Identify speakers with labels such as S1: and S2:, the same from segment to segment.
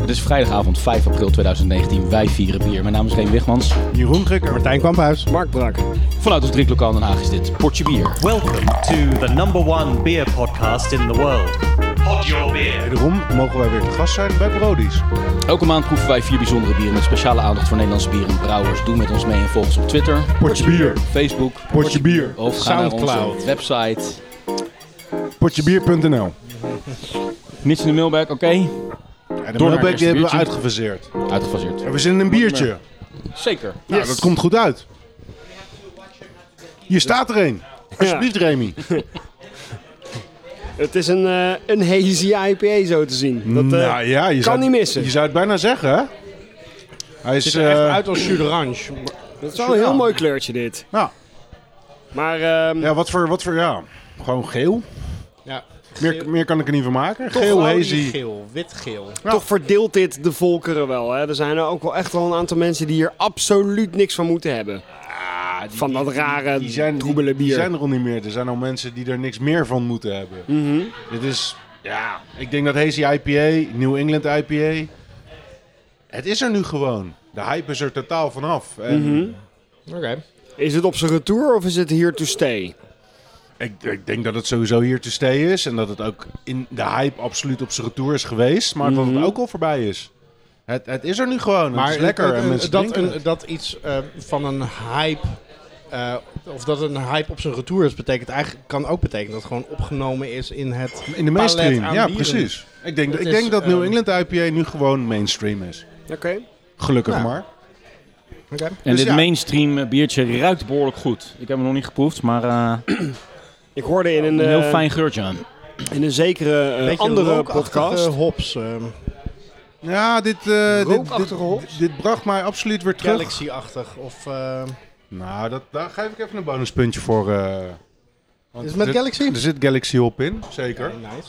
S1: Het is vrijdagavond 5 april 2019. Wij vieren bier. Mijn naam is Reen Wigmans.
S2: Jeroen Drukker. Martijn Kamphuis.
S3: Mark Brak.
S1: Vanuit ons drinklokaal in Den Haag is dit Portje Bier.
S4: Welcome to the number one beer podcast in the world. Pod Your Beer.
S2: Wederom mogen wij weer te gast zijn bij Brodies.
S1: Elke maand proeven wij vier bijzondere bieren met speciale aandacht voor Nederlandse bieren en brouwers. Doe met ons mee en volg ons op Twitter,
S2: Potje bier.
S1: Facebook
S2: Potje bier.
S1: of ga naar
S2: Soundcloud.
S1: onze website.
S2: Potjebier.nl.
S1: Niets in de mailbag, oké?
S2: Ja, de
S1: Door naar
S2: mailbag
S1: eerste
S2: die hebben we
S1: biertje.
S2: uitgefaseerd.
S1: Uitgefaseerd.
S2: En we zitten in een biertje.
S1: Zeker.
S2: Nou, dat komt goed uit. Hier staat er een. Alsjeblieft, Remy.
S3: Het is een, eh, een hazy IPA zo te zien. Dat, eh,
S2: nou ja, je
S3: kan
S2: zou,
S3: niet missen.
S2: Je zou het bijna zeggen, hè? Hij is...
S5: Het ziet er echt
S2: eh,
S5: uit als jus d'orange.
S3: dat is wel een heel mooi kleurtje dit.
S2: nou,
S3: Maar ehm,
S2: ja, wat voor, wat voor... Ja, gewoon geel.
S5: Ja.
S2: Meer, meer kan ik er niet van maken. Geel, hazy.
S5: Geel, witgeel.
S3: toch verdeelt dit de volkeren wel. Hè? Er zijn er ook wel echt wel een aantal mensen die hier absoluut niks van moeten hebben. van dat rare,
S2: Ah, Die zijn,
S3: troebele
S2: die,
S3: bier.
S2: die zijn er al niet meer. Er zijn al mensen die er niks meer van moeten hebben.
S5: Mhm.
S2: Dit is, ja, ik denk dat Hazy IPA, New England IPA, het is er nu gewoon. De hype is er totaal vanaf. En
S5: Mhm. Oké.
S3: Is het op zijn retour of is het here to stay?
S2: ik, ik denk dat het sowieso hier te stay is en dat het ook in de hype absoluut op zijn retour is geweest, maar dat het ook al voorbij is. Het, het is er nu gewoon. Maar het
S5: Mhm. Maar eh,
S2: is lekker. en mensen
S5: dat,
S2: drinken
S5: een,
S2: het.
S5: dat iets eh, van een hype, eh, of dat een hype op zijn retour is, betekent eigenlijk, kan ook betekenen dat het gewoon opgenomen is in het
S2: in de
S5: palet
S2: mainstream.
S5: aan
S2: Ja,
S5: bieren.
S2: precies. Ik denk,
S5: Het
S2: ik
S5: is,
S2: denk dat New
S5: eh,
S2: England IPA nu gewoon mainstream is.
S3: Oké.
S2: Gelukkig
S5: Nou.
S2: maar.
S5: Oké.
S1: En
S2: Dus
S1: dit
S2: ja.
S1: mainstream eh, biertje ruikt behoorlijk goed. Ik heb hem nog niet geproefd, maar eh,
S3: Ik hoorde in een,
S1: een heel
S3: eh,
S1: fijn geurtje aan.
S3: in een zekere eh,
S5: Beetje
S3: andere
S5: rookachtige
S3: podcast.
S5: hops. ehm,
S2: Ja, dit, eh, dit, dit,
S3: Rookachtige hops?
S2: dit bracht mij absoluut weer terug.
S5: Galaxy-achtig. Of, eh,
S2: Nou, dat, daar geef ik even een bonuspuntje voor. eh, want
S5: Is het met
S2: er-
S5: Galaxy?
S2: Er zit Galaxy op in, zeker.
S5: nice.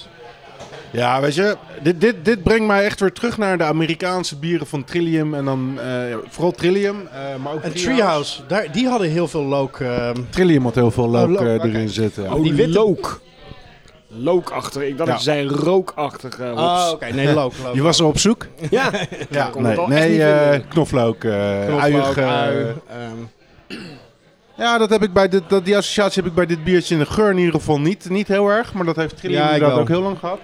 S2: Ja, weet je, dit, dit, dit brengt mij echt weer terug naar de Amerikaanse bieren van Trillium. En dan eh, vooral Trillium, eh, maar ook
S5: En Treehouse, daar, die hadden heel veel look. ehm,
S2: Trillium had heel veel look,
S5: look,
S2: eh,
S5: oké.
S2: erin zitten.
S3: Oh,
S5: Die
S3: die
S5: witte-
S3: look. Lookachtig. Ik dacht
S2: Ja.
S3: dat je zei eh, rookachtige hops.
S5: ah, oké. Nee, look. look.
S2: Je was er op zoek?
S3: Ja.
S2: Ja,
S3: kon
S2: nee,
S3: het al echt
S2: nee
S3: niet
S2: eh,
S3: vinden.
S2: knoflook, eh
S5: Knoflook,
S2: uiig, eh,
S5: ui, ehm,
S2: Ja, dat heb ik bij dit, dat, die associatie heb ik bij dit biertje in de geur in ieder geval niet, niet heel erg. Maar dat heeft Trillium
S5: Ja, ik
S2: inderdaad
S5: wel.
S2: ook heel lang gehad.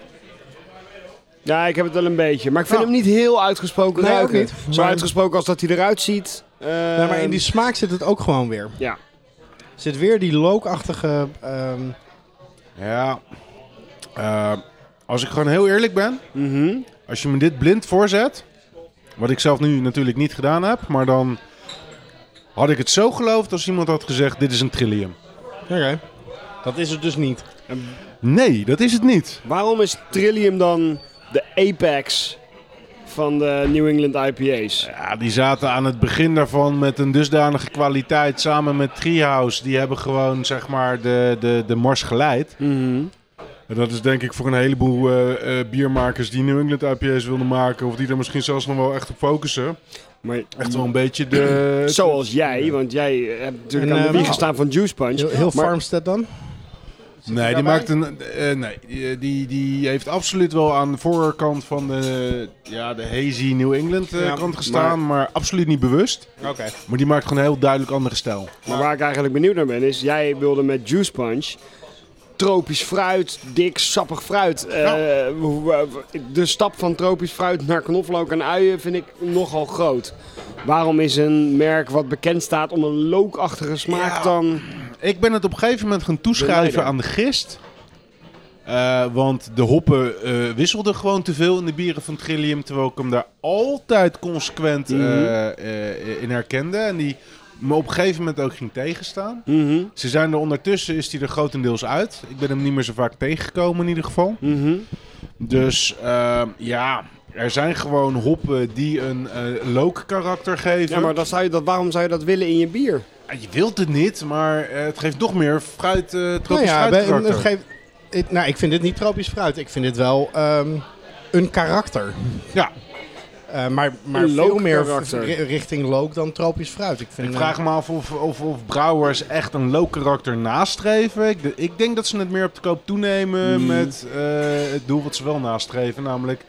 S3: Ja, ik heb het wel een beetje. Maar ik vind
S2: Ja.
S3: hem niet heel uitgesproken
S5: Ah. Nee, ook
S3: ruiken.
S5: niet.
S3: Zo
S5: Maar-
S3: uitgesproken als dat hij eruit ziet. Eh,
S5: nee, maar in die
S2: ehm.
S5: smaak zit het ook gewoon weer.
S3: Ja.
S5: Zit weer die lookachtige. ehm
S2: Ja, eh, als ik gewoon heel eerlijk ben,
S3: Mhm.
S2: Als je me dit blind voorzet, wat ik zelf nu natuurlijk niet gedaan heb, maar dan had ik het zo geloofd als iemand had gezegd: dit is een trillium.
S5: Oké. Dat is het dus niet.
S2: Nee, dat is het niet.
S3: Waarom is Trillium dan de apex van de New England IPA's?
S2: Ja, die zaten aan het begin daarvan met een dusdanige kwaliteit samen met Treehouse. Die hebben gewoon zeg maar de, de, de mars geleid.
S3: Mhm.
S2: En dat is denk ik voor een heleboel eh, eh, biermakers die New England IPA's wilden maken, of die er misschien zelfs nog wel echt op focussen.
S3: Maar
S2: Echt wel een beetje de.
S3: zoals jij, want jij hebt natuurlijk
S5: En,
S3: aan de wieg
S5: eh, nou,
S3: gestaan van Juice Punch.
S5: Heel, heel
S3: maar
S5: Farmstead dan?
S2: Nee, die
S5: daarbij?
S2: maakt een. eh, nee, die, die, die heeft absoluut wel aan de voorkant van de, ja, de hazy New England eh,
S5: Ja,
S2: kant gestaan, maar... absoluut niet bewust.
S5: Oké.
S2: Maar die maakt gewoon een heel duidelijk andere stijl.
S3: Maar waar ik eigenlijk benieuwd naar ben, is jij wilde met Juice Punch tropisch fruit, dik, sappig fruit. Eh, hoe- wa- wa- de stap van tropisch fruit naar knoflook en uien vind ik nogal groot. Waarom is een merk wat bekend staat om een lookachtige smaak
S2: Ja.
S3: dan...
S2: Ik ben het op een gegeven moment gaan
S3: De
S2: toeschuiven
S3: leider.
S2: aan de gist. Eh, want de hoppen eh, wisselden gewoon te veel in de bieren van Trillium. Terwijl ik hem daar altijd consequent eh,
S3: Mhm.
S2: eh, in herkende. En die me op een gegeven moment ook ging tegenstaan.
S3: Mhm,
S2: Ze zijn er ondertussen, is hij er grotendeels uit. Ik ben hem niet meer zo vaak tegengekomen in ieder geval.
S3: mhm.
S2: Dus ehm, ja, er zijn gewoon hoppen die een eh look karakter geven.
S3: Ja, maar dat zou je dat, waarom zou je dat willen in je bier?
S2: Ja, Je wilt het niet, maar eh, het geeft nog meer fruit, eh
S5: Nou
S2: tropisch
S5: ja,
S2: fruit
S5: bij-
S2: karakter.
S5: het geeft, het- nou, ik vind dit niet tropisch fruit. Ik vind dit wel ehm, een karakter.
S2: Ja,
S5: Eh, maar maar
S3: Een
S5: veel meer
S3: lookkarakter.
S5: ri- richting look dan tropisch fruit. Ik, vind,
S2: ik
S5: eh,
S2: vraag me af of, of, of brouwers echt een low karakter nastreven. Ik, de- ik denk dat ze het meer op de koop toenemen met eh, het doel wat ze wel nastreven, namelijk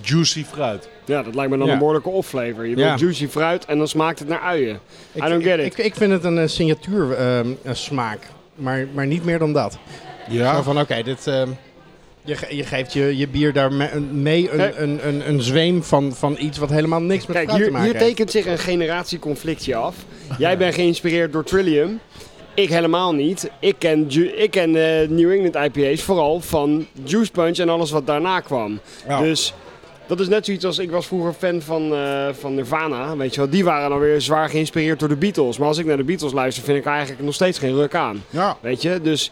S2: juicy fruit.
S3: Ja, dat lijkt me dan
S5: Ja.
S3: een behoorlijke off-flavor. Je
S5: Ja.
S3: wilt juicy fruit en dan smaakt het naar uien. I don't get
S5: Ik,
S3: it.
S5: ik, ik vind het een eh, signatuur ehm, eh, smaak, maar, maar niet meer dan dat. Zo
S2: Ja,
S5: van, oké, dit... ehm, je, ge- je geeft je, je bier daarmee mee
S3: Kijk.
S5: een, een, een, een zweem van, van iets wat helemaal niks met
S3: Kijk,
S5: fruit te
S3: hier,
S5: maken
S3: hier
S5: heeft.
S3: tekent zich een generatieconflictje af. Jij bent geïnspireerd door Trillium. Ik helemaal niet. Ik ken, ju- ik ken eh, New England IPA's vooral van Juice Punch en alles wat daarna kwam.
S5: Ja.
S3: Dus dat is net zoiets als ik was vroeger fan van, eh, van Nirvana. Weet je wel, die waren alweer zwaar geïnspireerd door de Beatles. Maar als ik naar de Beatles luister, vind ik eigenlijk nog steeds geen ruk aan.
S5: Ja.
S3: Weet je, dus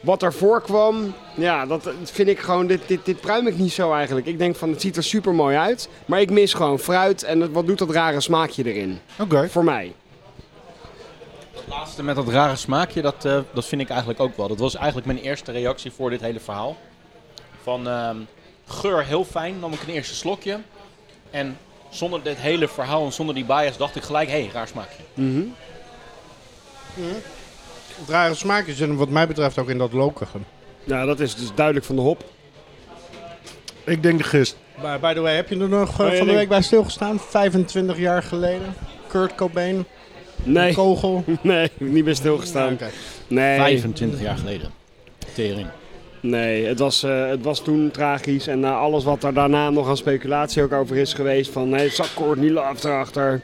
S3: wat daarvoor kwam, ja, dat vind ik gewoon, dit, dit, dit pruim ik niet zo eigenlijk. Ik denk van, het ziet er super mooi uit, maar ik mis gewoon fruit en het- wat doet dat rare smaakje erin?
S2: oké.
S3: Voor mij.
S1: laatste met dat rare smaakje, dat, eh, dat vind ik eigenlijk ook wel. Dat was eigenlijk mijn eerste reactie voor dit hele verhaal. Van ehm, geur heel fijn, nam ik een eerste slokje. En zonder dit hele verhaal en zonder die bias dacht ik gelijk, hé, hey, raar smaakje.
S5: Het rare smaakje zit hem wat mij betreft ook in dat lokige.
S3: Ja, dat is dus duidelijk van de hop.
S2: Ik denk de gist.
S5: By, by the way, heb je er nog eh,
S3: Oh, ja,
S5: van de
S3: ik-
S5: week bij stilgestaan? 25 jaar geleden. Kurt Cobain,
S3: Nee,
S5: kogel. Ah,
S3: nee, niet bij stilgestaan.
S5: Oké.
S3: Nee,
S1: 25 jaar geleden. Tering.
S3: nee het, was, eh, het was toen tragisch en na alles wat er daarna nog aan speculatie ook over is geweest, van nee, zakkoord, niet laf erachter.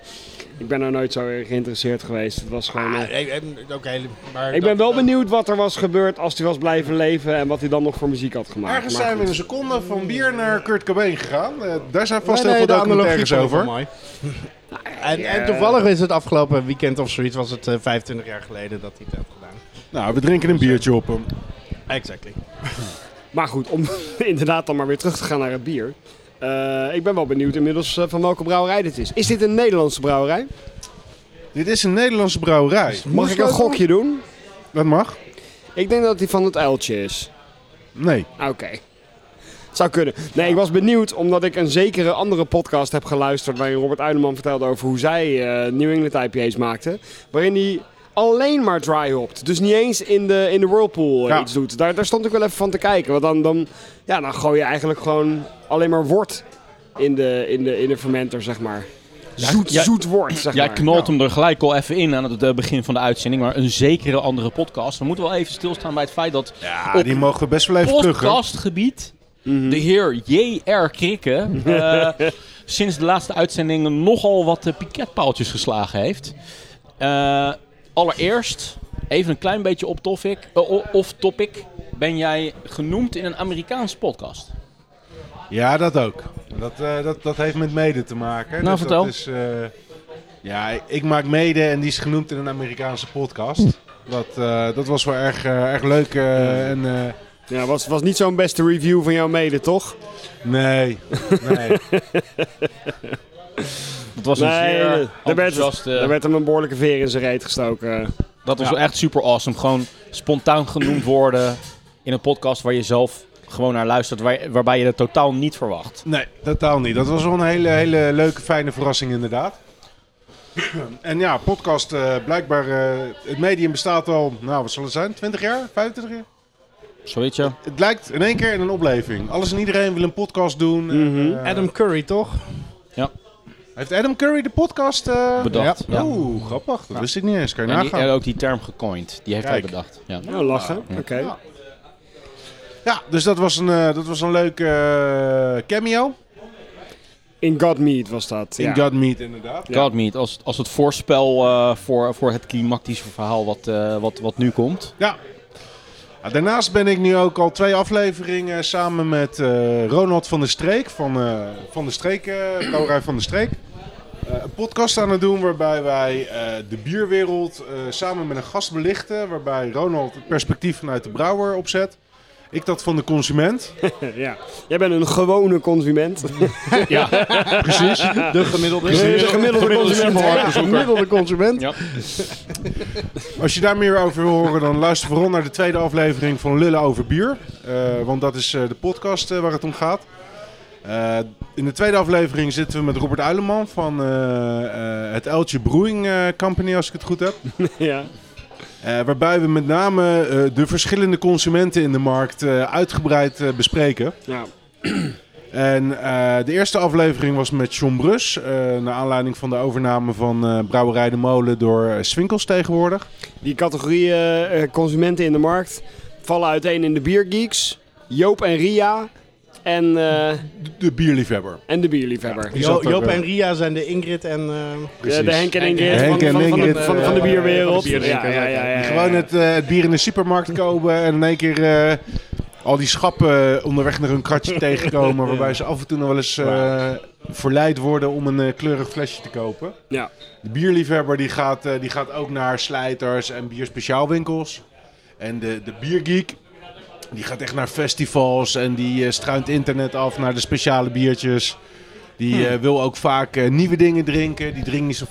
S3: Ik ben er nooit zo erg geïnteresseerd geweest. Het was gewoon... eh,
S5: Ah, eh, eh, Oké, maar
S3: Ik
S5: dat-
S3: ben wel benieuwd wat er was gebeurd als hij was blijven leven en wat hij dan nog voor muziek had gemaakt.
S2: Ergens
S3: Maar
S2: zijn we
S3: goed.
S2: in een seconde van bier naar Kurt Cobain gegaan. Eh, daar zijn vast
S5: Nee,
S2: heel
S5: nee,
S2: veel
S5: de analogie
S2: documentaires
S5: vond ik wel
S2: over.
S5: mooi. En, en toevallig is het afgelopen weekend of zoiets, was het eh, 25 jaar geleden dat hij het heeft gedaan.
S2: Nou, we drinken een biertje op hem.
S5: Exactly.
S3: Maar goed, om inderdaad dan maar weer terug te gaan naar het bier. Eh, ik ben wel benieuwd inmiddels eh, van welke brouwerij dit is. Is dit een Nederlandse brouwerij?
S2: Dit is een Nederlandse brouwerij.
S3: Mag ik een gokje doen?
S2: Dat mag?
S3: Ik denk dat die van het uiltje is.
S2: Nee.
S3: Oké. Zou kunnen. Nee, ik was benieuwd omdat ik een zekere andere podcast heb geluisterd. waarin Robert Uineman vertelde over hoe zij eh, New England IPA's maakte. Waarin hij alleen maar dry hopt. Dus niet eens in de, in de whirlpool eh,
S2: Ja.
S3: iets doet. Daar, daar stond ik wel even van te kijken. Want dan, dan, ja, dan gooi je eigenlijk gewoon alleen maar wort in de, in de, in de fermenter, zeg maar. Zoet,
S1: ja-
S3: zoet wort, zeg
S1: Jij
S3: maar.
S1: knalt hem er gelijk al even in aan het eh, begin van de uitzending, maar een zekere andere podcast. We moeten wel even stilstaan bij het feit dat
S2: Ja,
S1: Op-
S2: Ah, die mogen we best wel even terug. hè?
S1: podcastgebied.
S3: Mhm.
S1: De heer J.R. Krikke eh, sinds de laatste uitzending nogal wat eh, piketpaaltjes geslagen heeft. Eh, allereerst, even een klein beetje op topic, eh, o- off topic. Ben jij genoemd in een Amerikaanse podcast?
S2: Ja, dat ook. Dat, eh, dat, dat heeft met mede te maken. Nou,
S1: vertel.
S2: Dat is, eh, ja, ik, ik maak mede en die is genoemd in een Amerikaanse podcast. Dat, eh, dat was wel erg, eh, erg leuk. eh, en, eh,
S3: Ja, was, was niet zo'n beste review van jou mede, toch?
S2: nee, nee.
S1: Dat was een
S3: Nee,
S1: zeer
S3: daar werd,
S1: enthousiaste...
S3: daar werd hem een behoorlijke veer in zijn reet gestoken.
S1: Dat was wel echt super awesome. Gewoon spontaan genoemd worden in een podcast waar je zelf gewoon naar luistert. waar- waarbij je het totaal niet verwacht.
S2: Nee, totaal niet. Dat was wel een hele, hele leuke, fijne verrassing inderdaad. En ja, podcast, eh, blijkbaar, eh, het medium bestaat al, nou wat zal het zijn, 20 jaar, 25 jaar?
S1: Zo weet je.
S2: Het lijkt in één keer in een opleving. Alles en iedereen wil een podcast doen. En,
S1: Mhm.
S2: eh,
S5: Adam Curry, toch?
S2: Heeft Adam Curry de podcast eh,
S1: Bedacht, ja.
S2: Oeh, grappig. Dat wist ik niet eens. Kan je
S1: En die,
S2: nagaan.
S1: en ook die term gecoind. Die heeft
S2: Kijk.
S1: hij bedacht. Ja.
S3: Nou, lachen. Oké.
S2: Ja. Ja, dus dat was een, eh, dat was een leuke eh, cameo.
S3: In God Meat was dat.
S2: In
S3: ja.
S2: God Meat, inderdaad.
S1: God Meat, als, als het voorspel eh, voor, voor het klimactische verhaal wat, eh, wat, wat nu komt.
S2: Ja. Ja, Daarnaast ben ik nu ook al twee afleveringen samen met eh, Ronald van der Streek. Van, eh, van der Streek, eh Brouwerij van der Streek. eh, een podcast aan het doen waarbij wij eh, de bierwereld eh, samen met een gast belichten. Waarbij Ronald het perspectief vanuit de brouwer opzet. Ik dat van de consument.
S3: Ja. Jij bent een gewone consument.
S1: Ja,
S2: Precies.
S1: Dus
S5: De gemiddelde.
S3: Nee, de gemiddelde consument.
S5: supermarkt- gemiddelde consument.
S1: Ja.
S2: Als je daar meer over wil horen, dan luister vooral naar de tweede aflevering van Lullen over Bier. Eh, want dat is eh, de podcast eh, waar het om gaat. Eh, in de tweede aflevering zitten we met Robert Uileman van eh, eh, het Eltje Brewing eh, Company, als ik het goed heb.
S3: ja.
S2: Eh, waarbij we met name
S3: Nou,
S2: eh, de verschillende consumenten in de markt eh, uitgebreid eh, bespreken.
S3: ja.
S2: Eh, En eh, de eerste aflevering was met John Brus. eh, naar aanleiding van de overname van eh, Brouwerij de Molen door eh, Swinkels tegenwoordig.
S3: Die categorieën eh, consumenten in de markt vallen uiteen in de biergeeks, Joop en Ria en, eh,
S2: De, de bierliefhebber.
S3: en de bierliefhebber.
S2: Die
S5: Jo-
S2: zat ook,
S5: Joop
S2: eh,
S5: en Ria zijn de Ingrid en... eh,
S2: precies.
S3: de Henk en
S5: En-
S3: Ingrid
S2: Henk
S3: van,
S2: en
S3: van, van,
S2: Ingrid,
S3: de, van, van de
S5: eh, van
S3: bierwereld.
S5: de bierdrinker,
S3: Ja, ja, ja, ja, ja.
S2: Gewoon het, eh, het bier in de supermarkt kopen en in één keer eh, al die schappen eh, onderweg naar hun kratje tegenkomen. Waarbij ze af en toe nog wel eens eh, verleid worden om een eh, kleurig flesje te kopen.
S3: Ja.
S2: De bierliefhebber die gaat, eh, die gaat ook naar slijters en bierspeciaalwinkels. En de, de biergeek die gaat echt naar festivals en die eh, struint internet af naar de speciale biertjes. Die eh, wil ook vaak eh, nieuwe dingen drinken. Die drinkt, niet zo,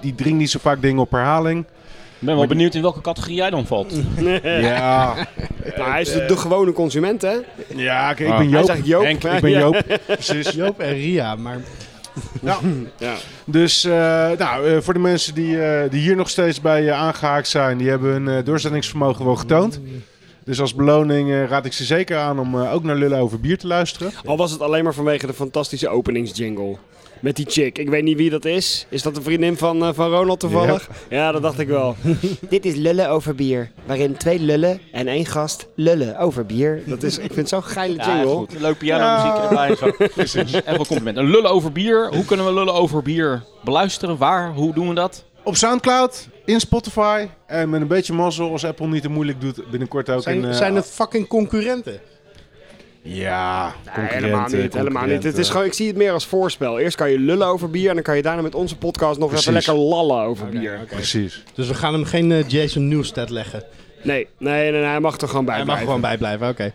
S2: die drinkt niet zo vaak dingen op herhaling.
S1: Ik ben wel benieuwd in welke categorie jij dan valt.
S2: Ja,
S3: Maar Nou, hij is de, de gewone consument, hè?
S2: ja
S1: Ah.
S2: kijk, ik ben Joop.
S3: Hij zegt Joop.
S1: Henk,
S3: maar-
S2: Ik ben
S3: ja.
S2: Joop, precies.
S5: Joop en Ria, maar
S3: Ja.
S2: Dus eh, nou, eh, voor de mensen die, eh, die hier nog steeds bij eh, aangehaakt zijn, die hebben hun eh, doorzettingsvermogen wel getoond. Dus als beloning eh, raad ik ze zeker aan om eh, ook naar Lullen over bier te luisteren.
S3: Al was het alleen maar vanwege de fantastische openingsjingle. Met die chick. Ik weet niet wie dat is. Is dat een vriendin van, eh, van Ronald toevallig? Ja, dat dacht ik wel. Dit is Lullen over bier. Waarin twee lullen en één gast lullen over bier. Dat is, ik vind het zo'n geile
S1: Ja,
S3: jingle.
S1: goed. Leuk pianomuziek erbij en zo.
S2: Precies.
S1: En wel compliment. Een lullen over bier. Hoe kunnen we lullen over bier beluisteren? Waar? Hoe doen we dat?
S2: Op Soundcloud, in Spotify en met een beetje mazzel als Apple niet te moeilijk doet, binnenkort ook in...
S5: zijn,
S2: eh,
S5: zijn het fucking concurrenten?
S2: Ja,
S3: Nee,
S5: eh,
S2: concurrenten,
S3: helemaal niet, helemaal niet. Het is
S2: concurrenten.
S3: gewoon, ik zie het meer als voorspel. Eerst kan je lullen over bier en dan kan je daarna met onze podcast nog even
S2: Precies.
S3: lekker lallen over bier.
S5: Oké.
S2: Ah, Precies.
S5: Dus we gaan hem geen eh, Jason Newsted leggen.
S3: Nee, nee, nee, nee, hij mag er gewoon bij
S5: Hij mag
S3: blijven.
S5: gewoon bijblijven, oké.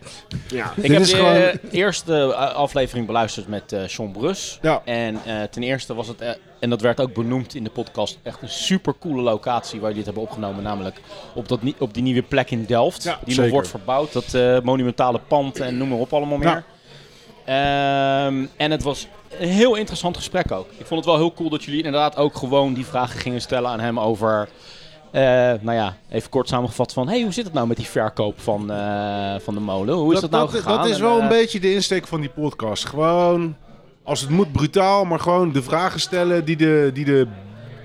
S3: Ja.
S1: Ik heb
S2: is
S1: de
S2: gewoon-
S1: eh, eerste eh, aflevering beluisterd met eh Sean Brus.
S2: Ja.
S1: En eh, ten eerste was het, eh, en dat werd ook benoemd in de podcast, echt een super coole locatie waar jullie dit hebben opgenomen. Namelijk op, dat, nie- op die nieuwe plek in Delft. die nog
S2: zeker.
S1: wordt verbouwd. Dat eh, monumentale pand en noem maar op allemaal meer.
S2: Ja.
S1: Ehm, en het was een heel interessant gesprek ook. Ik vond het wel heel cool dat jullie inderdaad ook gewoon die vragen gingen stellen aan hem over... eh, nou ja, even kort samengevat van... hey, hoe zit het nou met die verkoop van, eh, van de molen? Hoe is dat, nou gegaan?
S2: dat is
S1: En,
S2: wel een
S1: eh,
S2: beetje de insteek van die podcast. Gewoon, als het moet, brutaal, maar gewoon de vragen stellen die de, die de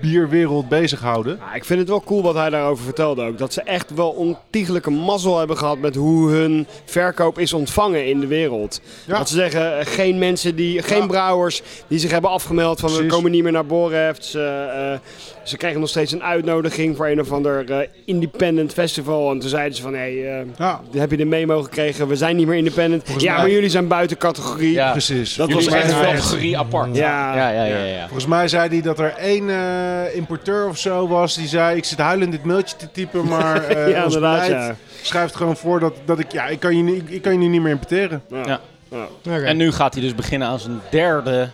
S2: bierwereld bezighouden.
S3: Ja, Ah, ik vind het wel cool wat hij daarover vertelde ook. Dat ze echt wel ontiegelijke mazzel hebben gehad met hoe hun verkoop is ontvangen in de wereld.
S2: Ja.
S3: Dat ze zeggen, eh, geen mensen, die, geen
S2: Ja.
S3: brouwers die zich hebben afgemeld van we
S2: Precies.
S3: komen niet meer naar Boreft. Ze, eh, ze kregen nog steeds een uitnodiging voor een of ander eh, independent festival. En toen zeiden ze van, hé, hey, eh,
S2: Ja,
S3: heb je de memo gekregen? We zijn niet meer independent. ja,
S2: mij-
S3: maar jullie zijn buiten categorie.
S1: Ja.
S2: precies.
S3: Dat
S1: Jullie
S3: was
S1: zijn
S3: echt
S1: een
S3: wel-
S1: categorie apart.
S3: Ja.
S1: ja, ja. ja, ja.
S2: Volgens mij zei hij dat er één eh, importeur of zo was die zei: Ik zit huilend dit mailtje te typen, maar eh
S3: Ja,
S2: ons
S3: inderdaad,
S2: beleid
S3: ja.
S2: schrijft gewoon voor dat, dat ik, ja, ik kan, je, niet- ik kan je nu niet meer importeren.
S3: Ja.
S1: Ja.
S5: Oké.
S1: En nu gaat hij dus beginnen aan zijn derde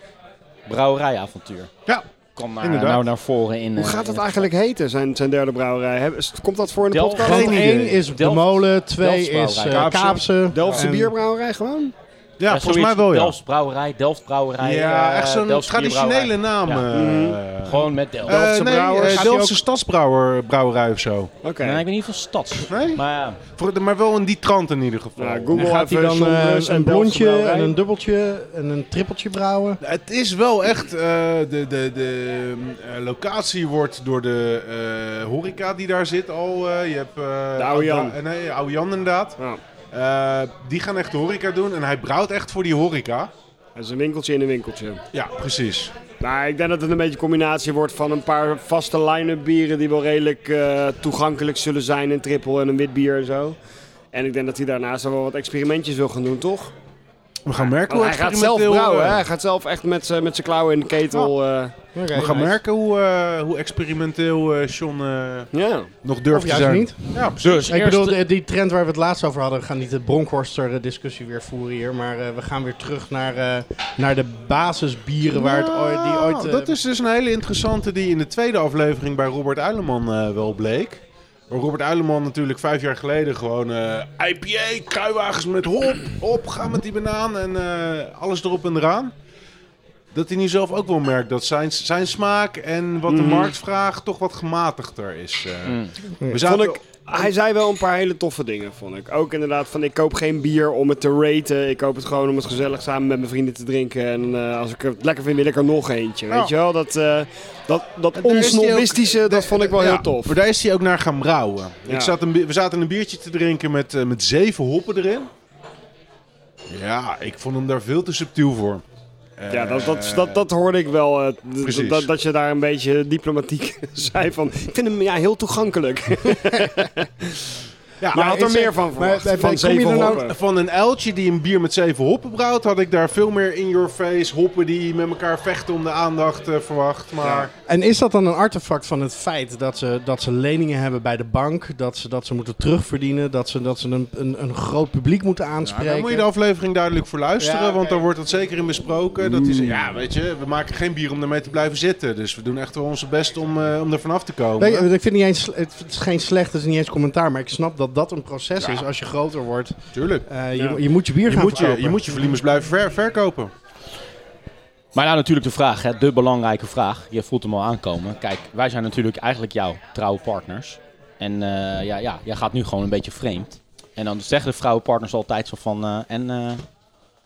S1: brouwerijavontuur.
S2: Ja,
S1: Kom naar,
S2: Inderdaad.
S1: nou naar voren in...
S3: Hoe
S1: eh,
S3: gaat
S1: in
S3: dat eigenlijk heten, zijn, zijn derde brouwerij? Heb- Komt dat voor in de
S1: Delft.
S3: podcast?
S5: Want
S2: Geen
S5: één
S2: idee.
S5: is De
S1: Delft-
S5: Molen, twee
S1: Delfts
S5: is eh, Kaapse.
S2: Kaapse.
S3: Delftse
S2: Ehm,
S5: En-
S3: bierbrouwerij gewoon?
S2: ja
S1: Ja,
S2: volgens
S1: zoiets.
S2: mij wel ja.
S1: Delfts brouwerij, Delft brouwerij.
S2: Ja,
S1: eh,
S2: echt zo'n
S1: Delfts
S2: traditionele
S1: bierbrouwerij.
S2: naam.
S1: Ja.
S2: eh.
S1: Gewoon met Delft.
S2: Eh,
S3: Mhm. Delftse
S2: nee,
S3: brouwers.
S2: eh,
S3: Gaat die
S2: Delftse stadsbrouwer brouwerij of zo.
S3: Oké.
S1: Nee, Nou, ik ben niet van stads.
S2: Nee?
S1: Maar ja,
S2: Voor- Maar wel in die trant in ieder geval.
S3: Ja,
S5: En
S3: Google
S5: gaat hij
S3: even
S5: dan
S3: John
S5: eh,
S3: Brus en Delftse
S5: een blondje
S3: brouwerij?
S5: en een dubbeltje en een trippeltje brouwen?
S2: Het is wel echt, eh, de, de, de eh, locatie wordt door de eh, horeca die daar zit al. eh, je hebt, eh,
S3: De oude Jan.
S2: eh, Nee, oude Jan inderdaad.
S3: Ja.
S2: Eh, die gaan echt de horeca doen en hij brouwt echt voor die horeca.
S3: Dat is een winkeltje in een winkeltje.
S2: Ja, precies.
S3: Maar ik denk dat het een beetje een combinatie wordt van een paar vaste line-up bieren die wel redelijk eh, toegankelijk zullen zijn. Een triple en een wit bier en zo. En ik denk dat hij daarnaast wel wat experimentjes wil gaan doen, toch?
S2: We gaan merken
S3: Want
S2: hoe
S3: Oh, hij gaat zelf
S2: experimenteel,
S3: brouwen, hè?
S2: eh,
S3: Hij gaat zelf echt met z'n met z'n klauwen in de ketel. eh,
S5: Oké,
S2: We gaan
S5: nice.
S2: merken hoe, eh, hoe experimenteel eh John eh,
S3: ja.
S2: nog durft
S5: Of
S2: te
S5: juist
S2: zijn.
S5: niet.
S2: Ja, precies.
S5: Ik
S1: Eerste-
S5: bedoel, de- die trend waar we het laatst over hadden, we gaan niet de Bronkhorster-discussie weer voeren hier, maar eh, we gaan weer terug naar, eh, naar de basisbieren waar het ooit, die ooit... eh,
S2: dat is dus een hele interessante die in de tweede aflevering bij Robert Uileman eh, wel bleek. Waar Robert Uileman natuurlijk vijf jaar geleden gewoon eh, IPA, kruiwagens met hop, op, ga met die banaan en eh, alles erop en eraan. Dat hij nu zelf ook wel merkt dat zijn, zijn smaak en wat de markt vraagt toch wat gematigder is. eh.
S1: Mm.
S2: We
S3: Vond
S2: zaten
S3: ik hij zei wel een paar hele toffe dingen, vond ik. Ook inderdaad van, ik koop geen bier om het te raten. Ik koop het gewoon om het gezellig samen met mijn vrienden te drinken. En eh, als ik het lekker vind, wil ik er nog eentje. Weet je wel, dat, eh dat,
S2: daar is
S3: dat
S2: die ook-
S3: onsnobistische, dat vond ik wel
S2: Ja,
S3: heel tof.
S2: Maar daar is hij ook naar gaan brouwen.
S3: Ja.
S2: Ik zat een, bi- we zaten een biertje te drinken met, eh, met zeven hoppen erin. Ja, ik vond hem daar veel te subtiel voor.
S3: Ja, dat, dat,
S2: Eh,
S3: dat, dat hoorde ik wel. eh, d-
S2: Precies.
S3: dat, dat je daar een beetje diplomatiek zei van, ik vind hem ja, heel toegankelijk.
S2: ja,
S3: Maar had er
S5: is
S3: meer
S5: het-
S3: van
S5: maar-
S3: verwacht.
S5: maar-
S3: van
S5: kom je
S3: zeven
S5: er nou-
S3: hoppen.
S2: Van een uiltje die een bier met zeven hoppen brouwt, had ik daar veel meer in your face hoppen die met elkaar vechten om de aandacht eh, verwacht. Maar
S5: En is dat dan een artefact van het feit dat ze, dat ze leningen hebben bij de bank, dat ze, dat ze moeten terugverdienen, dat ze, dat ze een, een, een groot publiek moeten
S2: ja,
S5: aanspreken?
S2: daar moet je de aflevering duidelijk voor luisteren,
S5: Ja, oké.
S2: want daar wordt dat zeker in besproken. Dat
S3: Mm.
S2: is, ja, weet je, we maken geen bier om daarmee te blijven zitten. Dus we doen echt wel onze best om, eh, om er vanaf te komen.
S5: Nee, ik vind het niet eens, het is geen slecht, het is niet eens commentaar, maar ik snap dat dat een proces is als je groter wordt.
S2: Tuurlijk.
S5: Eh, je,
S3: Ja.
S5: je moet je bier
S2: Je
S5: gaan
S2: moet je,
S5: verkopen.
S2: je moet je verliemers blijven ver- verkopen.
S1: Maar nou natuurlijk de vraag, hè, de belangrijke vraag. Je voelt hem al aankomen. Kijk, wij zijn natuurlijk eigenlijk jouw trouwe partners. En eh, ja, ja, jij gaat nu gewoon een beetje vreemd. En dan zeggen de vrouwenpartners altijd zo van... eh, en eh,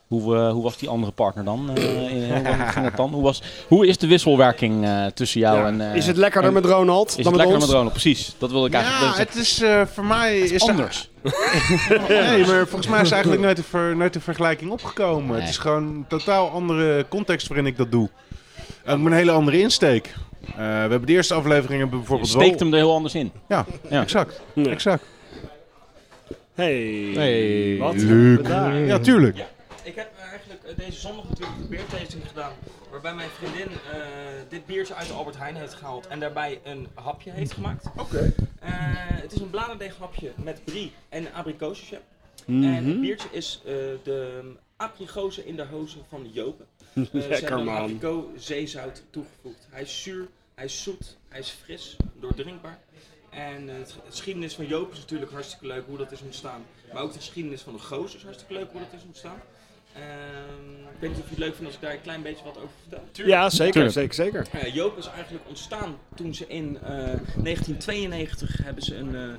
S1: hoe, eh, hoe was die andere partner dan? Eh, eh, hoe ging dat dan? Hoe, was, hoe is de wisselwerking eh, tussen jou en... eh,
S3: Is het lekkerder
S1: en-
S3: met Ronald
S1: is
S3: dan
S1: het
S3: met
S1: lekkerder
S3: ons?
S1: met Ronald? Precies, dat wilde ik eigenlijk
S2: Ja,
S1: wilde ik
S2: het is eh, voor mij... is
S1: zeggen.
S2: daar-
S1: anders.
S2: Nee, maar volgens mij is eigenlijk nooit de, ver- nooit de vergelijking opgekomen.
S1: Nee.
S2: Het is gewoon een totaal andere context waarin ik dat doe. En ook met een hele andere insteek. Eh, we hebben de eerste aflevering hebben we
S1: Je
S2: bijvoorbeeld
S1: steekt
S2: wel...
S1: hem er heel anders in.
S2: Ja,
S1: Ja.
S2: exact.
S3: Ja.
S2: exact.
S3: Hey.
S1: Hey,
S3: Wat?
S2: Luc.
S3: Daar.
S2: Ja, tuurlijk.
S6: Ik heb eh, eigenlijk eh, deze zondag natuurlijk een beertasting gedaan. Waarbij mijn vriendin eh, dit biertje uit de Albert Heijn heeft gehaald. En daarbij een hapje heeft gemaakt. Oké. het is een bladerdeeghapje met brie en abrikozenjam. En
S3: Mhm.
S6: het biertje is eh, de aprikozen in de hozen van Jopen. Eh, ze
S3: Lekker,
S6: hebben
S3: man.
S6: abriko zeezout toegevoegd. Hij is zuur, hij is zoet, hij is fris, doordrinkbaar. En eh, het- de geschiedenis van Jopen is natuurlijk hartstikke leuk hoe dat is ontstaan. Maar ook de geschiedenis van de gozer is hartstikke leuk hoe dat is ontstaan. Ehm, ik weet niet of je het leuk vindt als ik daar een klein beetje wat over vertel.
S3: Ja, zeker,
S1: Tuurlijk.
S3: zeker, zeker.
S6: Eh, Joop is eigenlijk ontstaan toen ze in eh, 1992 hebben ze een, eh,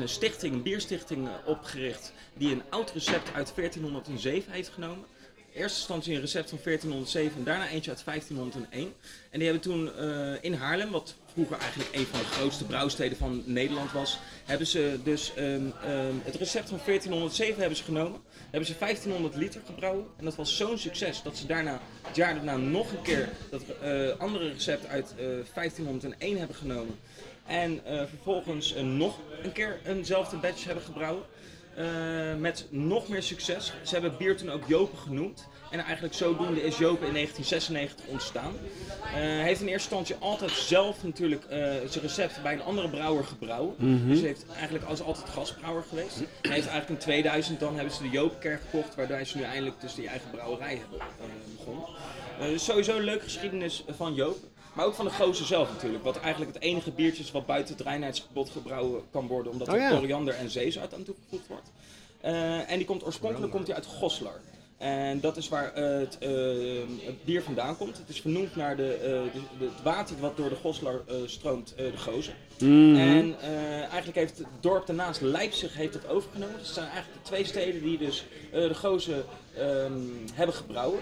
S6: een stichting, een bierstichting eh, opgericht die een oud recept uit 1407 heeft genomen. In eerste instantie een recept van 1407 en daarna eentje uit 1501. En die hebben toen eh, in Haarlem, wat vroeger eigenlijk een van de grootste brouwsteden van Nederland was, hebben ze dus ehm, ehm, het recept van 1407 hebben ze genomen. Hebben ze 1500 liter gebrouwen. En dat was zo'n succes dat ze daarna, het jaar daarna nog een keer dat eh, andere recept uit eh, 1501 hebben genomen. En eh, vervolgens eh, nog een keer eenzelfde batch hebben gebrouwen. Eh, met nog meer succes. Ze hebben bier toen ook Jopen genoemd. En eigenlijk zodoende is Jopen in 1996 ontstaan. Eh, Hij heeft in eerste instantie altijd zelf natuurlijk eh, zijn recept bij een andere brouwer gebrouwen. Dus hij heeft eigenlijk als altijd gastbrouwer geweest. Hij heeft eigenlijk in 2000 dan hebben ze de Jopenker gekocht. Waardoor ze nu eindelijk dus die eigen brouwerij hebben eh, begonnen. Eh, dus sowieso een leuke geschiedenis van Jopen. Maar ook van de gozer zelf natuurlijk. Wat eigenlijk het enige biertje is wat buiten het reinheidsverbod gebrouwen kan worden. Omdat
S3: Oh
S6: er
S3: ja.
S6: koriander en zeezout aan toegevoegd wordt. Eh, en die komt oorspronkelijk komt die uit Goslar. En dat is waar eh, het, eh, het bier vandaan komt. Het is vernoemd naar de, eh, de- de- het water wat door de Goslar eh, stroomt, eh, de Gozen.
S3: Mhm. Mm.
S6: En eh, eigenlijk heeft het dorp daarnaast, Leipzig, heeft dat overgenomen. Dus het zijn eigenlijk de twee steden die dus eh, de Gozen ehm, hebben gebrouwen.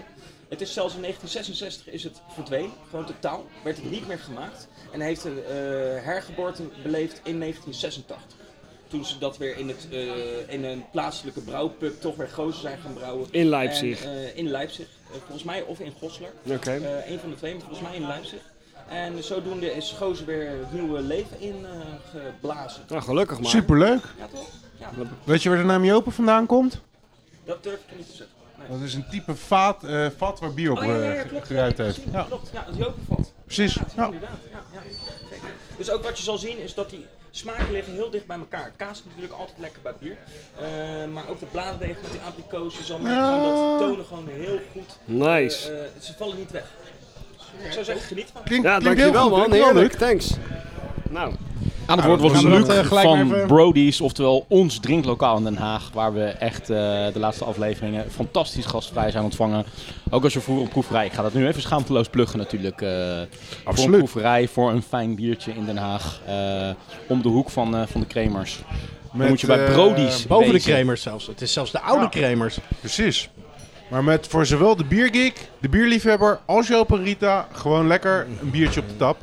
S6: Het is zelfs in 1966 is het verdwenen, gewoon totaal. Werd het niet meer gemaakt. En heeft een eh, hergeboorte beleefd in 1986. Toen ze dat weer in, het, eh, in een plaatselijke brouwpub toch weer gozer zijn gaan brouwen.
S3: In Leipzig.
S6: En, eh, in Leipzig, eh, volgens mij, of in Goslar.
S3: Oké.
S6: Eh, een van de twee, maar volgens mij in Leipzig. En zodoende is Gozer weer het nieuwe leven ingeblazen.
S3: Nou, gelukkig maar.
S2: Superleuk.
S6: ja, toch? Ja,
S2: Weet je waar de naam Jopen vandaan komt?
S6: dat durf ik niet te zeggen. Nee.
S2: Dat is een type vaat, eh, vat waar bier op
S6: Oh ja, ja,
S2: eh,
S6: ja,
S2: ge-
S6: klopt.
S2: geruimd
S6: Ja,
S2: heeft.
S6: gezien,
S2: Ja,
S6: Klopt, ja, het Jopenvat.
S2: precies.
S6: Ja,
S2: Ja.
S6: inderdaad. Ja, ja, zeker. Dus ook wat je zal zien is dat die smaken liggen heel dicht bij elkaar. Kaas is natuurlijk altijd lekker bij bier. Eh, maar ook de bladerdeeg met die abrikozen, zal maar gaan Dus dat tonen gewoon heel goed.
S3: Nice.
S6: Eh, eh, ze vallen niet weg. Ik zou zeggen, geniet van.
S2: Klinkt,
S3: Ja,
S2: klinkt heel
S3: dankjewel
S2: goed,
S3: man.
S2: dankjewel,
S3: Heerlijk,
S2: Luc.
S3: thanks. Nou,
S1: Aan het woord
S5: dat
S1: was
S5: gaan we
S1: Luc
S5: dat, eh, gelijk
S1: van
S5: maar even-
S1: Brody's, oftewel ons drinklokaal in Den Haag. Waar we echt eh, de laatste afleveringen fantastisch gastvrij zijn ontvangen. Ook als we voor een proeverij. Ik ga dat nu even schaamteloos pluggen natuurlijk. eh, Voor een
S2: Absoluut.
S1: proeverij, voor een fijn biertje in Den Haag. eh, om de hoek van, eh, van de Kremers.
S2: Met,
S1: moet je bij
S2: eh,
S1: Brody's.
S5: Boven de
S1: wezen.
S5: kremers zelfs. Het is zelfs de oude
S2: Ja.
S5: kremers.
S2: Precies. Maar met voor zowel de biergeek, de bierliefhebber als Joop en Rita gewoon lekker een biertje op de tap.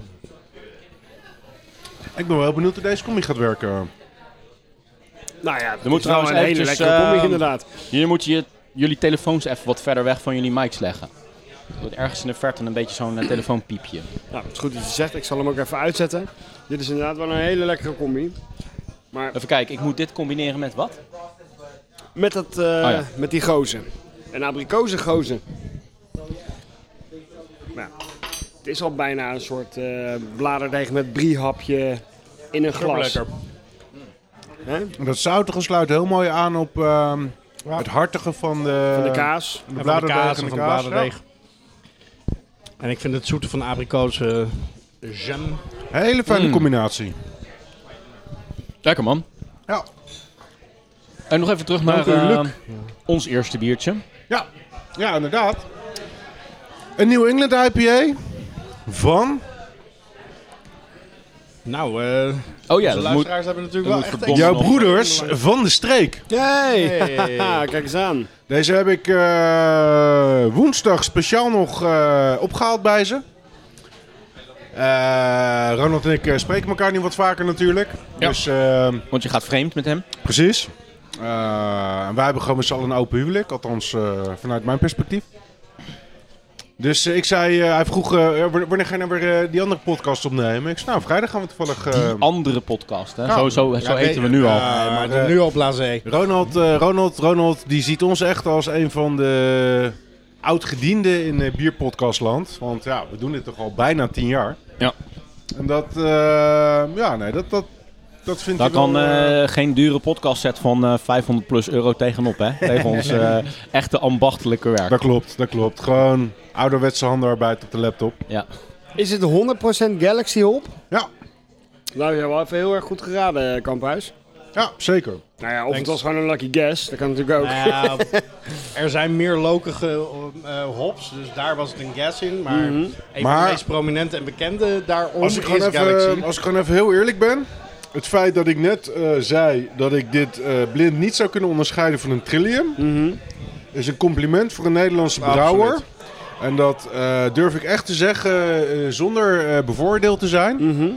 S2: Ik ben wel benieuwd hoe deze combi gaat werken.
S3: Nou ja,
S1: Er moet
S3: dat is wel
S1: trouwens
S3: een hele
S1: eventjes,
S3: lekkere comic
S1: ehm,
S3: inderdaad.
S1: Hier moet je jullie telefoons even wat verder weg van jullie mics leggen. Er wordt ergens in de verte een beetje zo'n eh, telefoonpiepje.
S3: Nou, het is goed dat je zegt. Ik zal hem ook even uitzetten. Dit is inderdaad wel een hele lekkere combi. Maar
S1: Even kijken, ik moet dit combineren met wat?
S3: met, dat,
S1: Oh
S3: eh,
S1: ja.
S3: met die gozen. Een abrikozen gozen. Nou, het is al bijna een soort eh, bladerdeeg met briehapje in een glas.
S5: Superlekker.
S3: Hè?
S2: Dat zoutige sluit heel mooi aan op ehm,
S5: Ja.
S2: het hartige van de,
S3: Van Eh, de kaas.
S2: De
S5: En van de
S2: bladerdeeg
S5: kaas
S2: en
S5: en
S2: de
S5: van de
S2: kaas,
S5: bladerdeeg. En ik vind het zoete van de abrikozen eh, jam.
S2: ja. Hele fijne combinatie.
S1: Lekker man.
S2: Ja.
S1: En nog even terug
S2: Dank
S1: naar
S2: u,
S1: eh,
S2: Luc.
S1: ons eerste biertje.
S2: Ja. ja, inderdaad. Een New England IPA van
S5: Nou, eh
S1: Oh ja,
S5: de
S1: dat moet...
S5: luisteraars hebben
S1: dat
S5: natuurlijk wel
S1: moet
S5: echt...
S1: verdomd-
S5: Ja.
S2: jouw broeders van de streek.
S3: Hey,
S5: Hey.
S3: haha, Ah, kijk eens aan.
S2: Deze heb ik eh, woensdag speciaal nog eh, opgehaald bij ze. Eh, Ronald en ik eh, spreken elkaar nu wat vaker natuurlijk.
S1: Ja.
S2: Dus ehm,
S1: Want je gaat vreemd met hem.
S2: precies. Eh, en wij hebben gewoon met z'n allen een open huwelijk, althans eh, vanuit mijn perspectief. Dus eh, ik zei, eh, hij vroeg, eh, "W- wanneer ga je nou weer eh, die andere podcast opnemen? Ik zei, nou vrijdag gaan we toevallig... eh,
S1: Die andere podcast, hè?
S2: ja.
S1: Zo, zo, zo
S5: Ja,
S1: heten
S5: nee,
S1: we nu al.
S2: eh,
S5: Nee, maar
S2: maar, eh,
S5: nu al blasé.
S2: Ronald, eh, Ronald, Ronald, die ziet ons echt als een van de oud-gedienden in eh, bierpodcastland. Want ja, we doen dit toch al bijna tien jaar.
S1: Ja.
S2: En dat, eh, ja, nee, dat, dat, dat vindt
S1: Daar
S2: hij
S1: kan
S2: wel... eh,
S1: eh, geen dure podcast set van eh, 500 plus euro tegenop, hè? Tegen ons eh, echte ambachtelijke werk.
S2: Dat klopt, dat klopt. Gewoon ouderwetse handenarbeid op de laptop.
S1: Ja.
S3: Is het 100% Galaxy Hop?
S2: Ja,
S3: Nou, je hebt wel even heel erg goed geraden, eh, Kamphuis.
S2: ja zeker.
S3: Nou ja, of
S5: Thanks.
S3: het was gewoon een lucky guess. Dat kan natuurlijk ook.
S5: Nou ja, er zijn meer lokige eh, hops, dus daar was het een gas in. Maar
S3: Mhm.
S5: een van
S2: Maar-
S5: de meest prominente en bekende daarom
S2: Als ik,
S5: is
S2: gewoon
S5: Galaxy.
S2: even,
S3: eh,
S2: als ik gewoon even heel eerlijk ben. Het feit dat ik net eh, zei dat ik dit eh, blind niet zou kunnen onderscheiden van een trillium.
S3: Mhm.
S2: Is een compliment voor een Nederlandse
S5: Absoluut.
S2: brouwer. En dat eh, durf ik echt te zeggen eh, zonder eh, bevoordeeld te zijn.
S3: Mhm.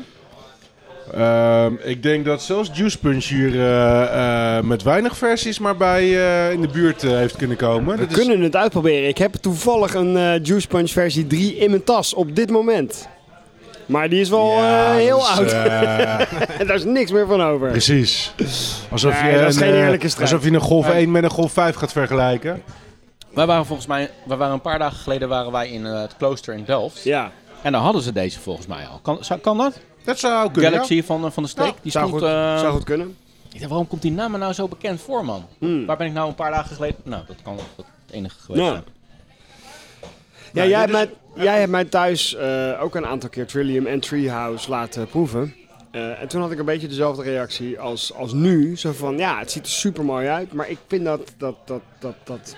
S2: Ehm, ik denk dat zelfs Juice Punch hier eh, eh, met weinig versies maar bij eh, in de buurt eh, heeft kunnen komen.
S3: We
S2: Dat is-
S3: kunnen het uitproberen. Ik heb toevallig een eh, Juice Punch versie 3 in mijn tas op dit moment. Maar die is wel
S2: Ja,
S3: eh, heel
S2: dat
S3: oud
S2: is, eh,
S3: en daar is niks meer van over.
S2: Precies. Alsof
S3: Nee,
S2: je
S3: dat is
S2: een,
S3: geen
S2: eh,
S3: eerlijke strijd.
S2: Alsof je een golf 1 met een golf 5 gaat vergelijken.
S1: Wij waren volgens mij, wij waren een paar dagen geleden waren wij in eh, het klooster in Delft.
S3: Ja,
S1: En daar hadden ze deze volgens mij al. Kan, zou- kan dat?
S2: Dat zou kunnen.
S1: Galaxy van, eh, van de streek.
S2: Ja,
S1: die
S3: zou
S1: stond,
S3: goed-
S2: Ehm,
S1: eh,
S3: zou goed kunnen.
S1: Ik dacht, waarom komt die naam me nou zo bekend voor, man?
S2: Hmm.
S1: Waar ben ik nou een paar dagen geleden... Nou, dat kan wel het enige geweest
S3: Ja.
S1: zijn.
S3: Ja,
S2: Nou,
S3: jij, hebt mij,
S2: dus-
S3: jij hebt mij thuis eh, ook een aantal keer Trillium en Treehouse laten proeven. Eh, en toen had ik een beetje dezelfde reactie als, als nu. Zo van, ja, het ziet er super mooi uit. Maar ik vind dat, dat, dat, dat, dat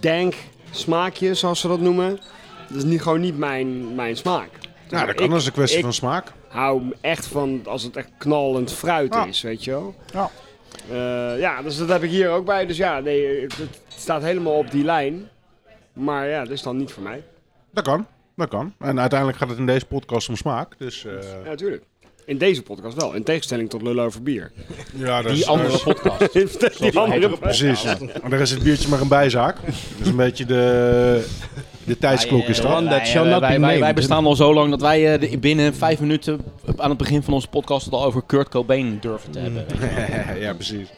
S3: dank smaakje, zoals ze dat noemen, dat is niet, gewoon niet mijn, mijn smaak.
S2: Nou, dat kan.
S3: Ik-
S2: dat is een kwestie
S3: ik-
S2: van smaak.
S3: hou echt van als het echt knallend fruit
S2: Ja.
S3: is, weet je wel.
S2: Ja.
S3: Eh, ja, dus dat heb ik hier ook bij. Dus ja, nee, het, het staat helemaal op die lijn. Maar ja, dat is dan niet voor mij.
S2: Dat kan. Dat kan. En uiteindelijk gaat het in deze podcast om smaak. Dus, eh,
S3: Ja, natuurlijk. In deze podcast wel, in tegenstelling tot lullen over bier.
S2: ja, dat
S1: Die
S2: is- dat
S1: andere
S2: is-
S1: podcast.
S3: die andere
S2: Precies. En daar is het biertje maar een bijzaak. Dat is een beetje de, de tijdsklok is dat.
S5: One that shall not
S1: wij,
S5: be
S1: wij-
S5: named.
S1: wij bestaan al zo lang dat wij eh, de- binnen vijf minuten op- aan het begin van onze podcast het al over Kurt Cobain durven te hebben. weet je.
S2: ja, precies.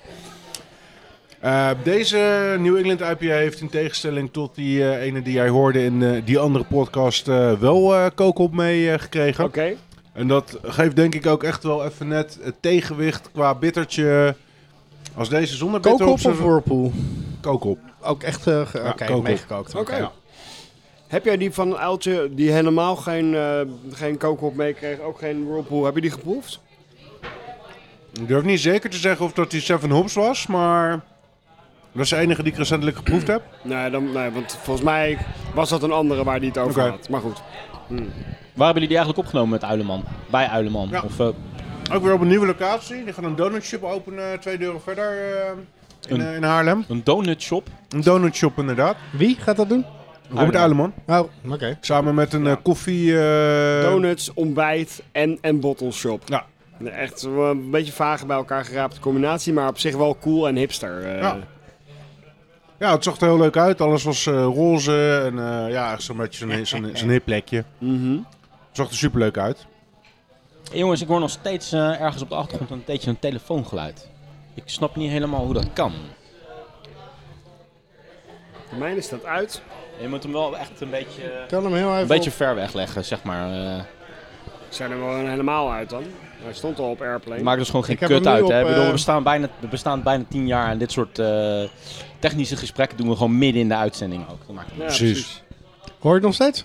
S2: Eh, deze New England IPA heeft in tegenstelling tot die eh, ene die jij hoorde in eh, die andere podcast eh, wel eh kookop mee eh, gekregen.
S3: Oké,
S2: En dat geeft denk ik ook echt wel even net het tegenwicht qua bittertje. Als deze zonder bitter
S5: Kokop
S2: zou-
S5: of Whirlpool?
S2: Kookop.
S5: Ook echt eh, ge-
S2: Ja,
S5: oké,
S2: kokop.
S5: meegekookt.
S3: oké.
S5: Oké.
S3: Heb jij die van Uiltje, die helemaal geen, eh geen kookop meekreeg, ook geen whirlpool, heb je die geproefd?
S2: Ik durf niet zeker te zeggen of dat die Seven Hops was, maar dat is de enige die ik recentelijk geproefd heb.
S3: Nee, dan, nee, want volgens mij was dat een andere waar die het over
S2: Oké.
S3: had. Maar goed.
S1: Waar hebben jullie die eigenlijk opgenomen met Uileman? Bij Uileman?
S2: Ja.
S1: Of, eh,
S2: Ook weer op een nieuwe locatie. Die gaan een donutshop openen, twee deuren verder eh, in,
S1: Een-
S2: eh, in Haarlem.
S1: een donutshop?
S2: Een donutshop inderdaad.
S5: Wie gaat dat doen?
S2: Robert Uileman.
S5: Oh, oké.
S2: Samen met een eh, koffie... eh,
S3: Donuts, ontbijt en, en bottle shop.
S2: Ja.
S3: Echt wel een beetje vage bij elkaar geraapte combinatie, maar op zich wel cool en hipster. eh.
S2: Ja. Ja, het zag er heel leuk uit. Alles was eh, roze en eh, ja, echt zo'n beetje zo'n zo'n zo'n hip plekje.
S3: Mhm.
S2: Het zag er superleuk uit.
S1: Hey, jongens, ik hoor nog steeds eh, ergens op de achtergrond een beetje een telefoongeluid. Ik snap niet helemaal hoe dat kan.
S3: De mijne staat uit.
S1: Je moet hem wel echt een beetje, eh,
S5: Kan hem heel even
S1: een beetje ver wegleggen, zeg maar. eh.
S3: Zijn er wel helemaal uit dan? Hij stond al op Airplane.
S1: Het maakt dus gewoon geen
S5: Ik heb hem
S1: kut
S5: nu
S1: uit. Hè?
S5: op,
S1: Ik bedoel, we,
S5: eh,
S1: bestaan bijna, we bestaan bijna tien jaar en dit soort eh, technische gesprekken doen we gewoon midden in de uitzending ook. Dat maakt niet
S3: Ja,
S1: uit.
S2: precies.
S5: op. Hoor je het nog steeds?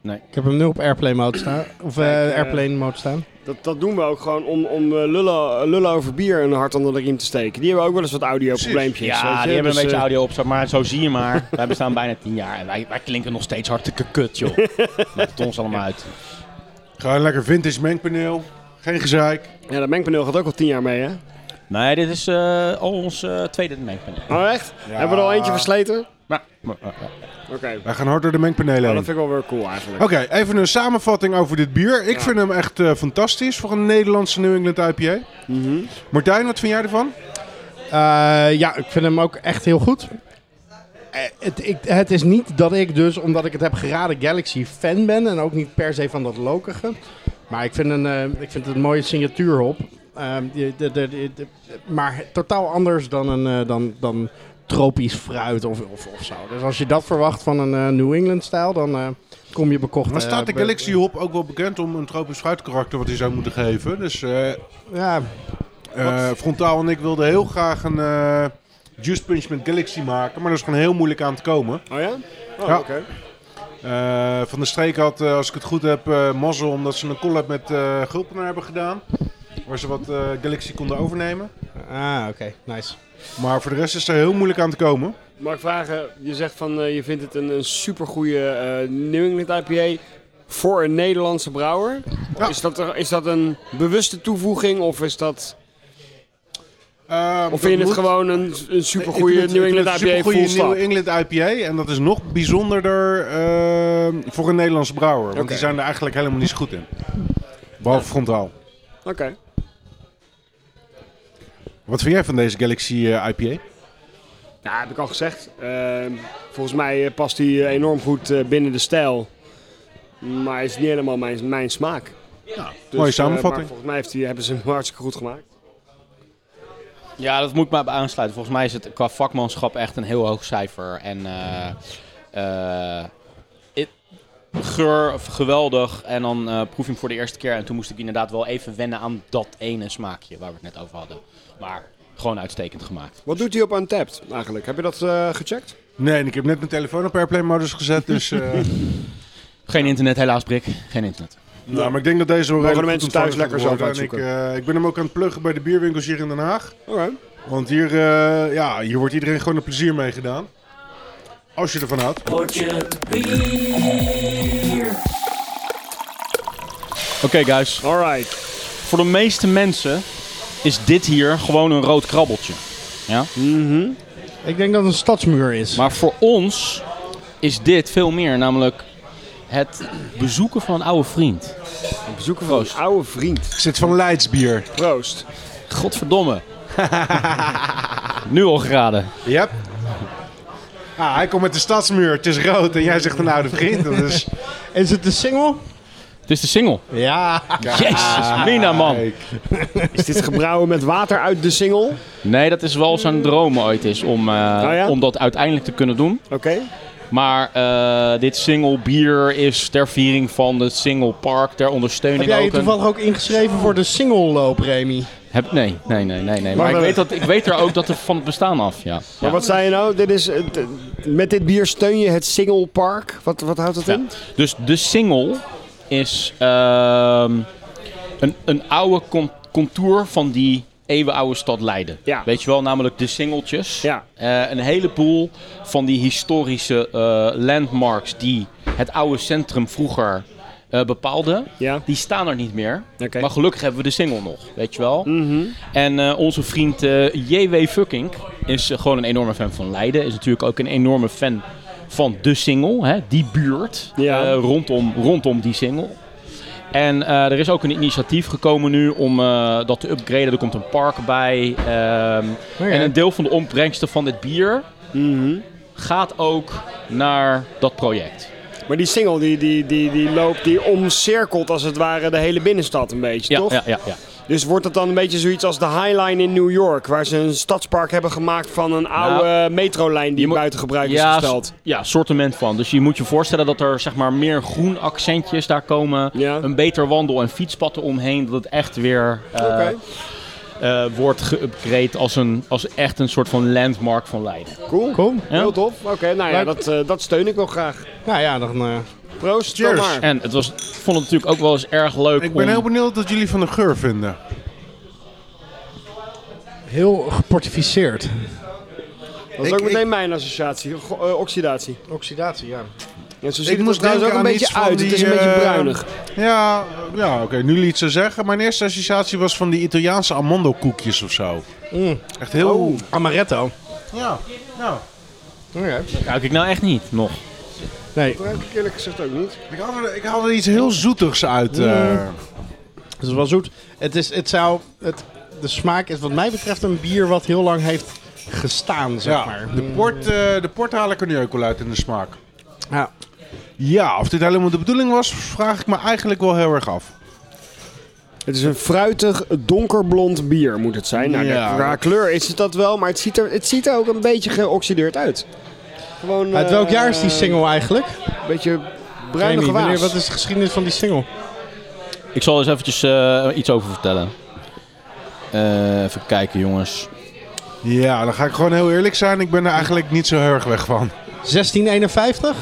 S1: Nee.
S5: Ik heb hem nu op airplane mode staan. Of eh,
S3: Kijk, eh,
S5: airplane mode staan.
S3: Dat, dat doen we ook gewoon om, om eh, lullen, lullen over bier een hart onder de riem te steken. Die hebben ook wel eens wat audio-probleempjes. weet
S1: Ja,
S3: je?
S1: die hebben
S3: Dus,
S1: een beetje
S3: eh,
S1: audio opzet, maar zo zie je maar. wij bestaan bijna tien jaar en wij, wij klinken nog steeds hartstikke kut, joh. Maakt het ons allemaal uit.
S2: Gewoon lekker vintage mengpaneel. Geen gezeik.
S3: eh, Ja, dat mengpaneel gaat ook al tien jaar mee, hè?
S1: Nee, dit is eh, al ons eh, tweede mengpaneel.
S3: Oh, echt? Hebben we er al eentje versleten?
S1: Maar- maar- maar- maar-
S3: Oké.
S2: Wij gaan hard door de mengpanelen
S3: Nou,
S2: heen.
S3: dat vind ik wel weer cool eigenlijk.
S2: Oké, even een samenvatting over dit bier. Ik vind hem echt eh, fantastisch voor een Nederlandse New England IPA.
S3: Mhm.
S2: Martijn, wat vind jij ervan?
S5: Eh, ja, ik vind hem ook echt heel goed. Eh, Het, ik, het is niet dat ik dus, omdat ik het heb geraden, Galaxy fan ben. En ook niet per se van dat lokige. Maar ik vind, een, eh, ik vind het een mooie signatuurhop. Ehm, die- de- de- de- de- maar totaal anders dan, een, eh, dan, dan tropisch fruit of, of, of zo. Dus als je dat verwacht van een eh, New England-stijl, dan eh, kom je bekocht.
S2: Dan
S5: eh,
S2: staat de
S5: be-
S2: Galaxy Hop ook wel bekend om een tropisch fruitkarakter wat hij zou moeten geven. Dus eh,
S5: Ja,
S2: eh, Frontaal en ik wilden heel graag een eh, juice punch met Galaxy maken. Maar dat is gewoon heel moeilijk aan te komen.
S3: Oh ja? Oh,
S2: Ja.
S3: oké.
S2: Eh, van de Streek had, eh, als ik het goed heb, eh mazzel omdat ze een collab met eh Gulpenaar hebben gedaan. Waar ze wat eh, Galaxy konden overnemen.
S5: ah, oké, nice.
S2: Maar voor de rest is er heel moeilijk aan te komen.
S3: Mag ik vragen, je zegt van eh, je vindt het een, een supergoeie eh New England IPA voor een Nederlandse brouwer.
S2: Ja.
S3: Is, dat er, is dat een bewuste toevoeging of is dat...
S2: Eh,
S3: Of vind je het
S2: moet-
S3: gewoon een, een
S2: Ik
S3: supergoeie
S2: vind
S3: New
S2: het- ik vind
S3: England
S2: het
S3: IPA
S2: supergoeie
S3: full stop?
S2: New England IPA. En dat is nog bijzonderder eh, voor een Nederlandse brouwer. Want
S3: Oké.
S2: die zijn er eigenlijk helemaal niet zo goed in. Behalve frontaal.
S3: Oké.
S2: Wat vind jij van deze Galaxy eh, IPA?
S3: Nou, heb ik al gezegd. Ehm, volgens mij eh, past hij eh, enorm goed eh, binnen de stijl. Maar is niet helemaal mijn, mijn smaak. Dus,
S2: Mooie
S3: eh, maar
S2: samenvatting.
S3: volgens mij heeft hij, hebben ze hem hartstikke goed gemaakt.
S1: Ja, dat moet ik maar bij aansluiten. Volgens mij is het qua vakmanschap echt een heel hoog cijfer. En eh, eh, it- geur geweldig. En dan eh proef je hem voor de eerste keer. En toen moest ik inderdaad wel even wennen aan dat ene smaakje waar we het net over hadden. Maar gewoon uitstekend gemaakt.
S3: Wat doet hij op Untapped eigenlijk? Heb je dat eh, gecheckt?
S2: Nee, en ik heb net mijn telefoon op airplane modus gezet. Dus, eh,
S1: Geen internet helaas, Brik. Geen internet.
S2: nou, maar ik denk dat deze wel
S3: Mogen de
S2: redelijk
S3: mensen
S2: goed ontvangen
S3: thuis lekker
S2: gaat
S3: zelf
S2: worden. En ik, eh, ik ben hem ook aan het pluggen bij de bierwinkels hier in Den Haag.
S3: Oké.
S2: Want hier, eh, ja, hier wordt iedereen gewoon een plezier mee gedaan. Als je ervan houdt.
S1: Oké, guys.
S3: Alright.
S1: Voor de meeste mensen is dit hier gewoon een rood krabbeltje.
S5: Ik denk dat het een stadsmuur is.
S1: Maar voor ons is dit veel meer. Namelijk het bezoeken van een oude vriend.
S3: Bezoeken van een oude vriend.
S2: Ik zit van Leidsbier.
S3: Proost.
S1: Godverdomme. nu al geraden.
S2: Yep. Ah, hij komt met de stadsmuur. Het is rood. En jij zegt een oude vriend. Dat is...
S5: Is het een single?
S1: Het is de single.
S5: Ja.
S1: Jezus, Mina man.
S3: Is dit gebrouwen met water uit de single?
S1: Nee, dat is wel zijn droom ooit is om, eh,
S3: ja?
S1: om dat uiteindelijk te kunnen doen.
S3: Oké.
S1: Maar eh, dit single bier is ter viering van het single park, ter ondersteuning
S5: Heb jij je
S1: ook. een-
S5: toevallig ook ingeschreven voor de single loop, Remy?
S1: Heb, nee, nee, nee, nee. nee. Maar ik
S3: even.
S1: weet, dat, ik weet er ook dat er van het bestaan af. Ja.
S3: Maar
S1: Ja.
S3: wat zei je nou? Dit is, eh, t- met dit bier steun je het single
S1: Dus
S3: park. Wat, wat houdt dat
S1: Ja.
S3: in?
S1: Dus de single is ehm, een, een oude con- contour van die eeuwenoude stad Leiden.
S3: Ja.
S1: Weet je wel, namelijk de singeltjes.
S3: Ja.
S1: Eh, een heleboel van die historische eh, landmarks die het oude centrum vroeger eh bepaalden.
S3: Ja.
S1: Die staan er niet meer.
S3: Oké. Mhm.
S1: Maar gelukkig hebben we de single nog, weet je wel. En eh, onze vriend eh, JW Fucking is eh, gewoon een enorme fan van Leiden. Is natuurlijk ook een enorme fan van de single, hè, die buurt
S3: Ja.
S1: eh, rondom, rondom die single. En eh, er is ook een initiatief gekomen nu om eh, dat te upgraden. Er komt een park bij. ehm,
S3: Oh
S5: Oké.
S1: En een deel van de opbrengsten van dit bier
S3: Mhm.
S1: gaat ook naar dat project.
S3: Maar die single die, die, die, die loopt, die omcirkelt als het ware de hele binnenstad een beetje,
S1: Ja,
S3: toch?
S1: ja, ja, ja.
S3: Dus wordt het dan een beetje zoiets als de Highline in New York, waar ze een stadspark hebben gemaakt van een oude metrolijn die
S1: Nou, moet-
S3: buiten gebruik is
S1: ja,
S3: gesteld.
S1: s- ja, sortiment van. Dus je moet je voorstellen dat er zeg maar meer groen accentjes daar komen.
S3: Ja.
S1: Een beter wandel- en fietspad eromheen. Dat het echt weer eh, eh, wordt geüpgrade als, een, als echt een soort van landmark van Leiden.
S3: Cool.
S5: Cool.
S3: Heel tof. Oké, nou ja,
S5: Leuk.
S3: dat, eh, dat steun ik wel graag.
S5: Nou ja, dan... eh,
S3: Proost.
S2: Cheers.
S3: tot maar.
S1: En het was, ik vond het natuurlijk ook wel eens erg leuk
S2: Ik ben
S1: om...
S2: heel benieuwd wat jullie van de geur vinden.
S5: heel geportificeerd.
S3: Dat is
S2: Ik-
S3: ook meteen mijn associatie, go- eh, oxidatie.
S5: Oxidatie, ja.
S3: Ja, zo ziet het er
S2: moest
S3: trouwens ook
S2: denken
S3: een
S2: aan
S3: beetje
S2: iets van
S3: uit. Het is een
S2: die,
S3: beetje
S2: eh,
S3: bruinig.
S2: Ja, ja oké, nu liet ze zeggen. Mijn eerste associatie was van die Italiaanse amandelkoekjes of zo.
S3: Mm.
S2: Echt heel...
S3: Oh.
S5: Amaretto.
S2: Ja,
S5: nou.
S2: ja.
S5: Oké.
S1: Ruik ik nou echt niet, nog.
S5: Nee,
S3: Dat ruik ik eerlijk gezegd ook niet.
S2: Ik haal er, ik haal er iets heel zoetigs
S5: Mm,
S2: uit. eh.
S5: het is wel zoet. Het is, het zou, het, de smaak is wat mij betreft een bier wat heel lang heeft gestaan, zeg
S2: ja,
S5: maar. Mm.
S2: de port, eh, de port haal ik er nu ook wel uit in de smaak.
S5: Ja.
S2: Ja, of dit helemaal de bedoeling was, vraag ik me eigenlijk wel heel erg af.
S3: Het is een fruitig, donkerblond bier moet het zijn. Nou,
S2: Ja.
S3: qua kleur is het dat wel, maar het ziet er, het ziet er ook een beetje geoxideerd uit. Gewoon,
S5: Uit
S3: eh,
S5: welk jaar is die single eigenlijk?
S3: Een beetje
S5: Remy,
S3: bruinige
S5: wanneer-
S3: waas.
S5: wat is de geschiedenis van die single?
S1: Ik zal er eens eventjes eh, iets over vertellen. Eh, even kijken, jongens.
S2: Ja, dan ga ik gewoon heel eerlijk zijn. Ik ben er eigenlijk niet zo heel erg weg van.
S5: 1651?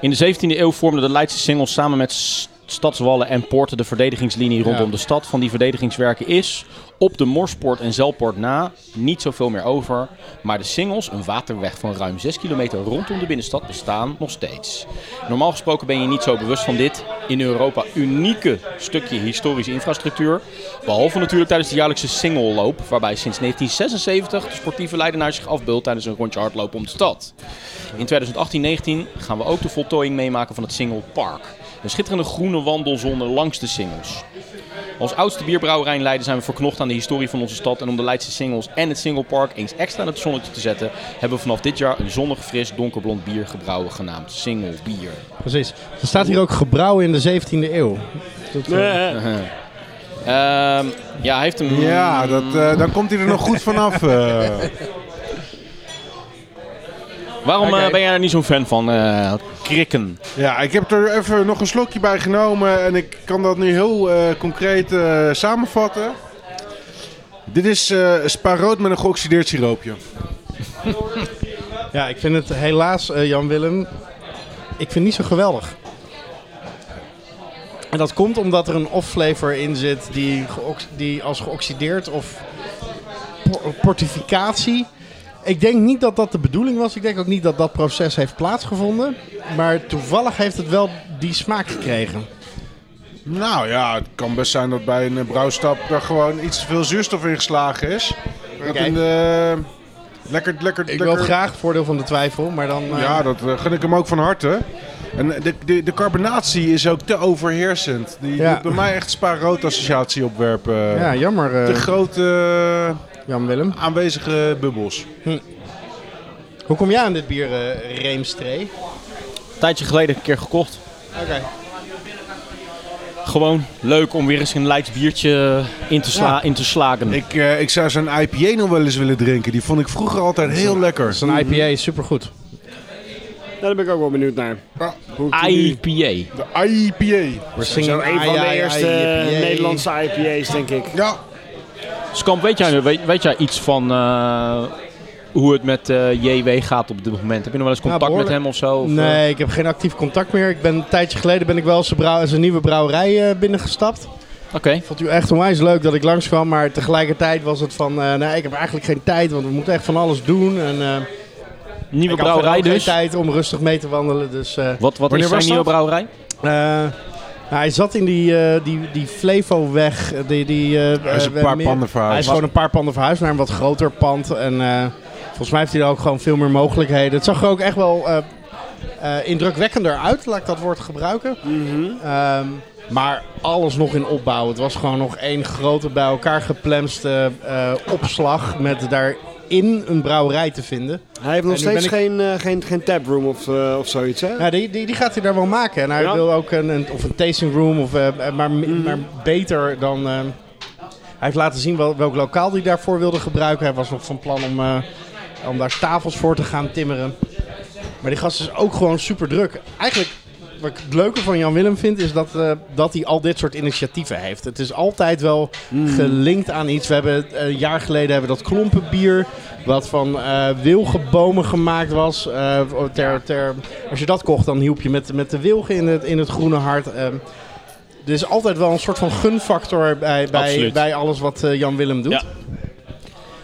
S1: In de 17e eeuw vormden de Leidse singels samen met s- stadswallen en poorten de verdedigingslinie rondom de stad. Van die verdedigingswerken is, op de Morspoort en Zelpoort na, niet zoveel meer over. Maar de singels, een waterweg van ruim 6 kilometer rondom de binnenstad, bestaan nog steeds. Normaal gesproken ben je niet zo bewust van dit in Europa unieke stukje historische infrastructuur. Behalve natuurlijk tijdens de jaarlijkse singelloop, waarbij sinds 1976 de sportieve Leidenaar zich afbeeldt tijdens een rondje hardlopen om de stad. In 2018-19 gaan we ook de voltooiing meemaken van het Single Park. Een schitterende groene wandelzone langs de singles. Als oudste bierbrouwerij in Leiden zijn we verknocht aan de historie van onze stad. En om de Leidse singles en het Single Park eens extra in het zonnetje te zetten, hebben we vanaf dit jaar een zonnig, fris, donkerblond bier gebrouwen genaamd Single Bier.
S5: Precies. Er staat hier ook gebrouwen in de 17e eeuw. Dat, eh,
S3: Eh,
S1: Ehm, ja, hij heeft een.
S2: Ja, dat, eh, dan komt hij er nog goed vanaf. eh.
S1: Waarom eh,
S5: Oké.
S1: ben jij er niet zo'n fan van? eh, krikken.
S2: Ja, ik heb er even nog een slokje bij genomen en ik kan dat nu heel eh, concreet eh, samenvatten. Dit is eh spa rood met een geoxideerd siroopje.
S5: Ja, ik vind het helaas, eh, Jan-Willem, ik vind het niet zo geweldig. En dat komt omdat er een off-flavor in zit die, geox- die als geoxideerd of por- portificatie. Ik denk niet dat dat de bedoeling was. Ik denk ook niet dat dat proces heeft plaatsgevonden. Maar toevallig heeft het wel die smaak gekregen.
S2: Nou ja, het kan best zijn dat bij een eh, brouwstap er gewoon iets te veel zuurstof in geslagen is. Dat
S5: Oké.
S2: een, eh, lekker, lekker,
S5: Ik wil
S2: lekker.
S5: graag voordeel van de twijfel, maar dan... eh,
S2: Ja, dat eh, gun ik hem ook van harte. En eh, de, de, de carbonatie is ook te overheersend. Die
S5: Ja.
S2: doet bij mij echt spa rood associatie opwerpen.
S5: ja, jammer, eh,
S2: De grote eh,
S5: Jan-Willem.
S2: aanwezige bubbels.
S5: Hoe kom jij aan dit bier, eh Reemstree?
S1: Een tijdje geleden een keer gekocht.
S5: Oké.
S1: Gewoon leuk om weer eens een Leids biertje in te, sla in te slagen.
S2: Ik, eh, ik zou zo'n IPA nog wel eens willen drinken. Die vond ik vroeger altijd heel lekker.
S5: Zo'n IPA is supergoed.
S3: Nou, Daar ben ik ook wel benieuwd naar. Hoe ik die-
S1: IPA.
S2: De IPA.
S5: We
S3: Zo'n
S5: zingen
S3: een van de eerste eh, Nederlandse IPA's, denk ik.
S2: Ja.
S1: Skamp, weet jij, weet, weet jij iets van eh, hoe het met eh, JW gaat op dit moment? Heb je nog wel eens contact met
S5: Nou, behoorlijk.
S1: hem of zo? Of, eh?
S5: Nee, ik heb geen actief contact meer. Ik ben, een tijdje geleden ben ik wel eens een, brouw- eens een nieuwe brouwerij eh, binnengestapt.
S1: Oké.
S5: vond u echt onwijs leuk dat ik langskwam, maar tegelijkertijd was het van, eh, nou, ik heb eigenlijk geen tijd, want we moeten echt van alles doen. En, eh,
S1: Nieuwe
S5: ik had verder
S1: brouwerij
S5: ook
S1: dus.
S5: geen tijd om rustig mee te wandelen, dus... eh,
S1: Wat, wat
S5: Wanneer
S1: is zijn
S5: was
S1: nieuwe
S5: dat?
S1: brouwerij?
S5: eh, nou, hij zat in die, eh, die, die Flevo-weg. eh, Die, die, eh,
S2: Hij is een
S5: eh,
S2: paar
S5: meer-
S2: panden verhuisd.
S5: Hij is gewoon een paar panden verhuisd naar een wat groter pand. En eh, volgens mij heeft hij er ook gewoon veel meer mogelijkheden. Het zag er ook echt wel eh, eh, indrukwekkender uit, laat ik dat woord gebruiken. Ehm, maar alles nog in opbouw. Het was gewoon nog één grote bij elkaar geplemste eh, opslag met daarin een brouwerij te vinden.
S3: Hij heeft nog
S5: En nu
S3: steeds
S5: ben
S3: geen, eh, geen, geen taproom of, eh, of zoiets, hè?
S5: Ja, Nou, die, die, die gaat hij daar wel maken. En hij
S3: Ja. Mm.
S5: wil ook een, een- of een tasting room, of, eh, eh, maar, mi- maar beter dan... eh, hij heeft laten zien wel, welk lokaal hij daarvoor wilde gebruiken. Hij was nog van plan om, eh, om daar tafels voor te gaan timmeren. Maar die gast is ook gewoon super druk. Eigenlijk, wat ik het leuke van Jan Willem vind, is dat, eh, dat hij al dit soort initiatieven heeft. Het is altijd wel
S1: Hmm.
S5: gelinkt aan iets. We hebben eh, een jaar geleden hebben we dat klompenbier, wat van eh wilgenbomen gemaakt was. eh, ter, ter, als je dat kocht, dan hielp je met, met de wilgen in het, in het groene hart. eh. er is altijd wel een soort van gunfactor bij, bij,
S1: Absoluut.
S5: bij alles wat eh, Jan Willem doet.
S1: Ja.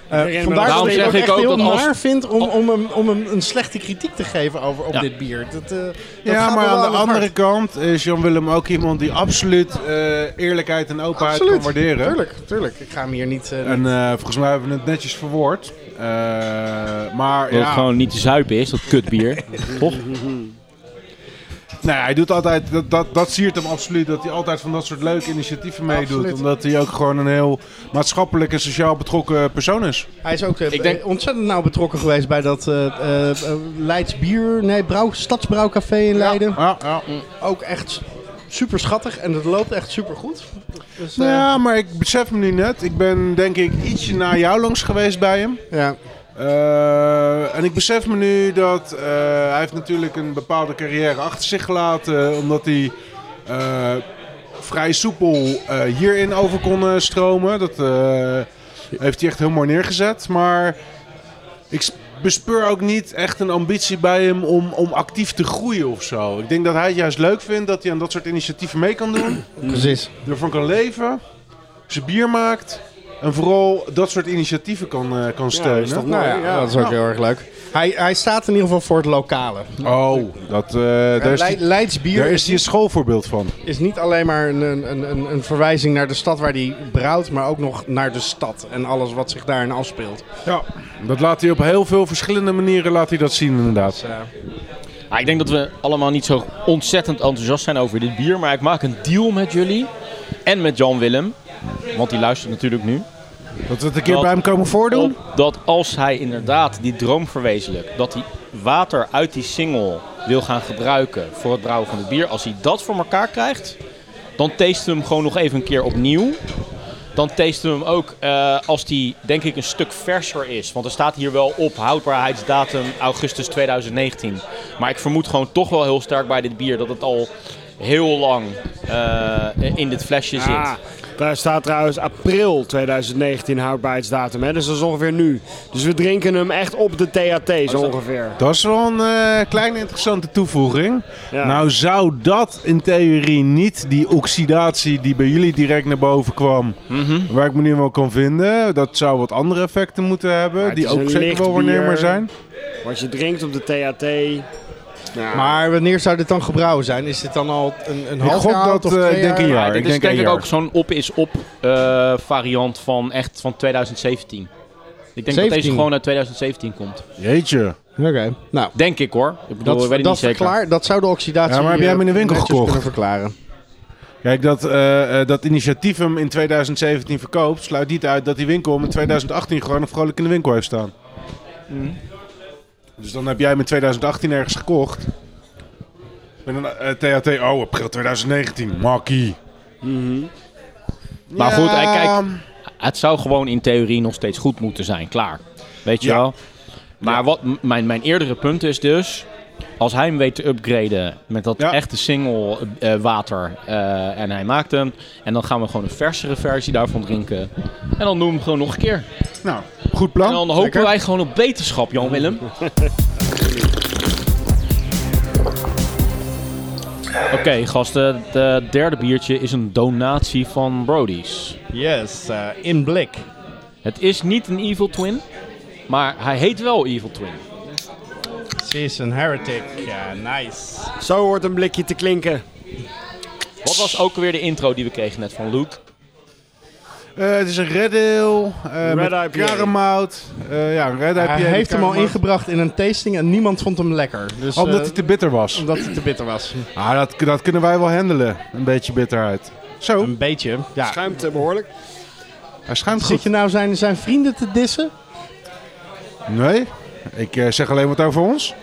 S5: Eh,
S3: Ik herinner me
S5: vandaar
S3: dat-
S5: dat
S1: Daarom
S5: ik
S1: zeg
S5: ook
S1: ik
S5: echt
S1: ook
S5: heel
S1: dat als-
S5: naar vind om, om, hem, om hem een slechte kritiek te geven over op
S1: Oh. Ja.
S5: dit bier. Dat, eh, dat
S2: Ja,
S5: gaat
S2: maar
S5: wel
S2: aan de
S5: hard.
S2: andere kant is Jan-Willem ook iemand die absoluut eh, eerlijkheid en openheid
S5: Absoluut.
S2: kan waarderen.
S5: Tuurlijk, tuurlijk. Ik ga hem hier niet... eh,
S2: En eh, volgens mij hebben we het netjes verwoord. Eh, maar
S1: Dat
S2: ja,
S1: het gewoon niet te zuipen is, dat kutbier. Toch?
S2: nee, hij doet altijd, dat, dat, dat siert hem absoluut. Dat hij altijd van dat soort leuke initiatieven meedoet.
S5: Absoluut.
S2: Omdat hij ook gewoon een heel maatschappelijk en sociaal betrokken persoon is.
S5: Hij is ook eh,
S1: Ik denk-
S5: eh, ontzettend nauw betrokken geweest bij dat eh eh, eh, Leids Bier, nee, Brouw, Stadsbrouwcafé in Leiden.
S2: Ja, ja.
S5: Ook echt super schattig en het loopt echt super goed. Dus, eh,
S2: ja, maar ik besef hem nu net. Ik ben denk ik ietsje na jou langs geweest bij hem.
S5: ja.
S2: Eh, en ik besef me nu dat eh, hij heeft natuurlijk een bepaalde carrière achter zich gelaten. Omdat hij eh, vrij soepel eh, hierin over kon eh, stromen. Dat eh, heeft hij echt heel mooi neergezet. Maar ik s- bespeur ook niet echt een ambitie bij hem om, om actief te groeien of zo. Ik denk dat hij het juist leuk vindt dat hij aan dat soort initiatieven mee kan doen.
S1: Mm.
S5: Precies.
S2: Ervan kan leven. Zijn bier maakt. En vooral dat soort initiatieven kan, eh, kan steunen.
S3: dat is toch
S5: Nou ja,
S3: mooi, ja.
S5: dat is ook heel erg leuk. Hij, hij staat in ieder geval voor het lokale.
S2: Oh, dat, eh, daar, is
S5: Leid-
S2: die,
S5: Leids Bier
S2: daar is die een schoolvoorbeeld van.
S5: is niet alleen maar een, een, een- een, een verwijzing naar de stad waar die brouwt, maar ook nog naar de stad en alles wat zich daarin afspeelt.
S2: Ja, dat laat hij op heel veel verschillende manieren laat hij dat zien inderdaad.
S1: Ah, ik denk dat we allemaal niet zo ontzettend enthousiast zijn over dit bier. Maar ik maak een deal met jullie. En met Jan Willem. Want die luistert natuurlijk nu.
S2: Dat we het een keer
S1: Dat-
S2: bij hem komen voordoen.
S1: Op dat als hij inderdaad die droom verwezenlijkt. Dat hij water uit die singel wil gaan gebruiken voor het brouwen van het bier. Als hij dat voor elkaar krijgt. Dan tasten we hem gewoon nog even een keer opnieuw. Dan tasten we hem ook eh, als die denk ik een stuk verser is. Want er staat hier wel op houdbaarheidsdatum augustus 2019. Maar ik vermoed gewoon toch wel heel sterk bij dit bier dat het al heel lang eh, in dit flesje zit.
S3: Ah, daar staat trouwens april 2019 houdbaarheidsdatum, hè? dus dat is ongeveer nu. Dus we drinken hem echt op de
S1: Oh,
S3: THT, zo ongeveer.
S2: Dat is wel een eh, kleine interessante toevoeging.
S3: Ja.
S2: Nou zou dat in theorie niet die oxidatie die bij jullie direct naar boven kwam,
S3: Mhm.
S2: waar ik me nu wel kan vinden. Dat zou wat andere effecten moeten hebben,
S3: het
S2: die
S3: is een
S2: ook zeker
S3: licht
S2: wel waarneembaar
S3: bier.
S2: zijn.
S3: Wat je drinkt op de THT. ja.
S5: Maar wanneer zou dit dan gebrouwen zijn? Is dit dan al een, een
S2: Ik
S5: half
S2: gok
S5: jaar
S2: dat,
S5: oud of
S2: eh,
S5: twee
S2: ik denk
S5: jaar?
S2: een jaar.
S1: Ja, dit
S2: ik
S1: is
S2: denk
S1: denk ik
S2: een
S1: ook zo'n op is op eh, variant van echt van 2017. Ik denk dat
S5: 17.
S1: deze gewoon uit 2017 komt.
S2: Jeetje.
S5: Oké, nou.
S1: Denk ik hoor. Ik bedoel,
S5: Dat,
S1: ik weet het
S5: dat,
S1: niet zeker.
S5: verklaar, dat zou de oxidatie
S2: Ja, maar heb jij hem in de
S5: eh,
S2: winkel
S5: netjes
S2: gekocht?
S5: kunnen verklaren.
S2: Kijk, dat, eh, eh, dat initiatief hem in 2017 verkoopt, sluit niet uit dat die winkel hem in 2018 gewoon nog vrolijk in de winkel heeft staan. Dus dan heb jij hem in 2018 ergens gekocht. Met een eh, THT, oh, april 2019, makkie. Ehm,
S1: Maar goed, eh, kijk,
S2: Ja,
S1: het zou gewoon in theorie nog steeds goed moeten zijn. Klaar. Weet je
S2: Ja.
S1: wel? Maar wat m- mijn, mijn eerdere punt is dus... Als hij hem weet te upgraden met dat
S2: Ja.
S1: echte single eh, water eh, en hij maakt hem... En dan gaan we gewoon een versere versie daarvan drinken. En dan doen we hem gewoon nog een keer.
S2: Nou, goed
S1: En
S2: plan.
S1: dan hopen wij gewoon op beterschap, Jan Willem. Oké, gasten, het eh, derde biertje is een donatie van Brody's.
S5: Yes, eh, in blik.
S1: Het is niet een Evil Twin, maar hij heet wel Evil Twin.
S5: She is een heretic. Ja, nice.
S3: Zo hoort een blikje te klinken.
S1: Wat was ook weer de intro die we kregen net van Luke?
S2: Eh, het is een Red Ale, eh
S3: Red
S2: met
S3: IPA.
S2: karamout. Eh, ja, een Red IPA.
S5: Hij
S2: met
S5: heeft hem al
S2: karamout.
S5: ingebracht in een tasting en niemand vond hem lekker. Dus,
S2: Omdat
S5: eh,
S2: hij te bitter was.
S5: omdat hij te bitter was.
S2: Ah, dat, dat kunnen wij wel handelen. Een beetje bitterheid. Zo,
S5: Een beetje. Ja.
S3: Schuimt eh, behoorlijk.
S2: hij schuimt
S5: Zit
S2: goed.
S5: je nou zijn, zijn vrienden te dissen?
S2: Nee, ik eh, zeg alleen wat over ons.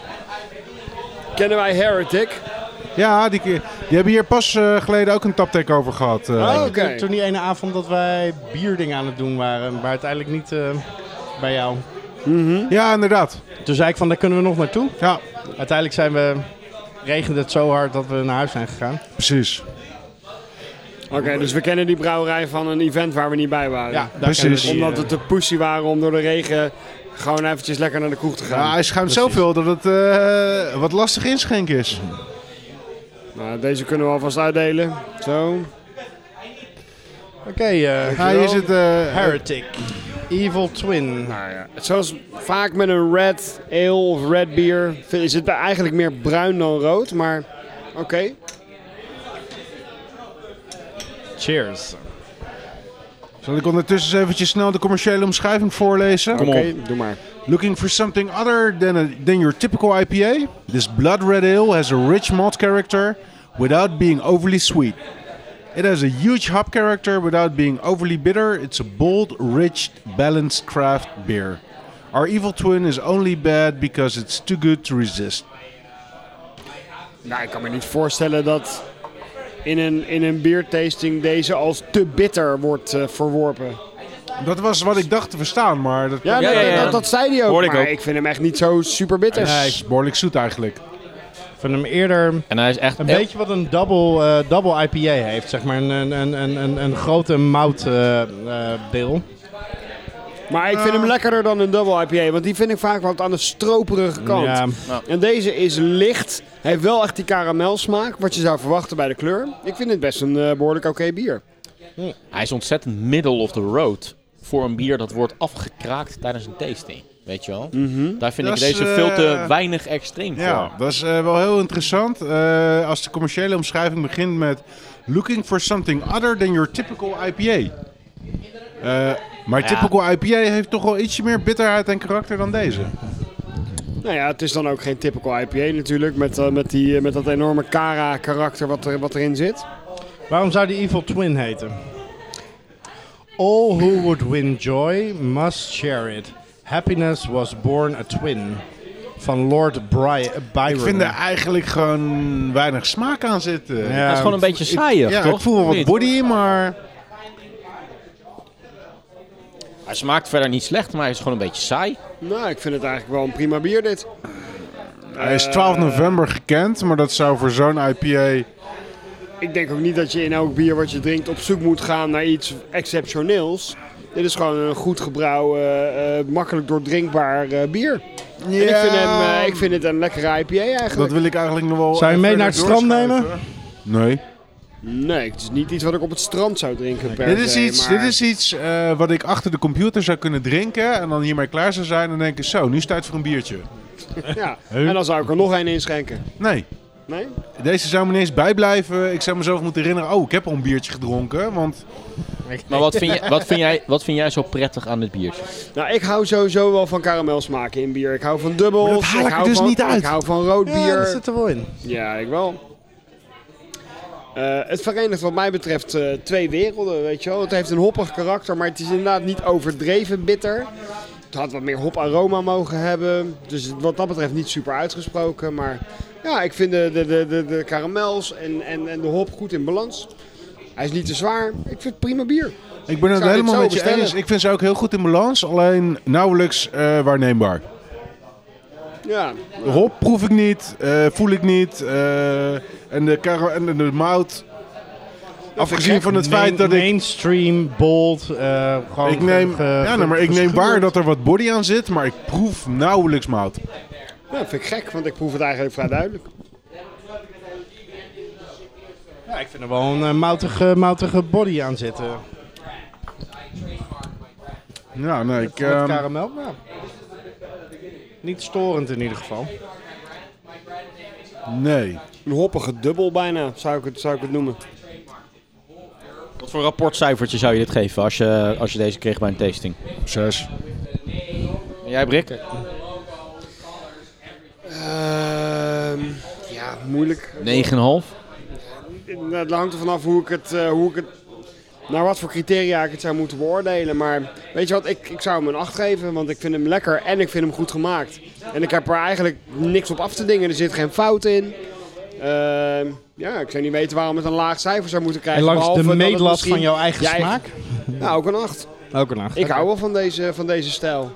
S3: Kennen wij Heretic?
S2: Ja, die, die hebben hier pas eh, geleden ook een taptek over gehad. eh.
S3: Oh.
S5: Toen-
S3: Oké.
S5: Toen die ene avond dat wij bierding aan het doen waren, maar uiteindelijk niet eh, bij jou.
S2: Ja, inderdaad.
S5: Toen zei ik van, daar kunnen we nog naartoe.
S2: Ja,
S5: Uiteindelijk zijn we, regende het zo hard dat we naar huis zijn gegaan.
S2: precies.
S3: Oké, dus we kennen die brouwerij van een event waar we niet bij waren.
S5: Ja, daar
S2: Precies.
S5: kennen we die,
S3: Omdat
S5: eh,
S3: we te pussy waren om door de regen gewoon eventjes lekker naar de kroeg te
S2: Ja,
S3: gaan.
S2: hij schuimt zoveel dat het eh, wat lastig inschenken is.
S3: Nou, deze kunnen we alvast uitdelen. Zo.
S5: Oké, eh,
S2: Hij is het... eh,
S5: Heretic. Evil Twin.
S3: Nou ja, zoals vaak met een red ale of red bier is het eigenlijk meer bruin dan rood, maar oké.
S5: Cheers.
S2: Zal ik ondertussen eens eventjes snel de commerciële omschrijving voorlezen?
S3: Oké, doe maar.
S2: Looking for something other than, a, than your typical IPA? This blood red ale has a rich malt character without being overly sweet. It has a huge hop character without being overly bitter. It's a bold, rich, balanced craft beer. Our evil twin is only bad because it's too good to resist.
S3: Nou, ik kan me niet voorstellen dat in een, in een biertasting deze als te bitter wordt eh, verworpen.
S2: Dat was wat ik dacht te verstaan, maar dat
S3: Ja,
S1: Ja,
S3: nee,
S1: ja, ja.
S3: Dat, dat zei hij ook,
S1: Hoorde ik
S3: maar ik,
S1: ook.
S3: vind hem echt niet zo super bitter.
S2: is behoorlijk zoet eigenlijk.
S5: Ik vind hem eerder
S1: En hij is echt
S5: een beetje wat een double, eh, double IPA heeft. Zeg maar een, een, een, een, een, een grote mout eh, eh, deel.
S3: Maar ik vind hem lekkerder dan een double IPA, want die vind ik vaak wat aan de stroperige kant.
S5: Ja.
S3: En deze is licht, heeft wel echt die karamelsmaak, wat je zou verwachten bij de kleur. Ik vind het best een eh, behoorlijk oké bier.
S1: Hij is ontzettend middle of the road voor een bier dat wordt afgekraakt tijdens een tasting. Weet je wel? Daar vind
S2: Dat
S1: ik
S2: is,
S1: deze
S2: eh,
S1: veel te weinig extreem
S2: Ja,
S1: voor.
S2: dat is eh, wel heel interessant. Eh, als de commerciële omschrijving begint met looking for something other than your typical IPA. Eh, maar
S1: Ja.
S2: typical IPA heeft toch wel ietsje meer bitterheid en karakter dan deze.
S3: Nou ja, het is dan ook geen typical IPA natuurlijk, met, eh, met, die, eh, met dat enorme Kara-karakter wat, er, wat erin zit.
S5: Waarom zou die Evil Twin heten? All who would win joy must share it. Happiness was born a twin. Van Lord Bry Byron.
S2: Ik vind er eigenlijk gewoon weinig smaak aan zitten.
S5: Ja,
S1: Dat is gewoon een beetje saaiig,
S2: ja,
S1: toch?
S2: Eh, ik voel wel
S1: Of
S2: wat
S1: niet?
S2: body in, maar
S1: Hij smaakt verder niet slecht, maar hij is gewoon een beetje saai.
S3: Nou, ik vind het eigenlijk wel een prima bier dit.
S2: hij is
S3: eh,
S2: 12 november gekend, maar dat zou voor zo'n IPA...
S3: Ik denk ook niet dat je in elk bier wat je drinkt op zoek moet gaan naar iets exceptioneels. Dit is gewoon een goed gebrouwen, eh, eh, makkelijk doordrinkbaar eh, bier. En ik, vind hem, eh, ik vind het een lekkere IPA eigenlijk.
S2: Dat wil ik eigenlijk nog wel...
S5: Zou je
S2: even
S5: mee naar het strand
S2: doorschuiven.
S5: nemen?
S2: Nee.
S3: Nee, het is niet iets wat ik op het strand zou drinken per
S2: Dit is
S3: se,
S2: iets,
S3: maar-
S2: dit is iets eh, wat ik achter de computer zou kunnen drinken en dan hiermee klaar zou zijn en denken, zo, nu is het tijd voor een biertje.
S3: Ja. En dan zou ik er nog één inschenken.
S2: Nee,
S3: Nee?
S2: deze zou me ineens bijblijven. Ik zou mezelf moeten herinneren, oh, ik heb al een biertje gedronken, want
S1: Maar wat vind, je, wat, vind jij, wat vind jij zo prettig aan dit biertje?
S3: Nou, ik hou sowieso wel van karamelsmaken in bier. Ik hou van dubbels.
S2: Maar dat haal ik er
S3: hou
S2: dus
S3: van,
S2: niet uit.
S3: Ik hou van rood
S5: Ja, dat
S3: bier.
S5: zit er wel in.
S3: Ja, ik wel. Eh, het verenigt wat mij betreft eh, twee werelden, weet je wel. Het heeft een hoppig karakter, maar het is inderdaad niet overdreven bitter. Het had wat meer hoparoma mogen hebben. Dus wat dat betreft niet super uitgesproken. Maar ja, ik vind de, de, de, de, de karamels en, en, en de hop goed in balans. Hij is niet te zwaar. Ik vind het prima bier.
S2: ik ben het
S3: dit
S2: helemaal
S3: zo
S2: met je
S3: bestellen?
S2: eens. Ik vind ze ook heel goed in balans, alleen nauwelijks eh, waarneembaar.
S3: Ja,
S2: De hop proef ik niet, eh, voel ik niet eh, en, de karo- en de- de mout, afgezien van het feit dat ik...
S5: Mainstream, bold, eh, gewoon...
S2: Ik neem,
S5: ge-
S2: ja, nee, maar ik neem waar dat er wat body aan zit, maar ik proef nauwelijks mout.
S3: dat vind ik gek, want ik proef het eigenlijk vrij duidelijk.
S5: Ja, ik vind er wel een eh, moutige, moutige body aan zitten.
S2: Ja, nee, ik...
S5: Met
S2: ehm,
S5: karamel, ja. Niet storend in ieder geval.
S2: nee. Nou,
S3: Een hoppige dubbel bijna, zou ik het, zou ik het noemen.
S1: Wat voor rapportcijfertje zou je dit geven als je, als je deze kreeg bij een tasting?
S2: Zes.
S1: En jij, Brik?
S3: Ehm, ja, moeilijk.
S1: 9,5.
S3: Nou, Het hangt er vanaf hoe ik het, eh, hoe ik het, naar wat voor criteria ik het zou moeten beoordelen. Maar weet je wat, ik, ik zou hem een 8 geven, want ik vind hem lekker en ik vind hem goed gemaakt. En ik heb er eigenlijk niks op af te dingen, er zit geen fout in. Ehm, ja, ik zou niet weten waarom het een laag cijfer zou moeten
S5: En
S3: krijgen.
S5: langs de
S3: behalve dat het
S5: meetlat
S3: misschien-
S5: van jouw eigen
S3: jij-
S5: smaak?
S3: Nou, ook een 8.
S5: Ook een acht.
S3: Ik hou wel van deze, van deze stijl.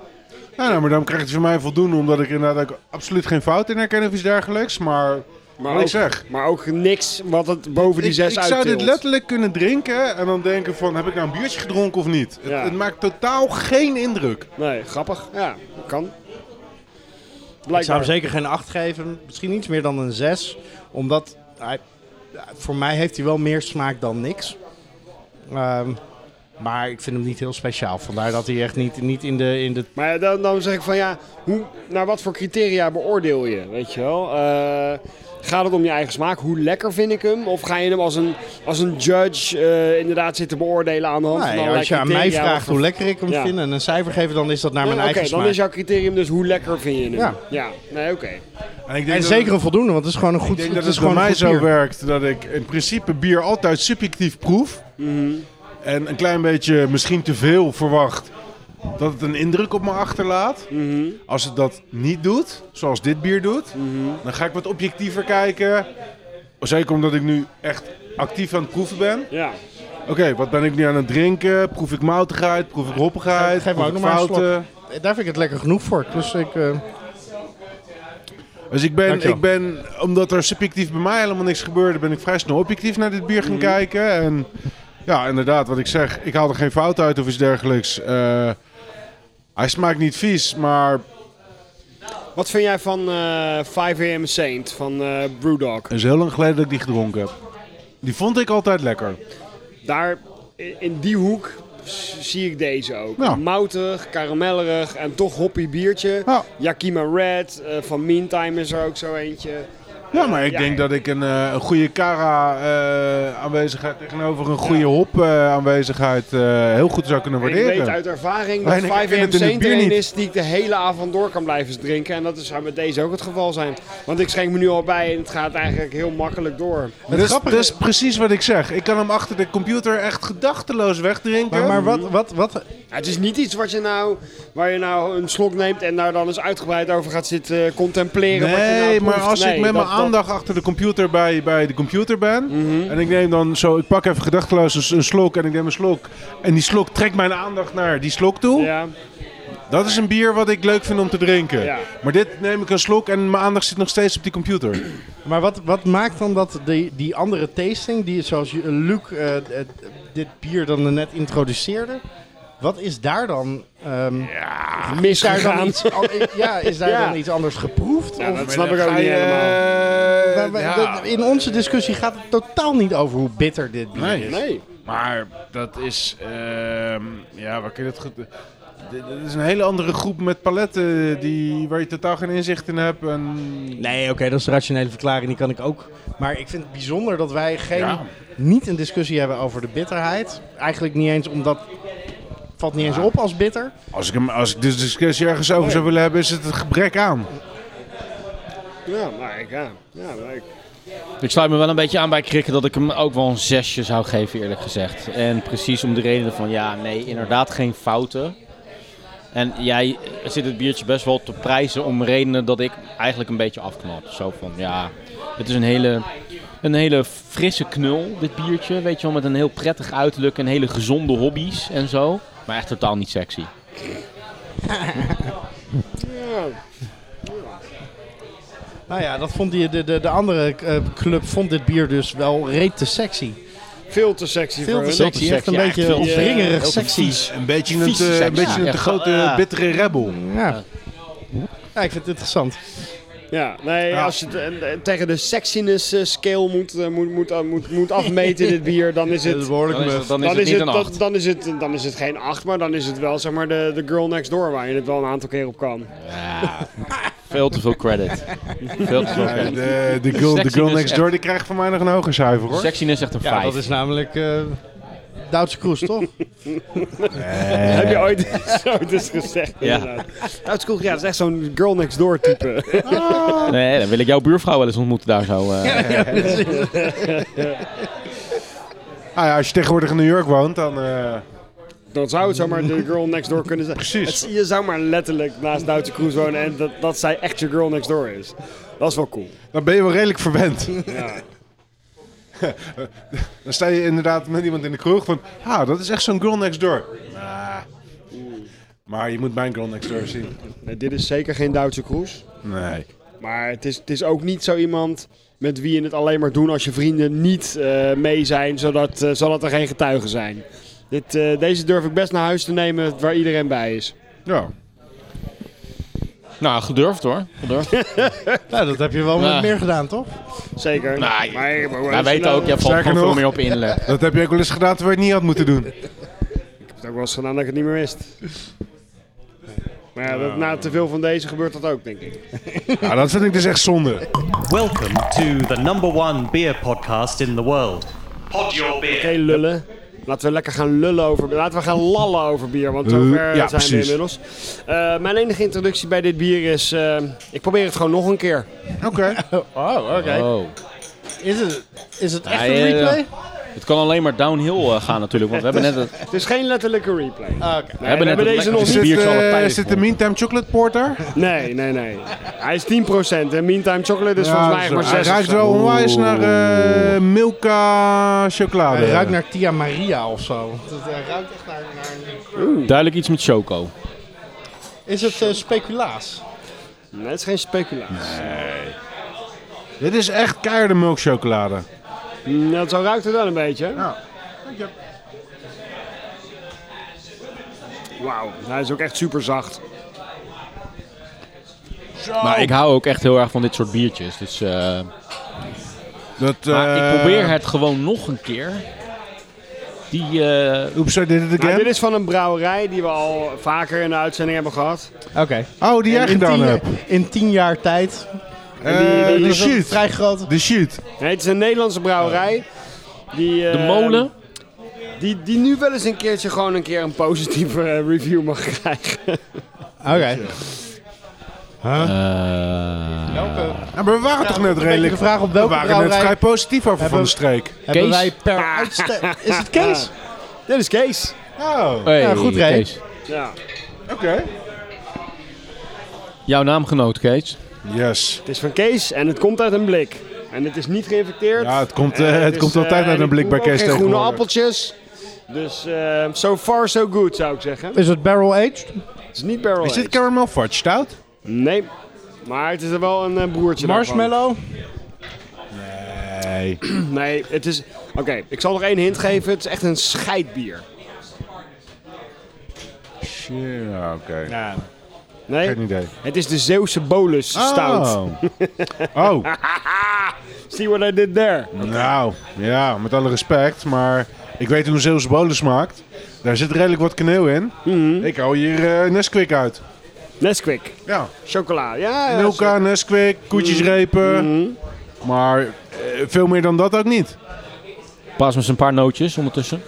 S2: Nou, nou, maar dan krijgt hij van mij voldoende, omdat ik inderdaad ook absoluut geen fout in herken of iets dergelijks. Maar
S3: Maar
S2: Wat ik
S3: ook,
S2: zeg.
S3: Maar ook niks wat het boven die 6
S2: ik, ik
S3: uittilt.
S2: zou dit letterlijk kunnen drinken en dan denken van, heb ik nou een biertje gedronken of niet? Het-
S3: Ja.
S2: Het, maakt totaal geen indruk.
S3: Nee, grappig. Ja, dat kan.
S5: Ik zou
S3: Blijkbaar.
S5: hem zeker geen 8 geven. Misschien iets meer dan een 6. Omdat hij, ja, voor mij heeft hij wel meer smaak dan niks. Ehm, maar ik vind hem niet heel speciaal. Vandaar dat hij echt niet, niet in de. In de
S3: Maar ja, dan, dan zeg ik van ja, hoe, naar wat voor criteria beoordeel je? Weet je wel? Eh, gaat het om je eigen smaak? Hoe lekker vind ik hem? Of ga je hem als een, als een judge eh, inderdaad zitten beoordelen aan de hand van
S5: Nou, ja,
S3: allerlei
S5: als je aan mij
S3: criteria?
S5: vraagt
S3: Of-
S5: hoe lekker ik hem
S3: Ja.
S5: vind en een cijfer geven, dan is dat naar
S3: Ja,
S5: mijn
S3: Oké,
S5: eigen
S3: dan
S5: smaak.
S3: is jouw criterium dus hoe lekker vind je hem?
S5: Ja.
S3: nee, oké.
S2: En ik denk
S5: En
S2: dat-
S5: zeker een voldoende, want het is gewoon een goed
S2: Ik denk dat
S5: is
S2: het bij
S5: gewoon een
S2: mij
S5: goed
S2: zo
S5: bier.
S2: werkt dat ik in principe bier altijd subjectief proef.
S5: Mhm.
S2: En een klein beetje misschien te veel verwacht dat het een indruk op me achterlaat.
S5: Mhm.
S2: Als het dat niet doet, zoals dit bier doet,
S5: Mhm.
S2: dan ga ik wat objectiever kijken. Zeker omdat ik nu echt actief aan het proeven ben.
S3: Ja.
S2: Oké, wat ben ik nu aan het drinken? Proef ik moutigheid? Proef ik hoppigheid?
S5: Geef me
S2: proef
S5: ook
S2: ik
S5: nog maar een
S2: fouten?
S5: Daar vind ik het lekker genoeg voor. Dus ik, eh,
S2: Dus ik ben,
S5: Dankjewel.
S2: ik ben, omdat er subjectief bij mij helemaal niks gebeurde, ben ik vrij snel objectief naar dit bier gaan kijken. En ja, inderdaad, wat ik zeg, ik haal er geen fout uit of iets dergelijks. Eh, hij smaakt niet vies, maar
S3: Wat vind jij van eh 5 AM Saint van eh Brewdog?
S2: het is heel lang geleden dat ik die gedronken heb. Die vond ik altijd lekker.
S3: daar i- in die hoek s- zie ik deze ook.
S2: Ja.
S3: Moutig, karamellerig en toch hoppie biertje.
S2: Ja.
S3: Yakima Red, eh, van Meantime is er ook zo eentje.
S2: Ja, maar ik
S3: Ja,
S2: denk
S3: ja.
S2: dat ik een, eh, een goede Cara eh, aanwezigheid tegenover een goede hop eh, aanwezigheid eh, heel goed zou kunnen
S3: En ik weet
S2: waarderen.
S3: uit ervaring dat
S2: Alleen ik
S3: 5
S2: vind
S3: AM
S2: het in het
S3: Saint
S2: bier
S3: erin
S2: niet.
S3: is die ik de hele avond door kan blijven drinken. En dat is, zou met deze ook het geval zijn. Want ik schenk me nu al bij en het gaat eigenlijk heel makkelijk door. Dus-
S2: Dat is, dat is precies wat ik zeg. Ik kan hem achter de computer echt gedachteloos wegdrinken. Mhm.
S5: maar, maar wat, wat, wat,
S3: Ja, het is niet iets wat je nou, waar je nou een slok neemt en daar dan eens uitgebreid over gaat zitten contempleren. wat je nou
S2: Nee, maar
S3: proeft.
S2: als
S3: Nee,
S2: ik met
S3: dat-
S2: mijn
S3: dat-
S2: aandacht achter de computer bij, bij de computer ben. En ik neem dan zo, ik pak even gedachteloos een, s- een slok en ik neem een slok. En die slok trekt mijn aandacht naar die slok toe.
S3: Ja.
S2: Dat is een bier wat ik leuk vind om te drinken.
S3: Ja.
S2: Maar dit neem ik een slok en mijn aandacht zit nog steeds op die computer.
S5: maar wat, wat maakt dan dat die, die andere tasting, die, zoals je- Luc eh, eh, dit bier dan net introduceerde, wat is daar dan... ehm, is daar dan
S3: Misgegaan.
S5: iets, an- ja, is daar
S3: Ja.
S5: dan iets anders geproefd?
S3: Ja,
S5: Of-
S3: dat snap ik ook
S2: Ga
S3: niet
S2: je-
S3: helemaal.
S5: Waar we- dat- In onze discussie gaat het totaal niet over hoe bitter dit bier
S2: Nee.
S5: is.
S3: Nee.
S2: Maar dat is. ehm, ja, waar kun je dat goed. Dit dit is een hele andere groep met paletten die, waar je totaal geen inzicht in hebt. En...
S5: Nee, oké, dat is de rationele verklaring, die kan ik ook. Maar ik vind het bijzonder dat wij geen,
S2: Ja.
S5: niet een discussie hebben over de bitterheid. Eigenlijk niet eens omdat. valt niet eens op als bitter.
S2: Als, ik hem, als ik dus discussie ergens over zou willen hebben, is het het gebrek aan.
S3: Ja, maar ik, ja. ja maar ik,
S1: Ik sluit me wel een beetje aan bij Krikken dat ik hem ook wel een zesje zou geven, eerlijk gezegd. En precies om de reden van ja, nee, inderdaad geen fouten. En jij zit het biertje best wel te prijzen om redenen dat ik eigenlijk een beetje afknap. Zo van ja, het is een hele, een hele frisse knul, dit biertje. Weet je wel, met een heel prettig uiterlijk en hele gezonde hobby's en zo. Maar echt totaal niet sexy.
S3: ja.
S5: Nou ja, dat vond die, de, de, de andere eh, club vond dit bier dus wel reet te sexy.
S3: Veel te sexy
S5: Veel
S3: voor
S5: te
S3: hun.
S5: sexy.
S1: sexy,
S5: Echt een
S1: ja, echt
S5: beetje
S1: veel te-
S5: opdringerig
S1: heel te
S5: sexy.
S1: vies.
S2: Een beetje
S1: Vieze
S2: het, eh,
S1: seks,
S2: een beetje
S1: ja.
S2: het
S1: Echt
S2: grote
S1: wel, ja.
S2: bittere rebel.
S5: Ja. ja, ik vind het interessant.
S3: Ja, nee,
S2: Ja.
S3: als je het eh, eh, tegen de sexiness eh, scale moet, eh, moet, moet, eh, moet, moet afmeten, dit bier, dan is
S2: Dat is
S3: het...
S2: behoorlijk
S1: Dan is
S2: muf.
S1: het, dan is het niet een
S3: dan-
S1: acht.
S3: dan, is het, dan is het geen 8, maar dan is het wel zeg maar de, de girl next door waar je het wel een aantal keer op kan.
S1: Veel te veel credit. veel te veel
S2: Ja,
S1: credit.
S2: de, de, girl, de
S1: Sexiness
S2: girl next
S1: dus echt.
S2: door die krijgt van mij nog een hoger cijfer hoor.
S1: Sexiness is echt een
S5: Ja,
S1: 5.
S5: dat is namelijk eh Duitse Kroes, toch?
S3: Heb je ooit ooit eens gezegd?
S1: Eh. Ja.
S3: inderdaad. Dat is cool, ja, dat is echt zo'n girl next door type.
S1: Nee, dan wil ik jouw buurvrouw wel eens ontmoeten daar zo. eh.
S2: Ah, ja, als je tegenwoordig in New York woont, dan... eh,
S3: Dan zou het zomaar de girl next door kunnen zijn.
S2: Precies.
S3: Het- je zou maar letterlijk naast Duitse Kroes wonen en dat, dat zij echt je girl next door is. Dat is wel cool.
S2: Dan ben je wel redelijk verwend. Dan sta je inderdaad met iemand in de kroeg van... Ah, dat is echt zo'n girl next door. Ah. Maar je moet mijn girl next door zien.
S3: Nee, dit is zeker geen Duitse Kroes.
S2: Nee.
S3: Maar het is, het is ook niet zo iemand met wie je het alleen maar doen als je vrienden niet eh, mee zijn, zodat, eh, zodat er geen getuigen zijn. Dit, eh, deze durf ik best naar huis te nemen waar iedereen bij is.
S2: Ja.
S1: nou, gedurfd hoor. Gedurfd.
S5: nou, dat heb je wel
S1: Ja.
S5: met meer gedaan, toch?
S3: Zeker.
S1: Nou,
S3: maar, maar-
S1: Wij weten ook, jij valt
S2: Sterker
S1: gewoon veel
S2: nog.
S1: meer op inleg.
S2: Dat heb je ook wel eens gedaan terwijl je het niet had moeten doen.
S3: Ik heb het ook wel eens gedaan dat ik het niet meer wist. Maar ja, dat, na te veel van deze gebeurt dat ook, denk ik.
S2: Nou, dat vind ik dus echt zonde.
S4: Welcome to the number one beer podcast in the world. Pod your beer.
S3: Geen lullen. Laten we lekker gaan lullen over bier. Laten we gaan lallen over bier,
S2: Eh,
S3: want zover
S2: ja,
S3: zijn we
S2: precies.
S3: inmiddels. Eh, mijn enige introductie bij dit bier is... eh, ik probeer het gewoon nog een keer.
S2: Oké.
S5: Oh, oké.
S1: Oh.
S5: Is, het, is het echt
S1: Ja,
S5: een
S1: ja, ja.
S5: replay?
S1: Het kan alleen maar downhill eh, gaan natuurlijk, want we hebben net het,
S3: Het is geen letterlijke replay.
S5: Ah, oké.
S3: Nee, we
S1: net
S3: hebben
S1: het
S3: deze
S1: lekkerste
S3: nog
S2: Is
S3: niet.
S2: dit,
S1: Biertje
S2: eh,
S1: alle tijden
S2: is dit de Meantime Chocolate Porter?
S3: Nee, nee, nee. Hij is 10% en Meantime Chocolate is volgens mij echt maar 6
S2: hij ruikt wel onwijs naar eh, Milka chocolade.
S5: Hij ruikt naar Tia Maria of zo. Dat, hij ruikt echt naar... naar-
S1: duidelijk iets met choco.
S5: Is het eh, speculaas?
S3: Nee, het is geen speculaas.
S2: Dit is echt keiharde milkchocolade.
S3: Mm, dat zo ruikt het wel een beetje. Wauw, hij is ook echt super zacht.
S1: Maar ik hou ook echt heel erg van dit soort biertjes. Dus, eh,
S2: Dat,
S1: maar
S2: eh,
S1: ik probeer het gewoon nog een keer. Die, eh,
S2: Oeps, I did it
S3: Nou,
S2: again.
S3: dit is van een brouwerij die we al vaker in de uitzending hebben gehad.
S5: Oké.
S2: Oh, die jij
S5: In,
S2: gedaan
S5: tien-
S2: hebt.
S5: in tien jaar tijd.
S2: Eh,
S3: die-
S2: de
S5: Dat is een
S2: shoot.
S5: Vrij groot.
S2: De shoot.
S3: Nee, het is een Nederlandse brouwerij. Die, eh,
S1: de molen.
S3: Die, die nu wel eens een keertje gewoon een keer een positieve eh, review mag krijgen.
S5: Oké.
S1: Eh,
S2: Ja, maar we waren toch net redelijk...
S5: De vraag op
S2: We
S5: welke
S2: waren net
S5: brouwerij
S2: vrij positief over
S5: Hebben
S2: van de
S5: we-
S2: streek.
S5: hebben
S1: Kees?
S5: wij per uitstek... Is het Kees?
S3: Dit is Kees.
S2: Oh,
S1: hey,
S5: Ja, goed, Ray.
S1: Kees.
S3: Ja,
S2: oké.
S1: Jouw naamgenoot, Kees.
S2: Yes.
S3: het is van Kees en het komt uit een blik. En het is niet geïnfecteerd.
S2: Ja, het komt,
S3: Eh,
S2: eh, het
S3: is,
S2: komt
S3: eh,
S2: altijd uit
S3: en
S2: een blik
S3: ik
S2: bij
S3: proef ook
S2: Kees
S3: geen groene
S2: tegenwoordig.
S3: appeltjes. Dus eh, so far so good zou ik zeggen.
S5: Is het barrel aged?
S3: Het is niet barrel
S2: Is dit
S3: aged.
S2: caramel fudge stout?
S3: Nee, maar het is er wel een eh, broertje
S5: Marshmallow?
S2: Nee.
S3: daarvan. Nee, het is... Oké, ik zal nog één hint geven. Het is echt een scheidbier.
S2: Shit, ja, oké.
S5: Ja.
S3: Nee,
S2: Geen idee.
S3: het is de Zeeuwse bolus stout.
S2: Oh. oh,
S3: See what I did there?
S2: nou, ja, met alle respect, maar ik weet hoe een Zeeuwse bolen smaakt. Daar zit redelijk wat kaneel in.
S3: Mhm.
S2: Ik hou hier eh, Nesquik uit.
S3: Nesquik,
S2: Ja,
S3: chocola. Ja, Mhm. ja,
S2: Milka, Nesquik, koetjesrepen. Maar eh, veel meer dan dat ook niet.
S1: Pas me eens een paar nootjes ondertussen.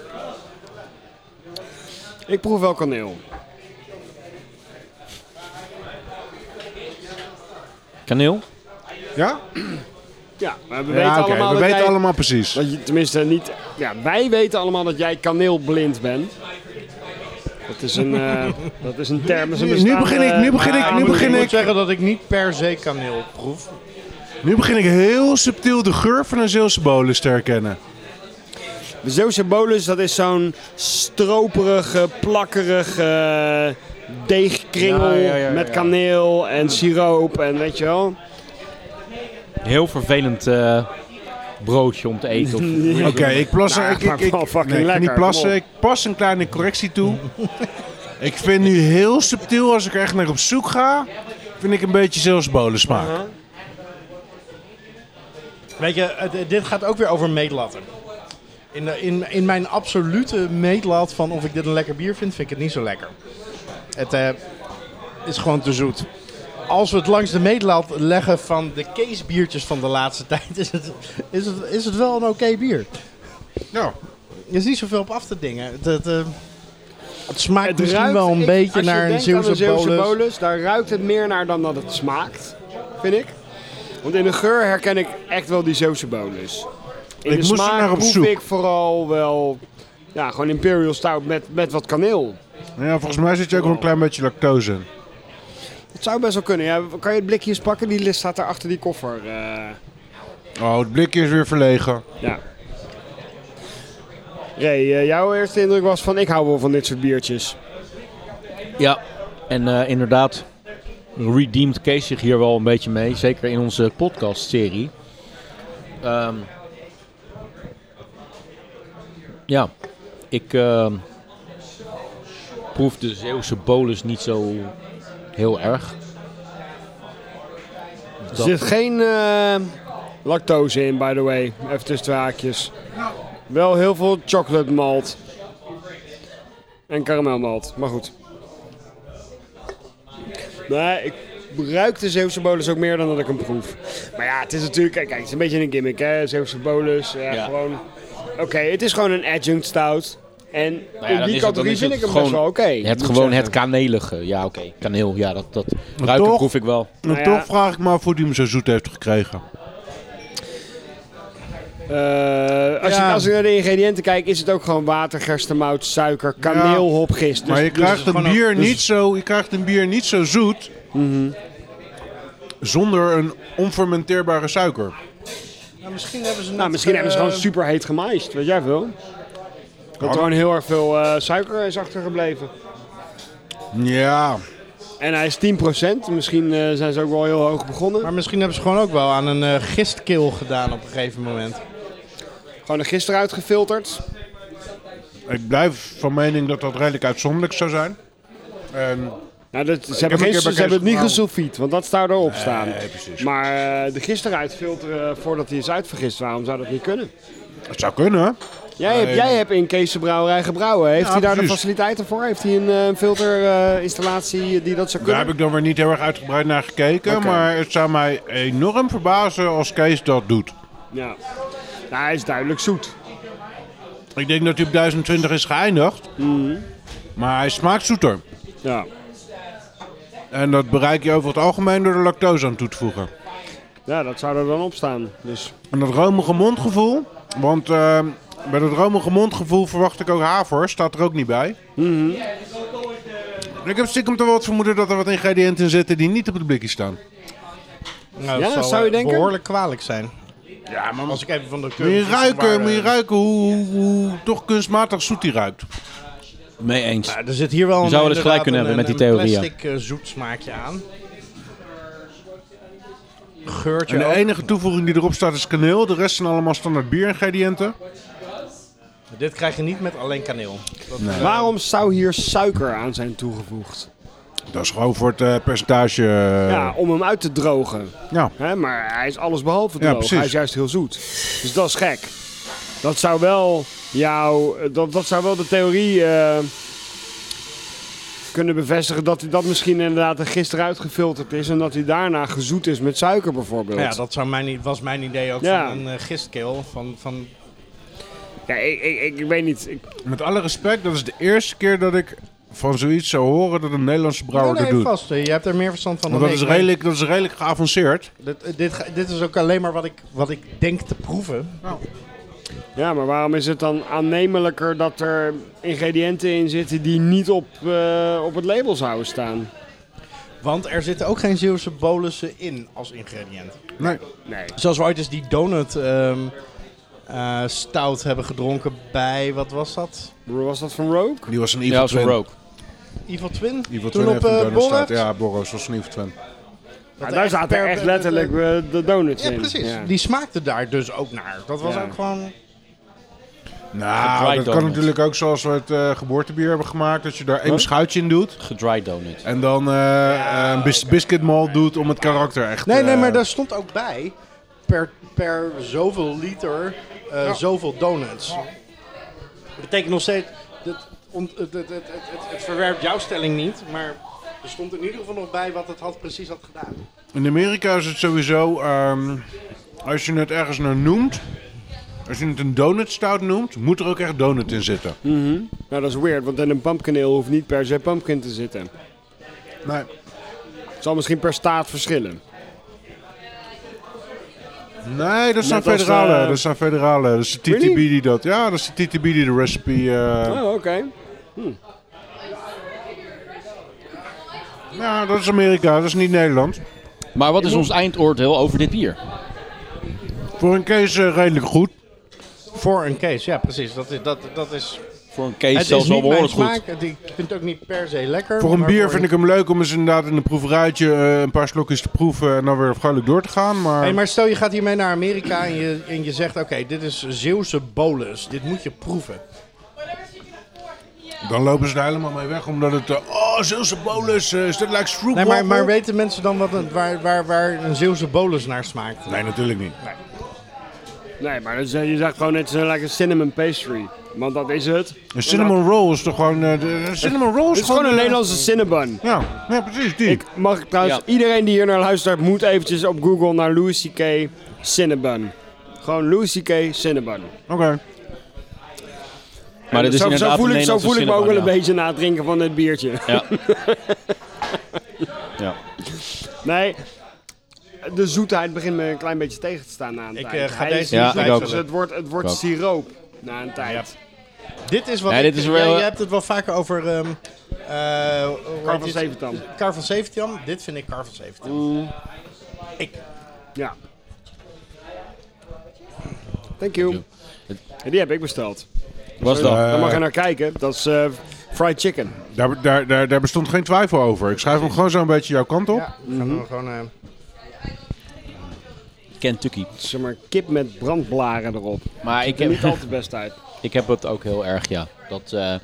S3: zo- Ik proef wel kaneel.
S1: Kaneel.
S2: Ja?
S3: Ja, maar we
S2: ja,
S3: weten
S2: oké,
S3: allemaal
S2: we
S3: dat
S2: weten
S3: jij...
S2: allemaal precies.
S3: dat je, tenminste, niet... Ja, wij weten allemaal dat jij kaneelblind bent. Dat is een, eh, dat is een term. dat is een
S2: Nu- nu
S3: bestaande-
S2: begin ik- nu begin ik-
S5: Ja,
S2: nu
S5: maar
S2: begin
S5: ik
S2: ik-
S5: moet zeggen dat ik niet per se kaneel proef.
S2: Nu begin ik heel subtiel de geur van een Zeeuwse bolus te herkennen.
S3: De Zeeuwse bolus, dat is zo'n stroperige, plakkerige eh, deegkringel
S5: Ja, ja, ja, ja,
S3: met
S5: ja.
S3: kaneel en siroop en weet je wel.
S1: Heel vervelend eh, broodje om te eten. Of,
S2: Oké, ik plas
S3: Nou,
S2: er. Ik, ik,
S3: maar
S2: ik,
S3: wel fucking
S2: nee, ik kan
S3: lekker,
S2: niet plassen.
S3: kom
S2: Ik pas een kleine correctie toe. ik vind nu heel subtiel, als ik er echt naar op zoek ga, vind ik een beetje zelfs bolensmaak.
S5: Weet je, het- eh, dit gaat ook weer over meetlatten. In, de- in, in mijn absolute meetlat van of ik dit een lekker bier vind, vind ik het niet zo lekker. Het eh, is gewoon te zoet. Als we het langs de meetlat leggen van de casebiertjes van de laatste tijd, is het, is het, is het wel een oké bier.
S2: Nou,
S5: Er is niet zoveel op af te dingen. Het, het, eh, het smaakt
S3: Het
S5: misschien
S3: ruikt,
S5: wel een
S3: ik-
S5: beetje
S3: als je
S5: naar een
S3: denkt aan
S5: Zeeuwse bolus.
S3: bolus, Daar ruikt het meer naar dan dat het smaakt, vind ik. Want in de geur herken ik echt wel die Zeeuwse bolus. In
S2: Ik
S3: de
S2: moest er
S3: smaak
S2: naar op
S3: proef
S2: zoek.
S3: ik vooral wel... Ja, gewoon Imperial Stout met, met wat kaneel.
S2: nou ja, volgens mij zit je ook wel een klein beetje lactose in.
S3: Het zou best wel kunnen. Ja, kan je het blikje eens pakken? Die list staat daar achter die koffer. eh.
S2: Oh, het blikje is weer verlegen.
S3: ja. Ray, eh, jouw eerste indruk was van ik hou wel van dit soort biertjes.
S1: Ja, en eh, inderdaad, redeemt Kees zich hier wel een beetje mee. Zeker in onze podcast-serie. Ehm, ja, ik ehm, proef de Zeeuwse bolus niet zo heel erg.
S3: Er
S1: Dat-
S3: zit geen eh, lactose in, by the way. Even tussen twee haakjes. Wel heel veel chocolate malt. En karamelmalt, maar goed. Nee, ik ruik de Zeeuwse bolus ook meer dan dat ik hem proef. Maar ja, het is natuurlijk... Kijk, kijk, het is een beetje een gimmick, hè. Zeeuwse bolus, ja,
S1: Ja.
S3: gewoon... Oké, het is gewoon een adjunct stout. En
S1: Nou ja,
S3: in
S1: dan is
S3: die
S1: het-
S3: categorie
S1: dan is
S3: vind ik
S1: het
S3: hem best
S1: gewoon
S3: wel oké. moet
S1: Het
S3: ik
S1: gewoon het
S3: zeggen.
S1: kanelige. Ja, oké. Kaneel, ja, dat, dat ruiken
S2: toch?
S1: proef ik wel.
S2: En
S3: Nou ja.
S2: toch vraag ik me af hoe die hem zo zoet heeft gekregen.
S3: Eh, als,
S5: Ja.
S3: je, als ik naar de ingrediënten kijk, is het ook gewoon water, gerstemout, suiker, kaneel, hopgist. Dus
S2: maar je krijgt, een
S5: gewoon
S2: bier
S5: een- dus-
S2: niet zo, je krijgt een bier niet zo zoet zonder een onfermenteerbare suiker.
S5: Nou, misschien hebben ze, eh,
S3: nou, misschien hebben ze gewoon super heet gemaisd, weet jij veel? Dat er gewoon heel erg veel eh, suiker is achtergebleven.
S2: Ja,
S3: En hij is 10%, misschien eh, zijn ze ook wel heel hoog begonnen.
S5: Maar misschien hebben ze gewoon ook wel aan een eh, gistkeel gedaan op een gegeven moment.
S3: Gewoon er gisteren uitgefilterd.
S2: ik blijf van mening dat dat redelijk uitzonderlijk zou zijn. En
S3: Nou, dat, ze
S2: een
S3: hebben,
S2: keer bij
S3: gisteren, ze hebben het niet
S2: Kees
S3: gesoffiet, want dat zou erop staan.
S2: Nee, precies.
S3: Maar eh, de gisteren uitfilteren voordat hij is uitvergist, waarom zou dat niet kunnen?
S2: het zou kunnen.
S3: Jij, hebt, jij hebt in Kees de Brouwerij gebrouwen. Heeft
S2: Ja,
S3: hij daar de
S2: precies.
S3: faciliteiten voor? Heeft hij een filterinstallatie die dat zou
S2: Daar
S3: kunnen?
S2: heb ik dan weer niet heel erg uitgebreid naar gekeken.
S3: Oké.
S2: Maar het zou mij enorm verbazen als Kees dat doet.
S3: Ja. Nou, hij is duidelijk zoet.
S2: Ik denk dat hij op 1020 is geëindigd.
S3: Mhm.
S2: Maar hij smaakt zoeter.
S3: Ja.
S2: En dat bereik je over het algemeen door de lactose aan toe te voegen.
S3: ja, dat zou er dan op staan. Dus.
S2: En dat romige mondgevoel. Want eh, bij dat romige mondgevoel verwacht ik ook haver. Staat er ook niet bij.
S5: Mhm.
S2: Ik heb stiekem toch wel het vermoeden dat er wat ingrediënten in zitten die niet op het blikje staan.
S5: Nou,
S3: Ja,
S5: dat zal
S3: zou je denken?
S5: behoorlijk kwalijk zijn. Ja, maar als ik even van de eh,
S2: Moet je
S5: keuken...
S2: ruiken, moet je ruiken hoe, hoe, hoe toch kunstmatig zoet die ruikt.
S1: Mee eens.
S5: Ja, er zit hier wel een,
S1: zou wel eens gelijk kunnen
S5: inderdaad
S1: hebben met
S5: een-
S1: die
S5: een
S1: theorieën.
S5: plastic eh, zoet smaakje aan. Geurtje
S2: En de
S5: ook.
S2: enige toevoeging die erop staat is kaneel. De rest zijn allemaal standaard bieringrediënten.
S5: Dit krijg je niet met alleen kaneel. Dat, eh,
S3: Waarom zou hier suiker aan zijn toegevoegd?
S2: Dat is gewoon voor het eh, percentage. eh,
S3: Ja, om hem uit te drogen.
S2: ja.
S3: Hè, maar hij is alles behalve
S2: Ja,
S3: droog.
S2: precies.
S3: hij is juist heel zoet. Dus dat is gek. Dat zou wel, jou, eh, dat, dat zou wel de theorie eh, kunnen bevestigen dat hij dat misschien inderdaad er gisteren uitgefilterd is. En dat hij daarna gezoet is met suiker bijvoorbeeld.
S5: ja, dat zou mijn, i- was mijn idee ook
S3: Ja.
S5: van een eh, gistkeel. Van, van,
S3: Ja, ik, ik, ik, ik weet niet. Ik,
S2: Met alle respect, dat is de eerste keer dat ik van zoiets zou horen dat een Nederlandse brouwer
S5: Nee,
S2: dat
S5: nee,
S2: doet.
S5: vast. eh, Je hebt er meer verstand van
S2: Want
S5: dan
S2: dat is,
S5: ik, maar
S2: redelijk, dat is redelijk geavanceerd.
S5: Dit, eh, dit, ga- dit is ook alleen maar wat ik, wat ik denk te proeven.
S3: Ja, maar waarom is het dan aannemelijker dat er ingrediënten in zitten die niet op, eh, op het label zouden staan?
S5: Want er zitten ook geen Zeeuwse bolussen in als ingrediënt.
S2: Nee.
S3: Nee.
S5: Zoals we ooit eens die donut ehm, eh, stout hebben gedronken bij, wat was dat?
S3: Was dat van Rogue?
S2: Die was een
S1: Ja,
S2: Evil
S1: als een
S2: Twin.
S1: rook.
S5: Evil Twin?
S2: Evil
S5: Toen
S2: Twin
S5: op
S2: heeft een
S5: eh,
S2: donut staat.
S5: Borrett?
S2: Ja, Boros was een Evil Twin.
S3: Ja,
S5: Dat
S3: daar
S5: echt
S3: zaten
S5: per-
S3: echt letterlijk eh, de donuts
S5: Ja,
S3: in.
S5: precies.
S3: Ja.
S5: Die smaakte daar dus ook naar. Dat was
S3: Ja.
S5: ook gewoon...
S2: Nou,
S1: Gedried
S2: dat kan
S1: donut.
S2: natuurlijk ook zoals we het eh, geboortebier hebben gemaakt. Dat je daar één schuitje in doet.
S1: Gedried donut.
S2: En eh, dan eh, een bis biscuit malt doet om het karakter echt...
S5: Nee, nee,
S2: eh,
S5: maar daar stond ook bij... per, per zoveel liter eh, zoveel donuts. Dat betekent nog steeds, dat, om- het, het, het, het, het verwerpt jouw stelling niet, maar er stond in ieder geval nog bij wat het had, precies had gedaan.
S2: In Amerika is het sowieso, ehm, als je het ergens naar noemt, als je het een donutstout noemt, moet er ook echt donut in zitten.
S3: Nou, dat is weird, want in een pumpkin ale hoeft niet per se pumpkin te zitten.
S2: Nee.
S3: Het zal misschien per staat verschillen.
S2: Nee, dat zijn
S3: Net als,
S2: federale.
S3: eh,
S2: Dat zijn federale. Dat is de TTB
S3: Really?
S2: die dat. Ja, dat is de TTB die de recipe. eh,
S3: Oh, oké.
S2: Ja, Nou, dat is Amerika. Dat is niet Nederland.
S1: Maar wat is ons eindoordeel over dit bier?
S2: Voor een case eh, redelijk goed.
S5: Voor een case, ja precies. Dat is, dat, dat is,
S1: Voor een case
S5: het
S1: zelfs
S5: is
S1: wel
S5: niet mijn
S1: behoorlijk goed.
S5: smaak, het- ik vind het ook niet per se lekker.
S2: Voor een
S5: maar
S2: bier vind ik hem leuk om eens inderdaad in een proeverijtje eh, een paar slokjes te proeven en dan weer vrolijk door te gaan. Maar,
S5: Hey, maar stel je gaat hiermee naar Amerika en je, en je zegt: Oké, dit is Zeeuwse bolus. Dit moet je proeven.
S2: dan lopen ze er helemaal mee weg omdat het. eh, oh, Zeelse bolus, eh, is dat like stroop
S5: Nee, maar, maar weten mensen dan wat een, waar, waar, waar een Zeeuwse bolus naar smaakt?
S2: Nee, natuurlijk niet.
S3: Nee, maar dat is- eh, je zegt gewoon net zo'n lekker cinnamon pastry. Want dat is het.
S2: Een cinnamon roll is toch gewoon. eh, de- een cinnamon roll is,
S3: Het is gewoon een
S2: eh,
S3: Nederlandse cinnabon.
S2: Ja, ja, precies. Die.
S3: Ik mag trouwens, iedereen die hier naar luistert, moet eventjes op Google naar Louis C.K. Cinnabon. Gewoon Louis C.K. Cinnabon.
S2: Oké.
S1: Maar dit is
S3: zo, zo
S1: inderdaad
S3: voel
S1: een
S3: ik, zo
S1: Nederlandse
S3: voel ik me ook wel
S1: cinnamon,
S3: een beetje na het drinken van dit biertje.
S1: ja. Ja.
S3: Nee, de zoetheid begint me een klein beetje tegen te staan na een
S5: Ik,
S3: tijd.
S5: eh, ga
S3: Hij is
S5: deze
S1: niet
S3: niet zoet,
S1: zoeken.
S3: dus het wordt, het wordt
S1: Ik ook.
S3: siroop na een tijd.
S5: Dit is wat.
S1: Nee,
S5: ik-
S1: dit is
S5: ja,
S1: wel-
S5: je hebt het wel vaker over. ehm eh, hoe heet
S3: Carl van
S5: dit?
S3: Zeventam.
S5: Kar van Zeventam. Dit vind ik Kar van Zeventam.
S3: Ja. Thank you. En die heb ik besteld.
S1: Was dat?
S3: Daar mag je naar kijken. Dat is eh, fried chicken.
S2: Daar, daar, daar, daar bestond geen twijfel over. Ik schrijf hem gewoon zo'n beetje jouw kant op.
S5: Ja, we gaan
S1: Mm-hmm.
S5: we gewoon. eh,
S1: Kentucky.
S3: Zeg maar kip met brandblaren erop.
S1: Maar ik
S3: Ziet er niet
S1: heb,
S3: altijd best uit.
S1: ik heb het ook heel erg, ja. Dat, eh,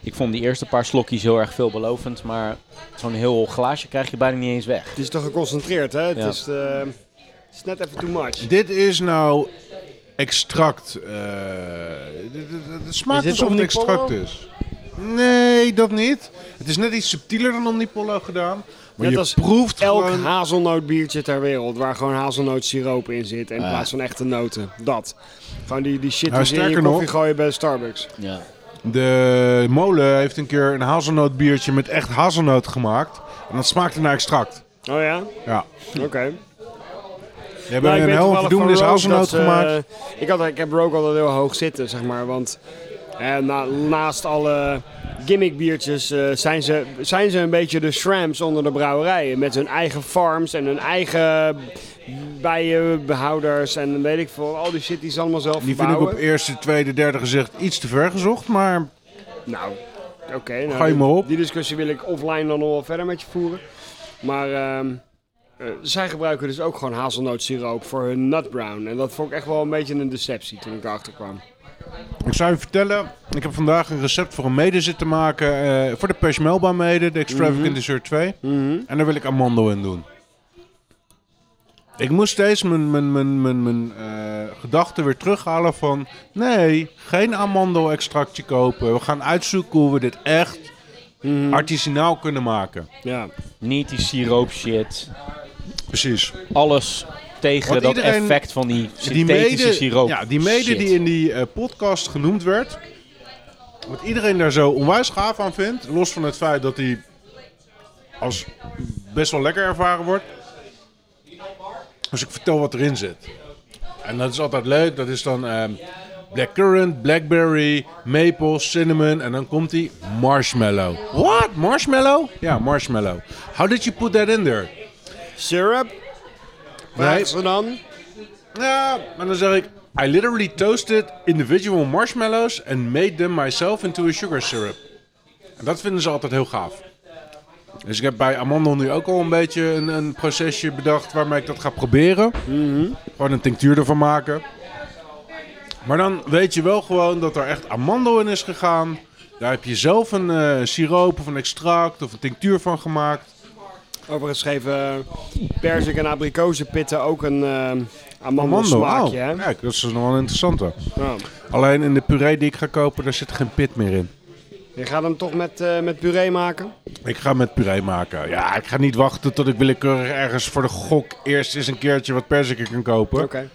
S1: ik vond die eerste paar slokjes heel erg veelbelovend, maar zo'n heel glaasje krijg je bijna niet eens weg.
S3: Het is toch geconcentreerd, hè? Het,
S1: Ja.
S3: is, eh, het is net even too much.
S2: Dit is nou extract. eh, dit- dit- dit- het smaakt
S5: Is dit
S2: alsof het
S5: Omnipollo?
S2: extract is. Nee, dat niet. Het is net iets subtieler dan Omnipollo gedaan. Maar
S3: Net
S2: je
S3: als
S2: proeft
S3: Elk
S2: gewoon...
S3: hazelnootbiertje ter wereld waar gewoon hazelnootsiroop in zit in plaats van echte noten. Dat. Gewoon die, die shit
S2: Ah, Nou,
S3: die ze in je
S2: sterker
S3: koffie
S2: nog-
S3: gooien bij Starbucks.
S1: Ja.
S2: De molen heeft een keer een hazelnootbiertje met echt hazelnoot gemaakt. En dat smaakte naar extract.
S3: Oh ja?
S2: Ja.
S3: Oké.
S2: Die hebben Hm. een heel
S3: Nou, toevallig van
S2: verdoemnis
S3: Rogue
S2: hazelnoot
S3: dat ze,
S2: gemaakt.
S3: eh, ik, had, ik heb Rogue altijd heel hoog zitten, zeg maar. Want eh, na- naast alle gimmickbiertjes eh, zijn, ze, zijn ze een beetje de shrams onder de brouwerijen. Met hun eigen farms en hun eigen bijenbehouders en weet ik veel. Al die shit die ze allemaal zelf
S2: Die vind ik
S3: verbouwen.
S2: op eerste, tweede, derde gezicht iets te ver gezocht. Maar
S3: Nou, oké. nou,
S2: Gooi me
S3: die-
S2: op.
S3: Die discussie wil ik offline dan nog wel verder met je voeren. Maar ehm, eh, zij gebruiken dus ook gewoon hazelnootsiroop voor hun nut brown. En dat vond ik echt wel een beetje een deceptie toen ik erachter kwam.
S2: Ik zou je vertellen, ik heb vandaag een recept voor een mede zitten maken. eh, voor de Peshmelba mede, de Extravagant Dessert 2. En daar wil ik amandel in doen. Ik moest steeds mijn, mijn, mijn, mijn, mijn eh, gedachten weer terughalen van... Nee, geen amandel-extractje kopen. We gaan uitzoeken hoe we dit echt artisanaal kunnen maken.
S3: Ja,
S1: Niet die siroop shit.
S2: Precies.
S1: Alles tegen
S2: Want
S1: dat
S2: iedereen-
S1: effect van die
S2: die
S1: synthetische
S2: mede,
S1: siroop.
S2: ja, die mede
S1: shit.
S2: die in die eh, podcast genoemd werd. Wat iedereen daar zo onwijs gaaf aan vindt. Los van het feit dat hij als best wel lekker ervaren wordt. Dus ik vertel wat erin zit. En dat is altijd leuk. Dat is dan ehm blackcurrant, blackberry, maple, cinnamon. En dan komt die marshmallow. What? Marshmallow? Ja, marshmallow. How did you put that in there?
S3: syrup.
S2: Nee.
S3: Vragen ze dan?
S2: Ja, maar dan zeg ik... I literally toasted individual marshmallows and made them myself into a sugar syrup. En dat vinden ze altijd heel gaaf. Dus ik heb bij Amandel nu ook al een beetje een, een procesje bedacht waarmee ik dat ga proberen.
S3: Mhm.
S2: Gewoon een tinctuur ervan maken. Maar dan weet je wel gewoon dat er echt amandel in is gegaan. Daar heb je zelf een eh, siroop of een extract of een tinctuur van gemaakt.
S3: Overigens geven eh, perzik en abrikozenpitten ook een eh, Amandel smaakje,
S2: oh,
S3: hè?
S2: Kijk, dat is nog wel interessant hoor.
S3: Ja.
S2: Alleen in de puree die ik ga kopen, daar zit geen pit meer in.
S3: Je gaat hem toch met, eh, met puree maken?
S2: Ik ga met puree maken. Ja, ik ga niet wachten tot ik willekeurig ergens voor de gok eerst eens een keertje wat perziken kan kopen.
S3: Oké.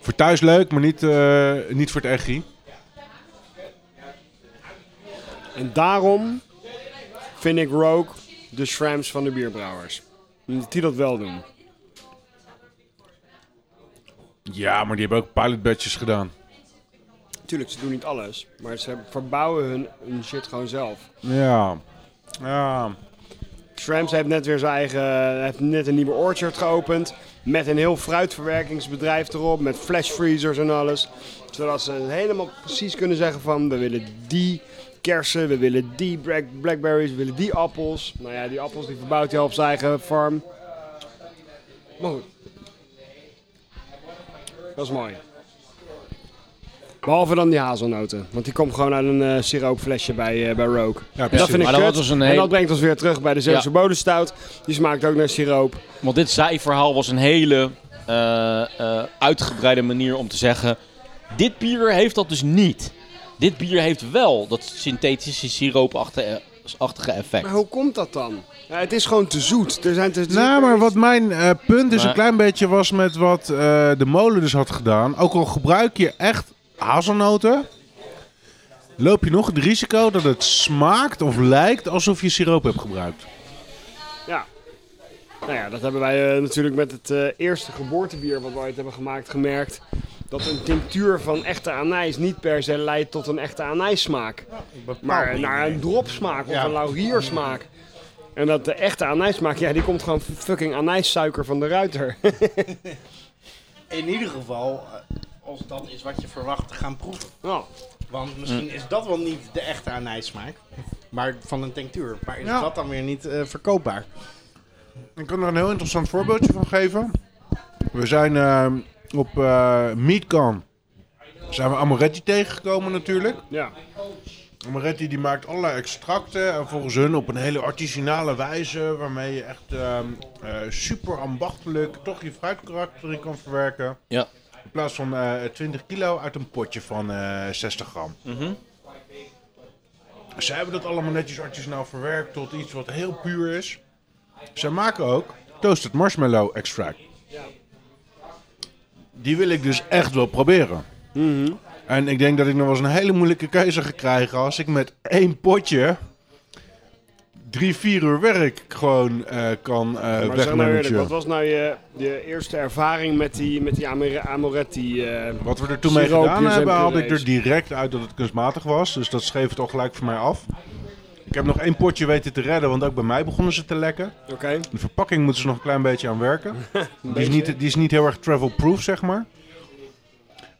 S2: Voor thuis leuk, maar niet, eh, niet voor het echi.
S3: En daarom vind ik Rogue de Shrams van de bierbrouwers. Omdat die dat wel doen.
S2: Ja, maar die hebben ook pilot batches gedaan.
S3: Tuurlijk, ze doen niet alles. Maar ze verbouwen hun, hun shit gewoon zelf.
S2: Ja. Ja.
S3: Shrams heeft net weer zijn eigen... heeft net een nieuwe orchard geopend. Met een heel fruitverwerkingsbedrijf erop. Met flash freezers en alles. Zodat ze helemaal precies kunnen zeggen van... We willen die kersen, we willen die black- blackberries, we willen die appels. Nou ja, die appels die verbouwt hij al op zijn eigen farm. Maar goed. Dat is mooi. Behalve dan die hazelnoten. Want die komt gewoon uit een eh, siroopflesje bij, eh, bij Rogue.
S2: Ja,
S3: En dat vind ik
S1: Maar dat
S3: kut.
S1: was dus een
S3: En
S1: hele-
S3: dat brengt ons weer terug bij de Zeeuwse
S1: Ja.
S3: bodenstout. Die smaakt ook naar siroop.
S1: Want dit zijverhaal was een hele eh, eh, uitgebreide manier om te zeggen... Dit bier heeft dat dus niet. Dit bier heeft wel dat synthetische siroopachtige effect.
S3: Maar hoe komt dat dan? Ja, het is gewoon te zoet. Er zijn te
S2: Nou, maar wat mijn eh, punt dus
S1: Maar-
S2: een klein beetje was met wat eh, de molen dus had gedaan. Ook al gebruik je echt hazelnoten, loop je nog het risico dat het smaakt of lijkt alsof je siroop hebt gebruikt.
S3: Ja. Nou ja, dat hebben wij eh, natuurlijk met het eh, eerste geboortebier wat we ooit hebben gemaakt gemerkt. Dat een tinctuur van echte anijs niet per se leidt tot een echte anijssmaak.
S2: Nou,
S7: nou,
S3: Maar naar een dropsmaak of
S2: Ja.
S3: een lauriersmaak. En dat de echte anijssmaak, ja, die komt gewoon fucking anijssuiker van de ruiter.
S7: in ieder geval, eh, als dat is wat je verwacht, te gaan proeven.
S3: Oh,
S7: Want misschien
S1: Mm.
S7: is dat wel niet de echte anijssmaak, maar van een tinctuur. Maar is
S2: Ja.
S7: dat dan weer niet eh, verkoopbaar?
S2: Ik kan er een heel interessant voorbeeldje van geven. We zijn eh, op eh Meatcan zijn we Amoretti tegengekomen natuurlijk.
S3: ja.
S2: Moretti die maakt allerlei extracten en volgens hun op een hele artisanale wijze waarmee je echt ehm, eh, super ambachtelijk toch je fruitkarakter in kan verwerken.
S1: Ja.
S2: In plaats van eh, 20 kilo uit een potje van eh, 60 gram. Ze hebben dat allemaal netjes artisanaal verwerkt tot iets wat heel puur is. Zij maken ook toasted marshmallow extract. Die wil ik dus echt wel proberen.
S3: Mhm.
S2: En ik denk dat ik nog wel eens een hele moeilijke keuze ga krijgen als ik met één potje drie, vier uur werk gewoon eh, kan eh
S3: Maar zeg nou eerlijk,
S2: wegmanagen.
S3: wat was nou je, je eerste ervaring met die, met die Amere- Amoretti? eh,
S2: Wat we er toen mee
S3: Siroopjes
S2: gedaan hebben,
S3: en
S2: haalde ik
S3: purees.
S2: er direct uit dat het kunstmatig was. Dus dat schreef het al gelijk voor mij af. Ik heb nog één potje weten te redden, want ook bij mij begonnen ze te lekken.
S3: Oké.
S2: De verpakking moeten ze nog een klein beetje aan werken. die, is
S3: beetje.
S2: niet, die is niet heel erg travel-proof, zeg maar.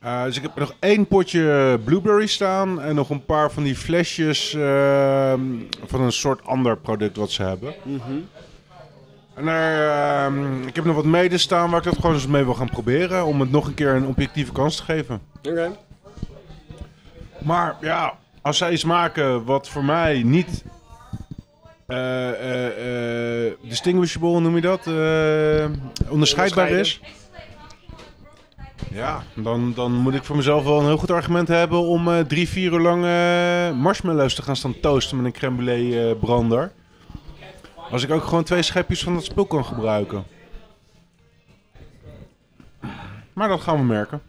S2: Eh, dus ik heb nog één potje blueberry staan en nog een paar van die flesjes ehm, van een soort ander product wat ze hebben. En daar, ehm, ik heb nog wat mede staan waar ik dat gewoon eens mee wil gaan proberen om het nog een keer een objectieve kans te geven.
S3: Oké.
S2: Maar ja, als zij iets maken wat voor mij niet. eh, eh, eh, distinguishable noem je dat? eh, onderscheidbaar is. Ja, dan, dan moet ik voor mezelf wel een heel goed argument hebben om eh, drie, vier uur lang eh, marshmallows te gaan staan toasten met een crème brûlée eh, brander. Als ik ook gewoon twee schepjes van dat spul kan gebruiken. Maar dat gaan we merken.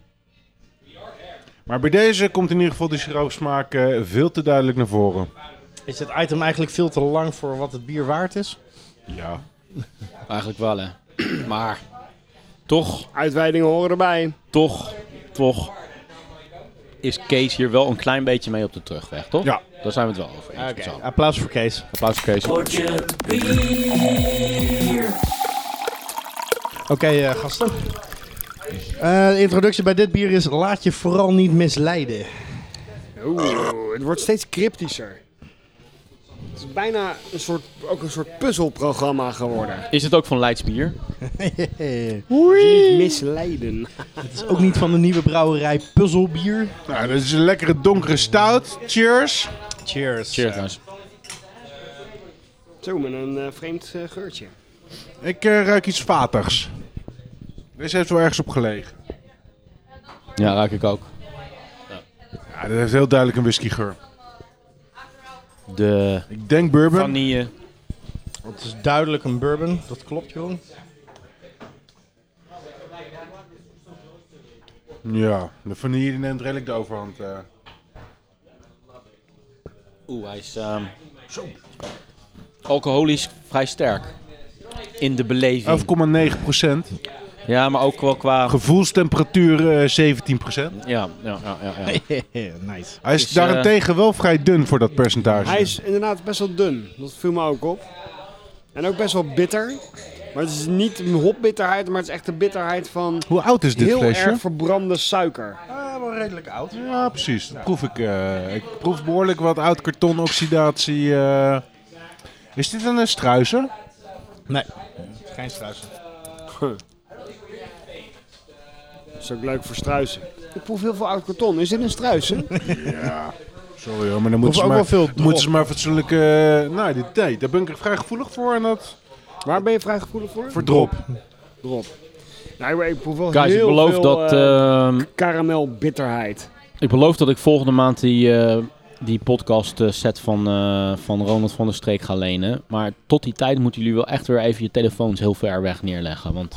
S2: Maar bij deze komt in ieder geval die siroopsmaak eh, veel te duidelijk naar voren.
S7: Is het item eigenlijk veel te lang voor wat het bier waard is?
S2: Ja.
S1: Eigenlijk wel, hè. Maar toch,
S3: Uitweidingen horen erbij.
S1: toch, toch is Kees hier wel een klein beetje mee op de terugweg, toch?
S2: Ja.
S1: Daar zijn we het wel over eens. met z'n allen.
S7: Applaus voor Kees.
S1: Applaus voor Kees.
S5: Oké, eh, gasten. Eh, de introductie bij dit bier is: laat je vooral niet misleiden.
S3: Oeh, het wordt steeds cryptischer. Het is bijna een soort, ook een soort puzzelprogramma geworden.
S1: Is het ook van Leidsbier?
S3: Niet misleiden.
S5: Eh, Het is ook niet van de nieuwe brouwerij Puzzelbier.
S2: Nou, dit is een lekkere donkere stout. Cheers.
S7: Cheers.
S1: Cheers, trouwens.
S3: Zo, met een eh, vreemd eh, geurtje.
S2: Ik eh, ruik iets vatigs. Deze heeft wel ergens op gelegen.
S1: Ja, raak ik ook.
S2: Ja, dat heeft heel duidelijk een whiskygeur.
S1: De
S2: Ik denk bourbon.
S1: vanille.
S5: Het is duidelijk een bourbon, dat klopt, Jeroen.
S2: Ja, de vanille die neemt redelijk de overhand. eh.
S1: Oeh, hij is ehm, alcoholisch vrij sterk. In de beleving.
S2: 11,9%.
S1: Ja, maar ook wel qua...
S2: Gevoelstemperatuur eh, 17%.
S1: Ja, ja, ja, ja, ja.
S5: nice.
S2: Hij is
S1: Is, eh,
S2: daarentegen wel vrij dun voor dat percentage.
S3: Hij is inderdaad best wel dun. Dat viel me ook op. En ook best wel bitter. Maar het is niet een hopbitterheid, maar het is echt de bitterheid van
S2: Hoe oud is dit
S3: heel
S2: flesje?
S3: erg verbrande suiker.
S5: Ah, wel redelijk oud.
S2: Ja, precies. Dat proef ik. eh, ik proef behoorlijk wat oud kartonoxidatie. eh. Is dit een eh, struiser?
S5: Nee, geen struisen.
S3: Dat is ook leuk voor struisen. Ik proef heel veel oud karton. Is dit een struisen?
S2: Sorry hoor, maar dan moeten ze
S5: ook
S2: maar,
S5: wel veel drop.
S2: moeten ze maar fatsoenlijk... eh, nou, dit, nee, daar ben ik vrij gevoelig voor. En dat...
S3: Waar ben je vrij gevoelig voor?
S2: Voor drop.
S3: Drop. Nou, ik- ik proef wel
S1: Guys,
S3: heel
S1: ik beloof
S3: veel
S1: dat...
S3: eh,
S1: ehm,
S3: karamelbitterheid.
S1: Ik beloof dat ik volgende maand die, eh, die podcast eh, set van, eh, van Ronald van der Streek ga lenen. Maar tot die tijd moeten jullie wel echt weer even je telefoons heel ver weg neerleggen. Want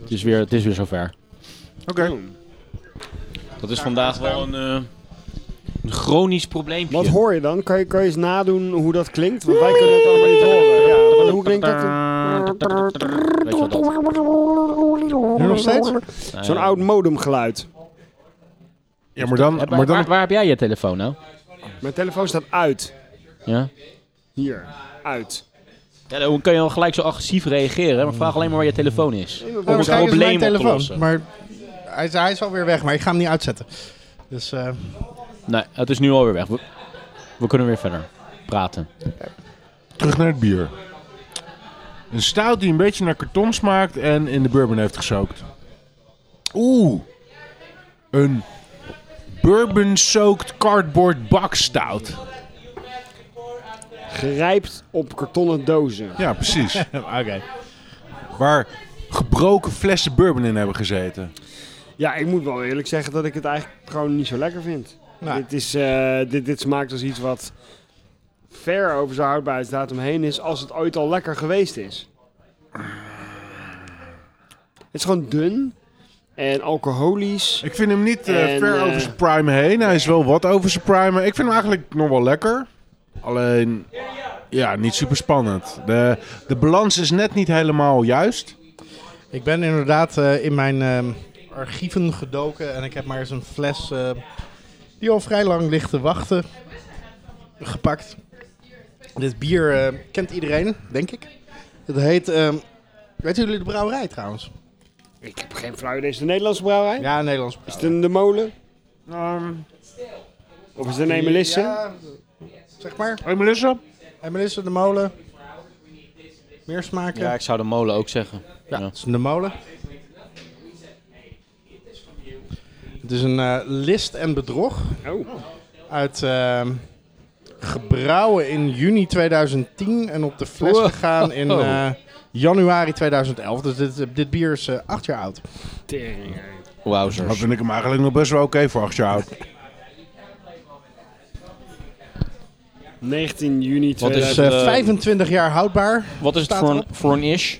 S1: het, is weer, het is weer zover.
S2: Oké.
S1: Dat is vandaag wel een, eh, een chronisch probleempje.
S3: Wat hoor je dan? Kan je, kan je eens nadoen hoe dat klinkt? Want wij kunnen het allemaal niet horen. Ja, maar hoe klinkt dat?
S1: Weet je wat dat-
S5: Nu nog steeds?
S3: Zo'n oud modemgeluid.
S2: Ja, maar dan...
S1: Waar,
S2: Maar
S1: waar,
S2: dan
S1: waar heb jij je telefoon nou?
S3: Mijn telefoon staat uit.
S1: Ja?
S3: Hier. Uit.
S1: Ja, dan kan je wel gelijk zo agressief reageren. Maar vraag alleen maar waar je telefoon is.
S5: Ja,
S1: het
S5: waarschijnlijk is
S1: probleem
S5: mijn
S1: op te
S5: telefoon.
S1: lossen.
S5: Maar hij is, hij is alweer weg, maar ik ga hem niet uitzetten. Dus eh,
S1: Nee, het is nu alweer weg. We, we kunnen weer verder praten.
S2: terug naar het bier. Een stout die een beetje naar karton smaakt en in de bourbon heeft gesookt. Oeh. Een bourbon-soaked cardboard bak stout.
S3: Gerijpt op kartonnen dozen.
S2: Ja, precies.
S5: oké.
S2: waar gebroken flessen bourbon in hebben gezeten.
S3: Ja, ik moet wel eerlijk zeggen dat ik het eigenlijk gewoon niet zo lekker vind.
S5: Nou,
S3: Dit, is, eh, dit, dit smaakt als iets wat ver over zijn houdbaarheidsdatum heen is als het ooit al lekker geweest is. Het is gewoon dun en alcoholisch.
S2: Ik vind hem niet eh,
S3: En,
S2: ver
S3: eh,
S2: over zijn prime heen. Hij is wel wat over zijn prime. Ik vind hem eigenlijk nog wel lekker. Alleen, ja, niet super spannend. De, de balans is net niet helemaal juist.
S5: ik ben inderdaad eh, in mijn ehm, archieven gedoken en ik heb maar eens een fles eh, die al vrij lang ligt te wachten gepakt. Dit bier eh, kent iedereen, denk ik. Het heet, ehm weten jullie de brouwerij trouwens?
S3: Ik heb geen flauw idee. Is het een Nederlandse brouwerij?
S5: Ja, een Nederlands
S3: Is het een De Molen? Of is het een Emelisse?
S5: Ja, zeg maar.
S2: Hé Melissa?
S5: En Melissa de Molen. Meer smaken.
S1: Ja, ik zou de molen ook zeggen.
S5: Ja, het is een de molen. Het is een eh, list en bedrog.
S3: Oh.
S5: Uit ehm, gebrouwen in juni 2010 en op de fles
S1: Wow.
S5: gegaan in
S2: Oh.
S5: eh, januari 2011. Dus dit, dit bier is eh, acht jaar oud.
S3: Tering.
S2: Dan
S1: Wowzers.
S2: vind ik hem eigenlijk nog best wel oké voor acht jaar oud.
S3: 19 juni
S1: Wat is,
S3: 2000.
S5: Dus
S1: Eh,
S5: eh, 25 jaar houdbaar.
S1: Wat is het
S5: Staat
S1: voor een,
S5: erop.
S1: voor een ish?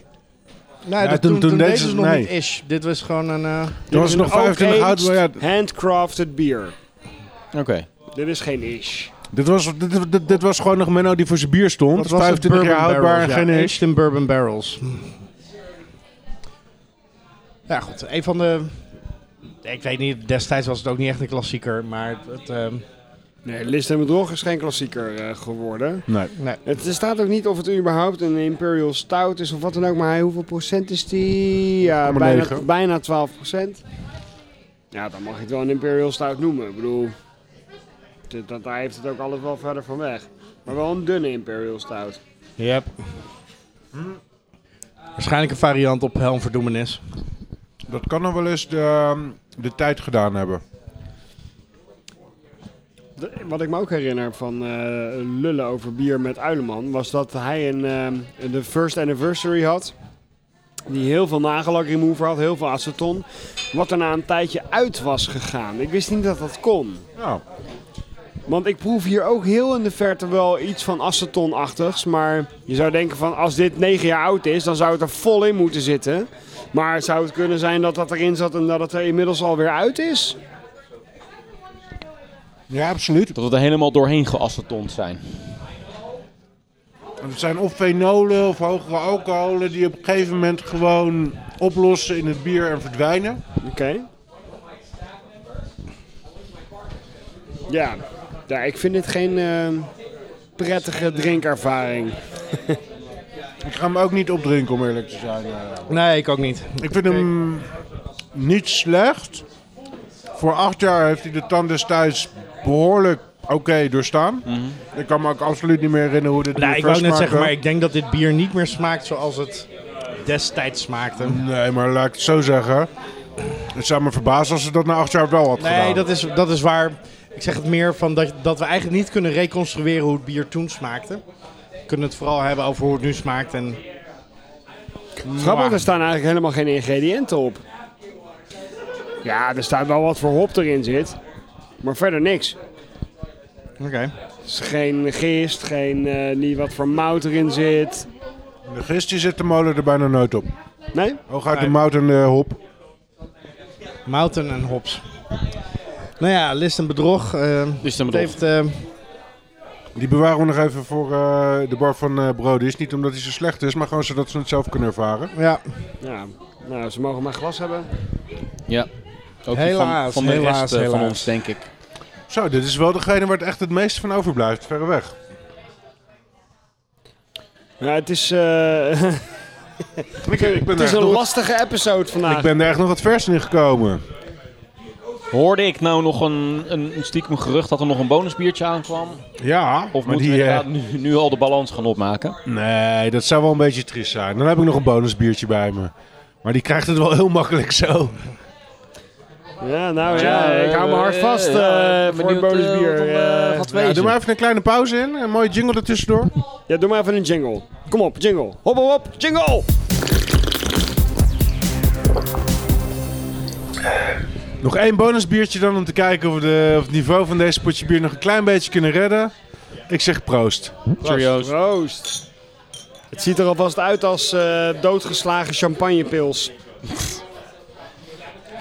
S5: Nee,
S2: Ja,
S5: dat-
S2: toen-
S5: toen,
S2: toen
S5: toen
S2: deed
S5: deze
S2: ze-
S5: is nog
S2: nee.
S5: niet ish. Dit was gewoon een... eh,
S2: Dan was het nog 25 oud. maar ja,
S3: handcrafted bier.
S1: Oké.
S3: Dit is geen ish.
S2: dit, was, dit, dit, dit was gewoon nog Menno die voor zijn bier stond.
S5: wat was het?
S2: 25 jaar
S5: Bourbon
S2: houdbaar en
S5: barrels,
S2: geen
S5: ja.
S2: ish.
S5: Aged in bourbon barrels. Ja, goed. Een van de... Ik weet niet, destijds was het ook niet echt een klassieker, maar het... ehm,
S3: Nee, List en Bedrog is geen klassieker eh, geworden.
S2: Nee.
S5: nee.
S3: Het er staat ook niet of het überhaupt een Imperial Stout is of wat dan ook. Maar hij- hoeveel procent is die? Ja,
S2: maar
S3: bijna,
S2: negen.
S3: bijna 12 procent. Ja, dan mag je het wel een Imperial Stout noemen. Ik bedoel, dit- dat, daar heeft het ook alles wel verder van weg. Maar wel een dunne Imperial Stout.
S5: Yep. Waarschijnlijk een variant op Helm Verdoemenis.
S2: Dat kan nog wel eens de, ehm, de tijd gedaan hebben.
S3: De- Wat ik me ook herinner van eh, lullen eh, over bier met Uileman, was dat hij een, ehm, de first anniversary had. Die heel veel nagellak remover had, heel veel aceton. Wat er na een tijdje uit was gegaan. Ik wist niet dat dat kon.
S2: Nou,
S3: Want ik proef hier ook heel in de verte wel iets van acetonachtigs. Maar je zou denken van als dit 9 jaar oud is, dan zou het er vol in moeten zitten. Maar zou het kunnen zijn dat dat erin zat en dat het er inmiddels alweer uit is?
S2: ja, absoluut.
S1: Dat we er helemaal doorheen geacetond zijn.
S2: En Het zijn of fenolen of hogere alcoholen die op een gegeven moment gewoon oplossen in het bier en verdwijnen.
S3: Oké. Ja. ja, ik vind dit geen eh, prettige drinkervaring.
S2: Ik ga hem ook niet opdrinken om eerlijk te zijn. eh.
S5: Nee, ik ook niet.
S2: Ik vind hem niet slecht. Voor acht jaar heeft hij de tand destijds behoorlijk oké doorstaan. Ik kan me ook absoluut niet meer herinneren hoe dit bier
S5: Nee, Nou, ik wou
S2: first
S5: net zeggen, maar
S2: smaakte.
S5: ik denk dat dit bier niet meer smaakt zoals het destijds smaakte.
S2: Nee, maar laat ik het zo zeggen. Het zou me verbazen als ze dat na acht jaar wel had gedaan.
S5: Nee, dat is, dat is waar. Ik zeg het meer van dat, dat we eigenlijk niet kunnen reconstrueren hoe het bier toen smaakte. We kunnen het vooral hebben over hoe het nu smaakt. En
S3: Grappig, er staan eigenlijk helemaal geen ingrediënten op. Ja, er staat wel wat voor hop erin zit. Maar verder niks.
S5: Oké.
S3: Dus geen gist, geen eh, niet wat voor mout erin zit.
S2: De gist die zit de molen er bijna nooit op.
S3: Nee?
S2: Hooguit de
S5: Nee.
S2: mout en de hop.
S5: Mouten en hops. Nou ja, list en bedrog. eh,
S1: Dus dan
S5: het
S1: bedoel
S5: heeft, eh,
S2: Die bewaren we nog even voor eh, de bar van eh Brody's. Niet omdat hij zo slecht is, maar gewoon zodat ze het zelf kunnen ervaren.
S5: ja,
S3: Ja. Nou, ze mogen maar glas hebben.
S1: Ja. Ook die
S5: Helaas,
S1: van, van de
S5: helaas,
S1: rest eh, van
S5: helaas.
S1: ons, denk ik.
S2: Zo, dit is wel degene waar het echt het meeste van overblijft. Verreweg.
S3: Ja, het is, eh,
S2: Ik, eh, ik, ben
S3: het
S2: er
S3: is
S2: echt
S3: een
S2: nog,
S3: lastige episode vandaag.
S2: ik ben er echt nog wat vers in gekomen.
S1: Hoorde ik nou nog een, een, een stiekem gerucht dat er nog een bonusbiertje aankwam?
S2: Ja,
S1: Of
S2: maar
S1: moeten
S2: die,
S1: we
S2: eh,
S1: inderdaad nu, nu al de balans gaan opmaken?
S2: Nee, dat zou wel een beetje triest zijn. Dan heb ik nog een bonusbiertje bij me. Maar die krijgt het wel heel makkelijk zo.
S3: Ja, nou ja, ik hou me hard vast eh voor het bonusbier. eh.
S2: Ja, doe maar even een kleine pauze in. Een mooie jingle ertussendoor.
S3: ja, doe maar even een jingle. Kom op, jingle. Hop, hop, hop, jingle!
S2: Nog één bonusbiertje dan om te kijken of, we de, of het niveau van deze potje bier nog een klein beetje kunnen redden. Ik zeg proost.
S1: Cheerio's.
S3: Proost. Het ziet er alvast uit als eh, doodgeslagen champagnepils.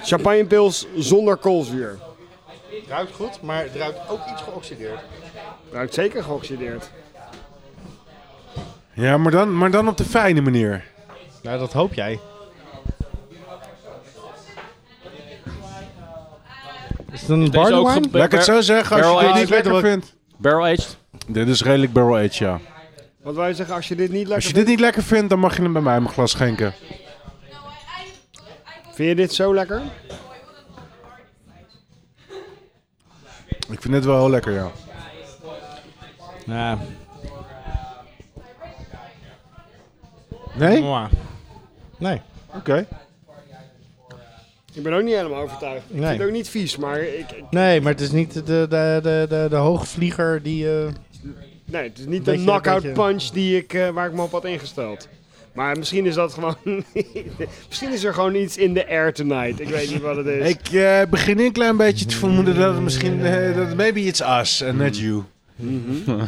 S3: champagnepils zonder koolzuur.
S5: het ruikt goed, maar het ruikt ook iets geoxideerd.
S3: Ruikt zeker geoxideerd.
S2: Ja, maar dan, maar dan op de fijne manier.
S5: Nou, dat hoop jij. Is het een barley
S1: ook ge-
S5: wine?
S2: Laat ik het zo zeggen, als je
S1: Barrel
S2: dit niet
S1: aged.
S2: lekker vindt.
S1: Barrel-aged.
S2: Dit is redelijk barrel aged, ja.
S3: Wat wij zeggen, als je dit niet
S2: Als
S3: lekker
S2: je dit niet lekker vindt, dan mag je hem bij mij in mijn glas schenken.
S3: vindt, vind je dit zo lekker?
S2: Ik vind dit wel heel lekker, ja.
S5: Ja,
S2: Nee? Oké.
S5: mwah. Nee.
S3: Ik ben ook niet helemaal overtuigd. Ik
S5: Nee.
S3: vind het ook niet vies, maar ik, ik-
S5: Nee, maar het is niet de, de, de, de, de hoogvlieger die... eh,
S3: nee, het is niet de
S5: Beetje-
S3: knockout
S5: beetje-
S3: punch die ik, eh, waar ik me op had ingesteld. Maar misschien is dat gewoon... misschien is er gewoon iets in de air tonight. Ik weet niet wat het is.
S2: Ik eh, begin een klein beetje te vermoeden dat het misschien... eh, dat het maybe it's us and not you.
S1: Mhm.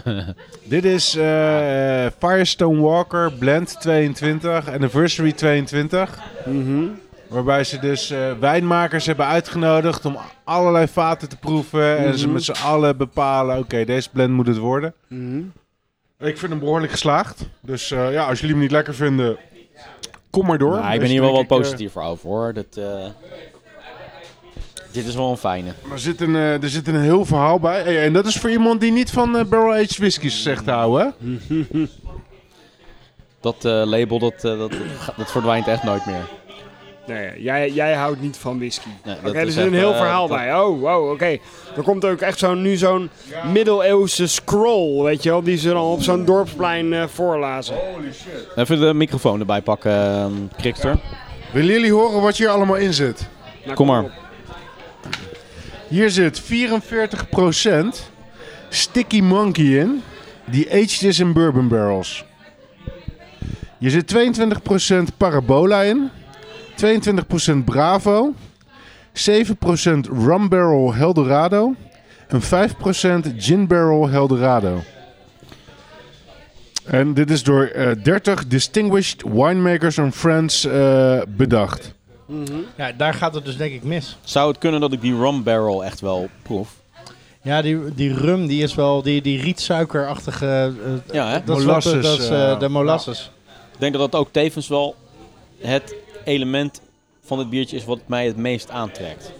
S2: Dit is eh, eh, Firestone Walker Blend 22, Anniversary 22. Waarbij ze dus eh, wijnmakers hebben uitgenodigd om allerlei vaten te proeven. En ze met z'n allen bepalen, oké, deze blend moet het worden. Ik vind hem behoorlijk geslaagd. Dus eh, ja, als jullie hem niet lekker vinden, kom maar door.
S1: Nou, ik ben
S2: Deze
S1: hier wel wat
S2: denk ik, eh,
S1: positiever over hoor. Dat, eh, dit is wel een fijne.
S2: Er zit een, eh, er zit een heel verhaal bij. Hey, en dat is voor iemand die niet van eh, barrel-aged whiskies zegt te houden. hè?
S1: Dat eh, label dat, eh, dat, dat ga- dat verdwijnt echt nooit meer.
S3: Nee, jij, jij houdt niet van whisky.
S1: Nee,
S3: Oké,
S1: dat
S3: er
S1: is
S3: zit een
S1: echt,
S3: heel
S1: eh,
S3: verhaal
S1: dat-
S3: bij. Oh, wow, oké. Er komt ook echt zo'n, nu zo'n middeleeuwse scroll, weet je wel, die ze dan op zo'n dorpsplein eh, voorlazen.
S1: Even de microfoon erbij pakken, eh, Krikster.
S2: Willen jullie horen wat hier allemaal in zit?
S3: Nou,
S1: Kom maar.
S3: op.
S2: Hier zit 44% Sticky Monkey in, die aged is in bourbon barrels. Je zit 22% Parabola in, 22% Bravo, 7% Rum Barrel Helderado en 5% Gin Barrel Helderado. En dit is door eh, 30 Distinguished Winemakers and Friends eh, bedacht.
S5: Ja, daar gaat het dus denk ik mis.
S1: Zou het kunnen dat ik die rum barrel echt wel proef?
S5: Ja, die, die rum die is wel, die, die rietsuikerachtige... eh,
S1: Ja, hè?
S5: dat is wat-
S2: Molasses,
S5: dat is, eh,
S2: eh,
S5: de molasses.
S1: Ik denk dat dat ook tevens wel het element van dit biertje is wat mij het meest aantrekt.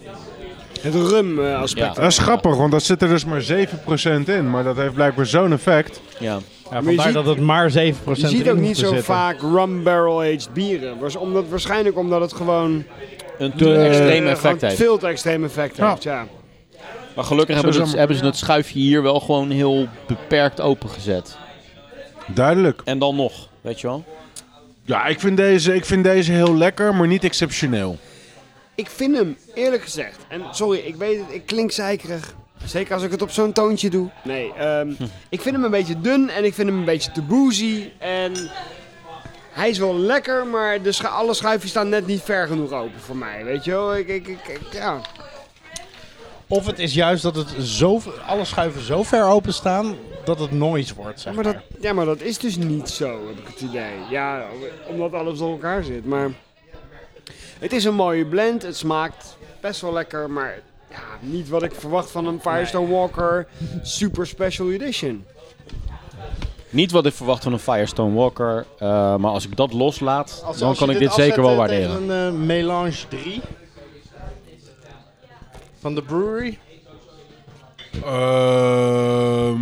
S3: Het rum eh, aspect.
S1: Ja.
S2: Dat is grappig, want dat zit er dus maar 7% in. Maar dat heeft blijkbaar zo'n effect.
S1: Ja.
S5: Ja,
S3: Maar je
S5: vandaar
S3: ziet-
S5: dat het maar 7%
S3: Je ziet ook
S5: erin
S3: niet
S5: hoeft te
S3: zo
S5: zitten.
S3: vaak rum barrel aged bieren. Was omdat, waarschijnlijk omdat het gewoon
S1: Een te extreem
S3: eh,
S1: effect
S3: gewoon
S1: heeft.
S3: veel te extreem effect heeft. Ja.
S1: Maar gelukkig hebben ze, het, hebben ze het schuifje hier wel gewoon heel beperkt opengezet.
S2: Duidelijk.
S1: En dan nog, weet je wel?
S2: Ja, ik vind, deze, ik vind deze heel lekker, maar niet exceptioneel.
S3: Ik vind hem, eerlijk gezegd, en sorry, ik weet het, ik klink zeikerig. Zeker als ik het op zo'n toontje doe. Nee, ehm, ik vind hem een beetje dun en ik vind hem een beetje te boozy. En hij is wel lekker, maar de schu- alle schuifjes staan net niet ver genoeg open voor mij. Weet je wel, ik, ik, ik, ik- ja.
S5: Of het is juist dat het zo, alle schuiven zo ver openstaan dat het noise wordt, zeg
S3: Maar
S5: maar.
S3: dat, ja, maar dat is dus niet zo, heb ik het idee. Ja, omdat alles door elkaar zit. Maar het is een mooie blend. Het smaakt best wel lekker, maar ja, niet wat ik verwacht van een Firestone Walker Super Special Edition.
S1: Niet wat ik verwacht van een Firestone Walker. eh, maar als ik dat loslaat, dan kan ik dit zeker wel waarderen.
S5: Een eh, Melange 3 van de brewery.
S2: Ehm,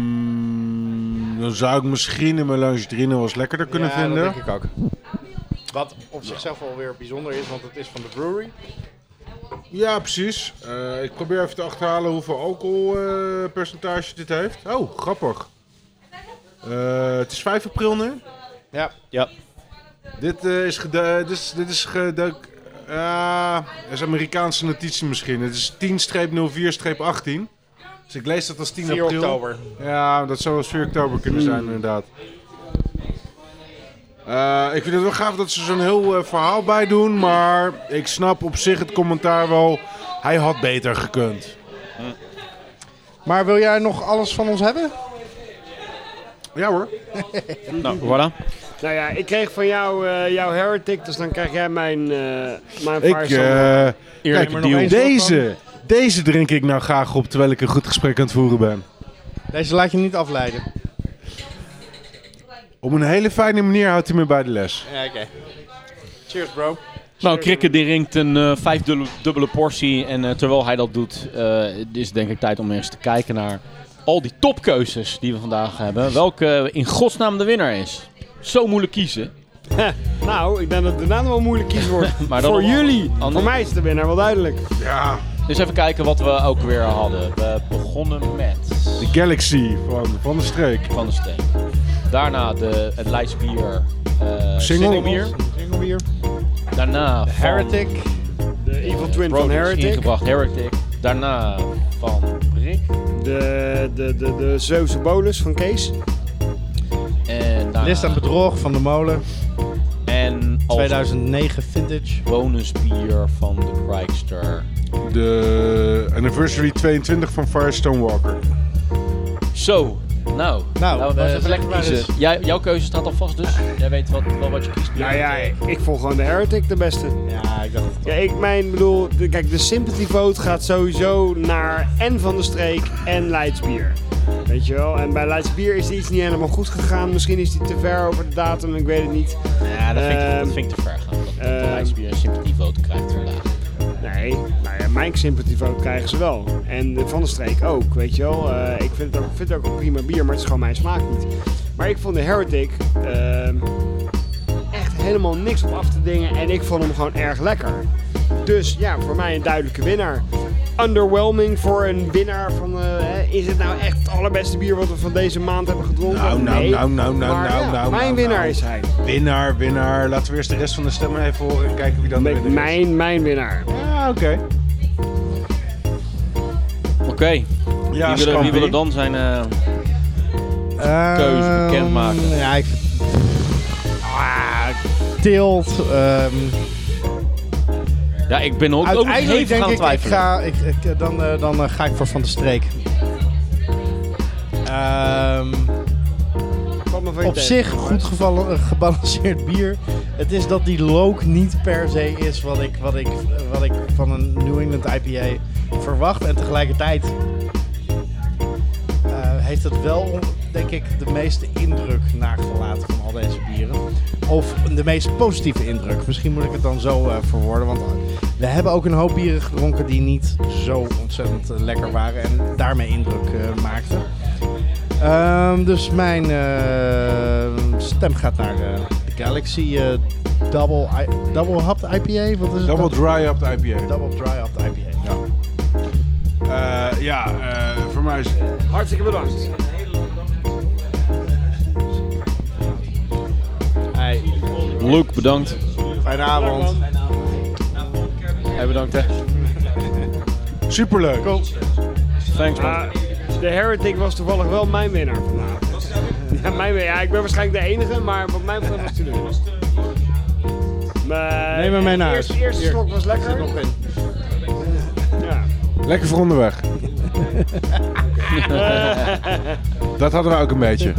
S2: dan zou ik misschien een Melange 3 nog wel eens lekkerder kunnen
S5: Ja,
S2: vinden.
S5: Dat denk ik ook. Wat op zichzelf alweer bijzonder is, want het is van de brewery.
S2: Ja, precies. Eh, ik probeer even te achterhalen hoeveel alcoholpercentage dit heeft. Oh, grappig. Eh, het is 5 april nu.
S5: Ja.
S1: Ja.
S2: Dit eh, is gede- dit is, dit is geduik. Ah, dat is Amerikaanse notitie misschien. Het is 10-04-18. Dus ik lees dat als 10
S5: 4
S2: april.
S5: oktober.
S2: Ja, dat zou wel eens 4 oktober kunnen zijn, inderdaad. Eh, ik vind het wel gaaf dat ze zo'n heel eh, verhaal bij doen, maar ik snap op zich het commentaar wel. Hij had beter gekund.
S5: Maar wil jij nog alles van ons hebben?
S2: Ja hoor.
S1: Nou, voilà.
S3: Nou ja, ik kreeg van jou eh, jouw Heretic, dus dan krijg jij mijn, eh mijn
S2: Ik,
S3: Firestone Walker.
S2: eh,
S1: Eerlijk
S5: maar nog
S1: deal.
S5: één.
S2: deze, deze drink ik nou graag op terwijl ik een goed gesprek aan het voeren ben.
S5: Deze laat je niet afleiden.
S2: Op een hele fijne manier houdt hij me bij de les.
S5: Ja, oké. Cheers, bro.
S1: Nou, Krikke die ringt een eh vijf dubbele, dubbele portie. En eh, terwijl hij dat doet, eh, is het denk ik tijd om eens te kijken naar al die topkeuzes die we vandaag hebben. Welke in godsnaam de winnaar is. Zo moeilijk kiezen.
S3: Nou, ik denk dat het daarna wel moeilijk kies wordt.
S1: Maar dan
S3: voor
S1: nog-
S3: jullie.
S1: Anders-
S3: Voor mij is de winnaar wel duidelijk.
S2: Ja,
S1: Dus even kijken wat we ook weer hadden. We begonnen met
S2: de Galaxy van, van de streek.
S1: Van de Steen. Daarna de, het lijstbier eh Singelbier.
S5: Jingle bier.
S1: Daarna van
S5: Heretic.
S3: De Evil
S1: Produce
S3: Twin van Heretic.
S1: ingebracht Heretic. Daarna van Brick.
S3: De, de, de, de Zeeuwse bolus van Kees.
S1: En daarna...
S5: Ah. List aan bedrog van de molen.
S1: En als
S5: 2009 vintage.
S1: bonusbier van de Krikster.
S2: De Anniversary 22 van Firestone Walker.
S1: Zo, nou.
S5: Nou,
S1: laten we
S5: eh,
S1: eens even
S5: zeg
S1: lekker
S5: maar
S1: kiezen.
S5: eens.
S1: Jij, jouw keuze staat al vast dus. Jij weet wat, wel wat je kiest.
S3: Nou ja, ik vond gewoon de Heretic de beste.
S5: Ja, ik dacht
S3: Ja, ik mijn, bedoel, de- kijk, de sympathy vote gaat sowieso naar en Van de Streek en Leidsbier. Weet je wel? En bij Leidsbier is die iets niet helemaal goed gegaan. Misschien is die te ver over de datum, ik weet het niet.
S1: Ja, dat vind ik,
S3: Ehm,
S1: dat vind ik te ver gaan. Dat dat de
S3: ehm,
S1: lijstbier een sympathievote krijgt vandaag.
S3: Nee, nou ja, mijn sympathy vote krijgen ze wel. En de Van de Streek ook, weet je wel? Eh, ik vind het, ook, vind het ook een prima bier, maar het is gewoon mijn smaak niet. Maar ik vond de Heretic ehm, echt helemaal niks op af te dingen. En ik vond hem gewoon erg lekker. Dus ja, voor mij een duidelijke winnaar. Underwhelming voor een winnaar van... eh, hè, is het nou echt het allerbeste bier wat we van deze maand hebben gedronken?
S2: Nou, nou,
S3: Nee.
S2: nou, nou, nou,
S3: Maar
S2: nou,
S3: ja,
S2: nou,
S3: Mijn
S2: nou,
S3: winnaar
S2: nou.
S3: is hij.
S2: Winnaar, winnaar. Laten we eerst de rest van de stemmen even horen en kijken wie dan de winnaar is.
S3: Mijn, mijn winnaar.
S2: Ja, oké.
S1: Oké,
S2: Ja,
S1: wie, willen,
S2: Scampi.
S1: wie willen dan zijn... eh,
S5: Ehm,
S1: keuze bekendmaken.
S5: Ja, ik,
S3: Ah,
S5: getild. ehm,
S1: Ja, ik ben ook, ook
S5: uiteindelijk
S1: even
S5: denk
S1: gaan
S5: ik, ik
S1: twijfelen.
S5: ga, ik, ik, eh, dan, eh, dan eh, ga ik voor Van der Streek. Ehm,
S3: Valt me van je
S5: op
S3: tegen.
S5: zich goed gevallen, eh, gebalanceerd bier. Het is dat die look niet per se is wat ik, wat, ik, wat ik van een New England IPA verwacht. En tegelijkertijd eh, heeft het wel, denk ik, de meeste indruk nagelaten van al deze bieren. Of de meest positieve indruk. Misschien moet ik het dan zo eh, verwoorden. Want we hebben ook een hoop bieren gedronken die niet zo ontzettend eh, lekker waren. En daarmee indruk eh, maakten. Ehm, dus mijn eh, stem gaat naar eh, de Galaxy eh, double, I- double Hopped IPA. Wat is het?
S2: Double
S5: dan?
S2: dry up de IPA.
S5: double Dry Hopped IPA. Ja.
S2: Eh, ja, eh, voor mij is
S3: Hartstikke bedankt.
S5: Hey,
S1: Luke, bedankt.
S5: fijne avond.
S1: Hey, bedankt hè.
S2: superleuk.
S1: Thanks man.
S3: Ah, de Heretic was toevallig wel mijn winnaar vandaag. Ja, mijn winnaar. Ja, ik ben waarschijnlijk de enige, maar wat mij betreft was het te doen. Maar-
S5: Neem hem mee naar
S3: Eerst-
S5: huis.
S3: Eerste
S5: Hier.
S3: slok was lekker. Ja.
S2: Lekker voor onderweg. Dat hadden we ook een beetje.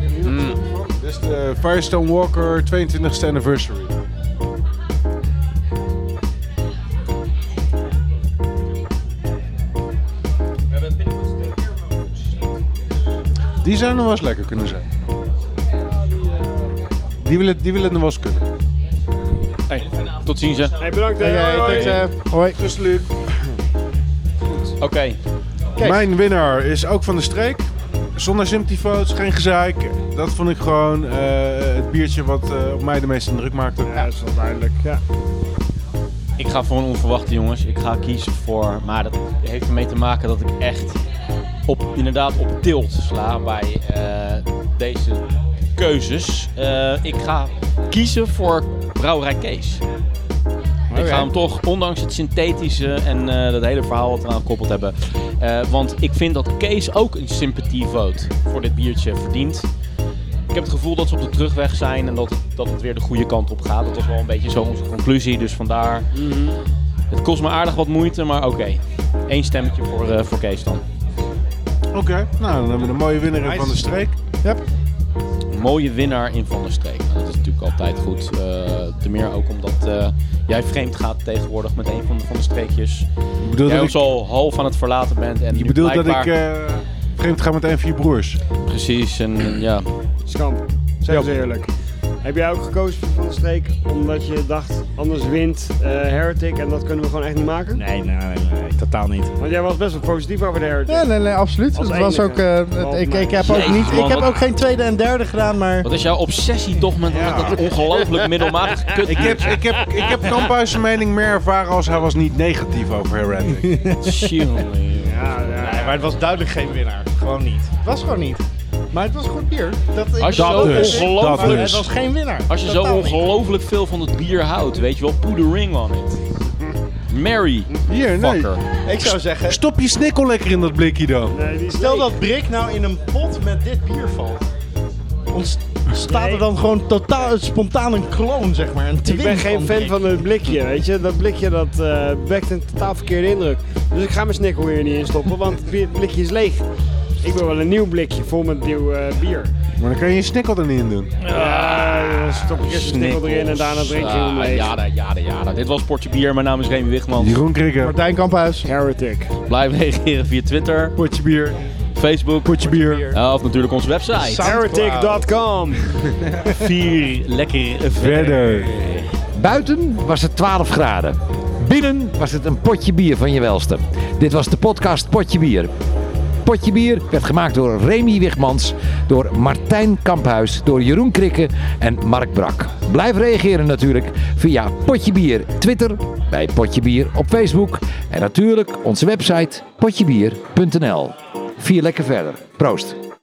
S2: Dit is Dus de Firestone Walker 22e anniversary. Die zou nog wel eens lekker kunnen zijn. Die willen, die willen nog wel eens kunnen.
S1: Hey, tot ziens hè.
S3: Hey, bedankt. hè. Hoi,
S5: Hey,
S3: hoi.
S5: thanks, eh, hoi.
S2: Dus Luc.
S1: Oké.
S5: Kijk.
S2: Mijn winnaar is ook van de streek. Zonder symptifo's, geen gezeik. Dat vond ik gewoon eh, het biertje wat eh, op mij de meeste indruk maakte.
S3: Ja, dat is wel duidelijk. Ja.
S1: Ik ga voor een onverwachte jongens. Ik ga kiezen voor. Maar dat heeft ermee te maken dat ik echt op, inderdaad op tilt sla bij eh, deze keuzes. Eh, ik ga kiezen voor Brouwerij Kees. Ik ga hem toch, ondanks het synthetische en eh, dat hele verhaal wat we aan gekoppeld hebben. eh, want ik vind dat Kees ook een sympathievote voor dit biertje verdient. Ik heb het gevoel dat ze op de terugweg zijn en dat het, dat het weer de goede kant op gaat. Dat was wel een beetje zo onze conclusie, dus vandaar. Het kost me aardig wat moeite, maar oké. Eén stemmetje voor, eh, voor Kees dan.
S2: Oké, nou dan hebben we een mooie winnaar
S5: Nice.
S2: van de streek.
S1: Een mooie winnaar in Van der Streek. Nou, dat is natuurlijk altijd goed. eh te meer ook omdat eh, jij vreemd gaat tegenwoordig met een van de, van de streekjes.
S2: Je bedoelt
S1: Jij
S2: dat
S1: ons
S2: ik,
S1: al half aan het verlaten bent. En
S2: je
S1: nu
S2: bedoelt dat ik
S1: blijkbaar-
S2: eh vreemd ga met een van je broers.
S1: Precies, en en ja.
S3: Skamp, zeg eens eerlijk. Heb jij ook gekozen voor Van de Streek omdat je dacht, anders wint eh, Heretic en dat kunnen we gewoon echt niet maken?
S5: Nee, nee, nee, nee, totaal niet.
S3: Want jij was best wel positief over de Heretic.
S5: Ja, nee, nee, absoluut.
S3: Als
S5: Het was
S3: enige.
S5: ook, eh, het-
S3: Want
S5: ik,
S3: mij-
S5: ik heb ook
S1: Jezus,
S5: niet, ik
S1: man,
S5: heb
S1: wat-
S5: ook geen tweede en derde gedaan, maar
S1: Wat is jouw obsessie toch met, met dat ongelooflijk middelmatig kut?
S2: Ik heb, ik heb, ik heb Kamphuis zijn mening meer ervaren als hij was niet negatief over Heretic.
S3: Ja,
S5: Nee, maar het was duidelijk geen winnaar. Gewoon niet. Het was gewoon niet. Maar het was goed bier. Dat, ik,
S1: Als je zo
S2: dus,
S1: ongelooflijk-
S2: dat
S5: maar
S2: dus.
S5: het was geen winnaar.
S1: Als je zo
S5: Totaal niet.
S1: ongelooflijk veel van het bier houdt, weet je wel, put a ring on it. Mary,
S2: Hier, nee.
S1: fucker.
S5: Ik zou zeggen,
S2: Stop je snikkel lekker in dat blikje dan.
S3: Nee, die is
S5: stel
S3: leeg.
S5: dat Brik nou in een pot met dit bier valt. Ontstaat er dan gewoon totaal spontaan een kloon, zeg maar. Een
S3: Ik ben geen fan van het blikje, weet je. Dat blikje dat eh wekt een totaal verkeerde indruk. Dus ik ga mijn snikkel hier niet in stoppen, want het bier- blikje is leeg. Ik wil wel een nieuw blikje vol met nieuw eh, bier.
S2: Maar dan kan je je snikkel er niet in doen.
S3: Ja, dan stop ik eerst een snikkel erin en daarna drink je hem
S1: Ah,
S3: leeg.
S1: jada, jada, jada. Dit was Portje Bier, mijn naam is Remy Wichman.
S2: Jeroen Krikker,
S5: Martijn Kamphuis.
S3: Heretic.
S1: Blijf reageren via Twitter,
S2: potje bier,
S1: Facebook
S2: potje bier.
S1: eh, of natuurlijk onze website.
S3: Heretic.com.
S1: Vier lekker
S2: Verder.
S8: Buiten was het 12 graden. Binnen was het een potje bier van je welste. Dit was de podcast Potje Bier. Potje Bier werd gemaakt door Remy Wigmans, door Martijn Kamphuis, door Jeroen Krikke en Mark Brak. Blijf reageren natuurlijk via Potje Bier Twitter, bij Potje Bier op Facebook en natuurlijk onze website potjebier.nl. Vier lekker verder. Proost.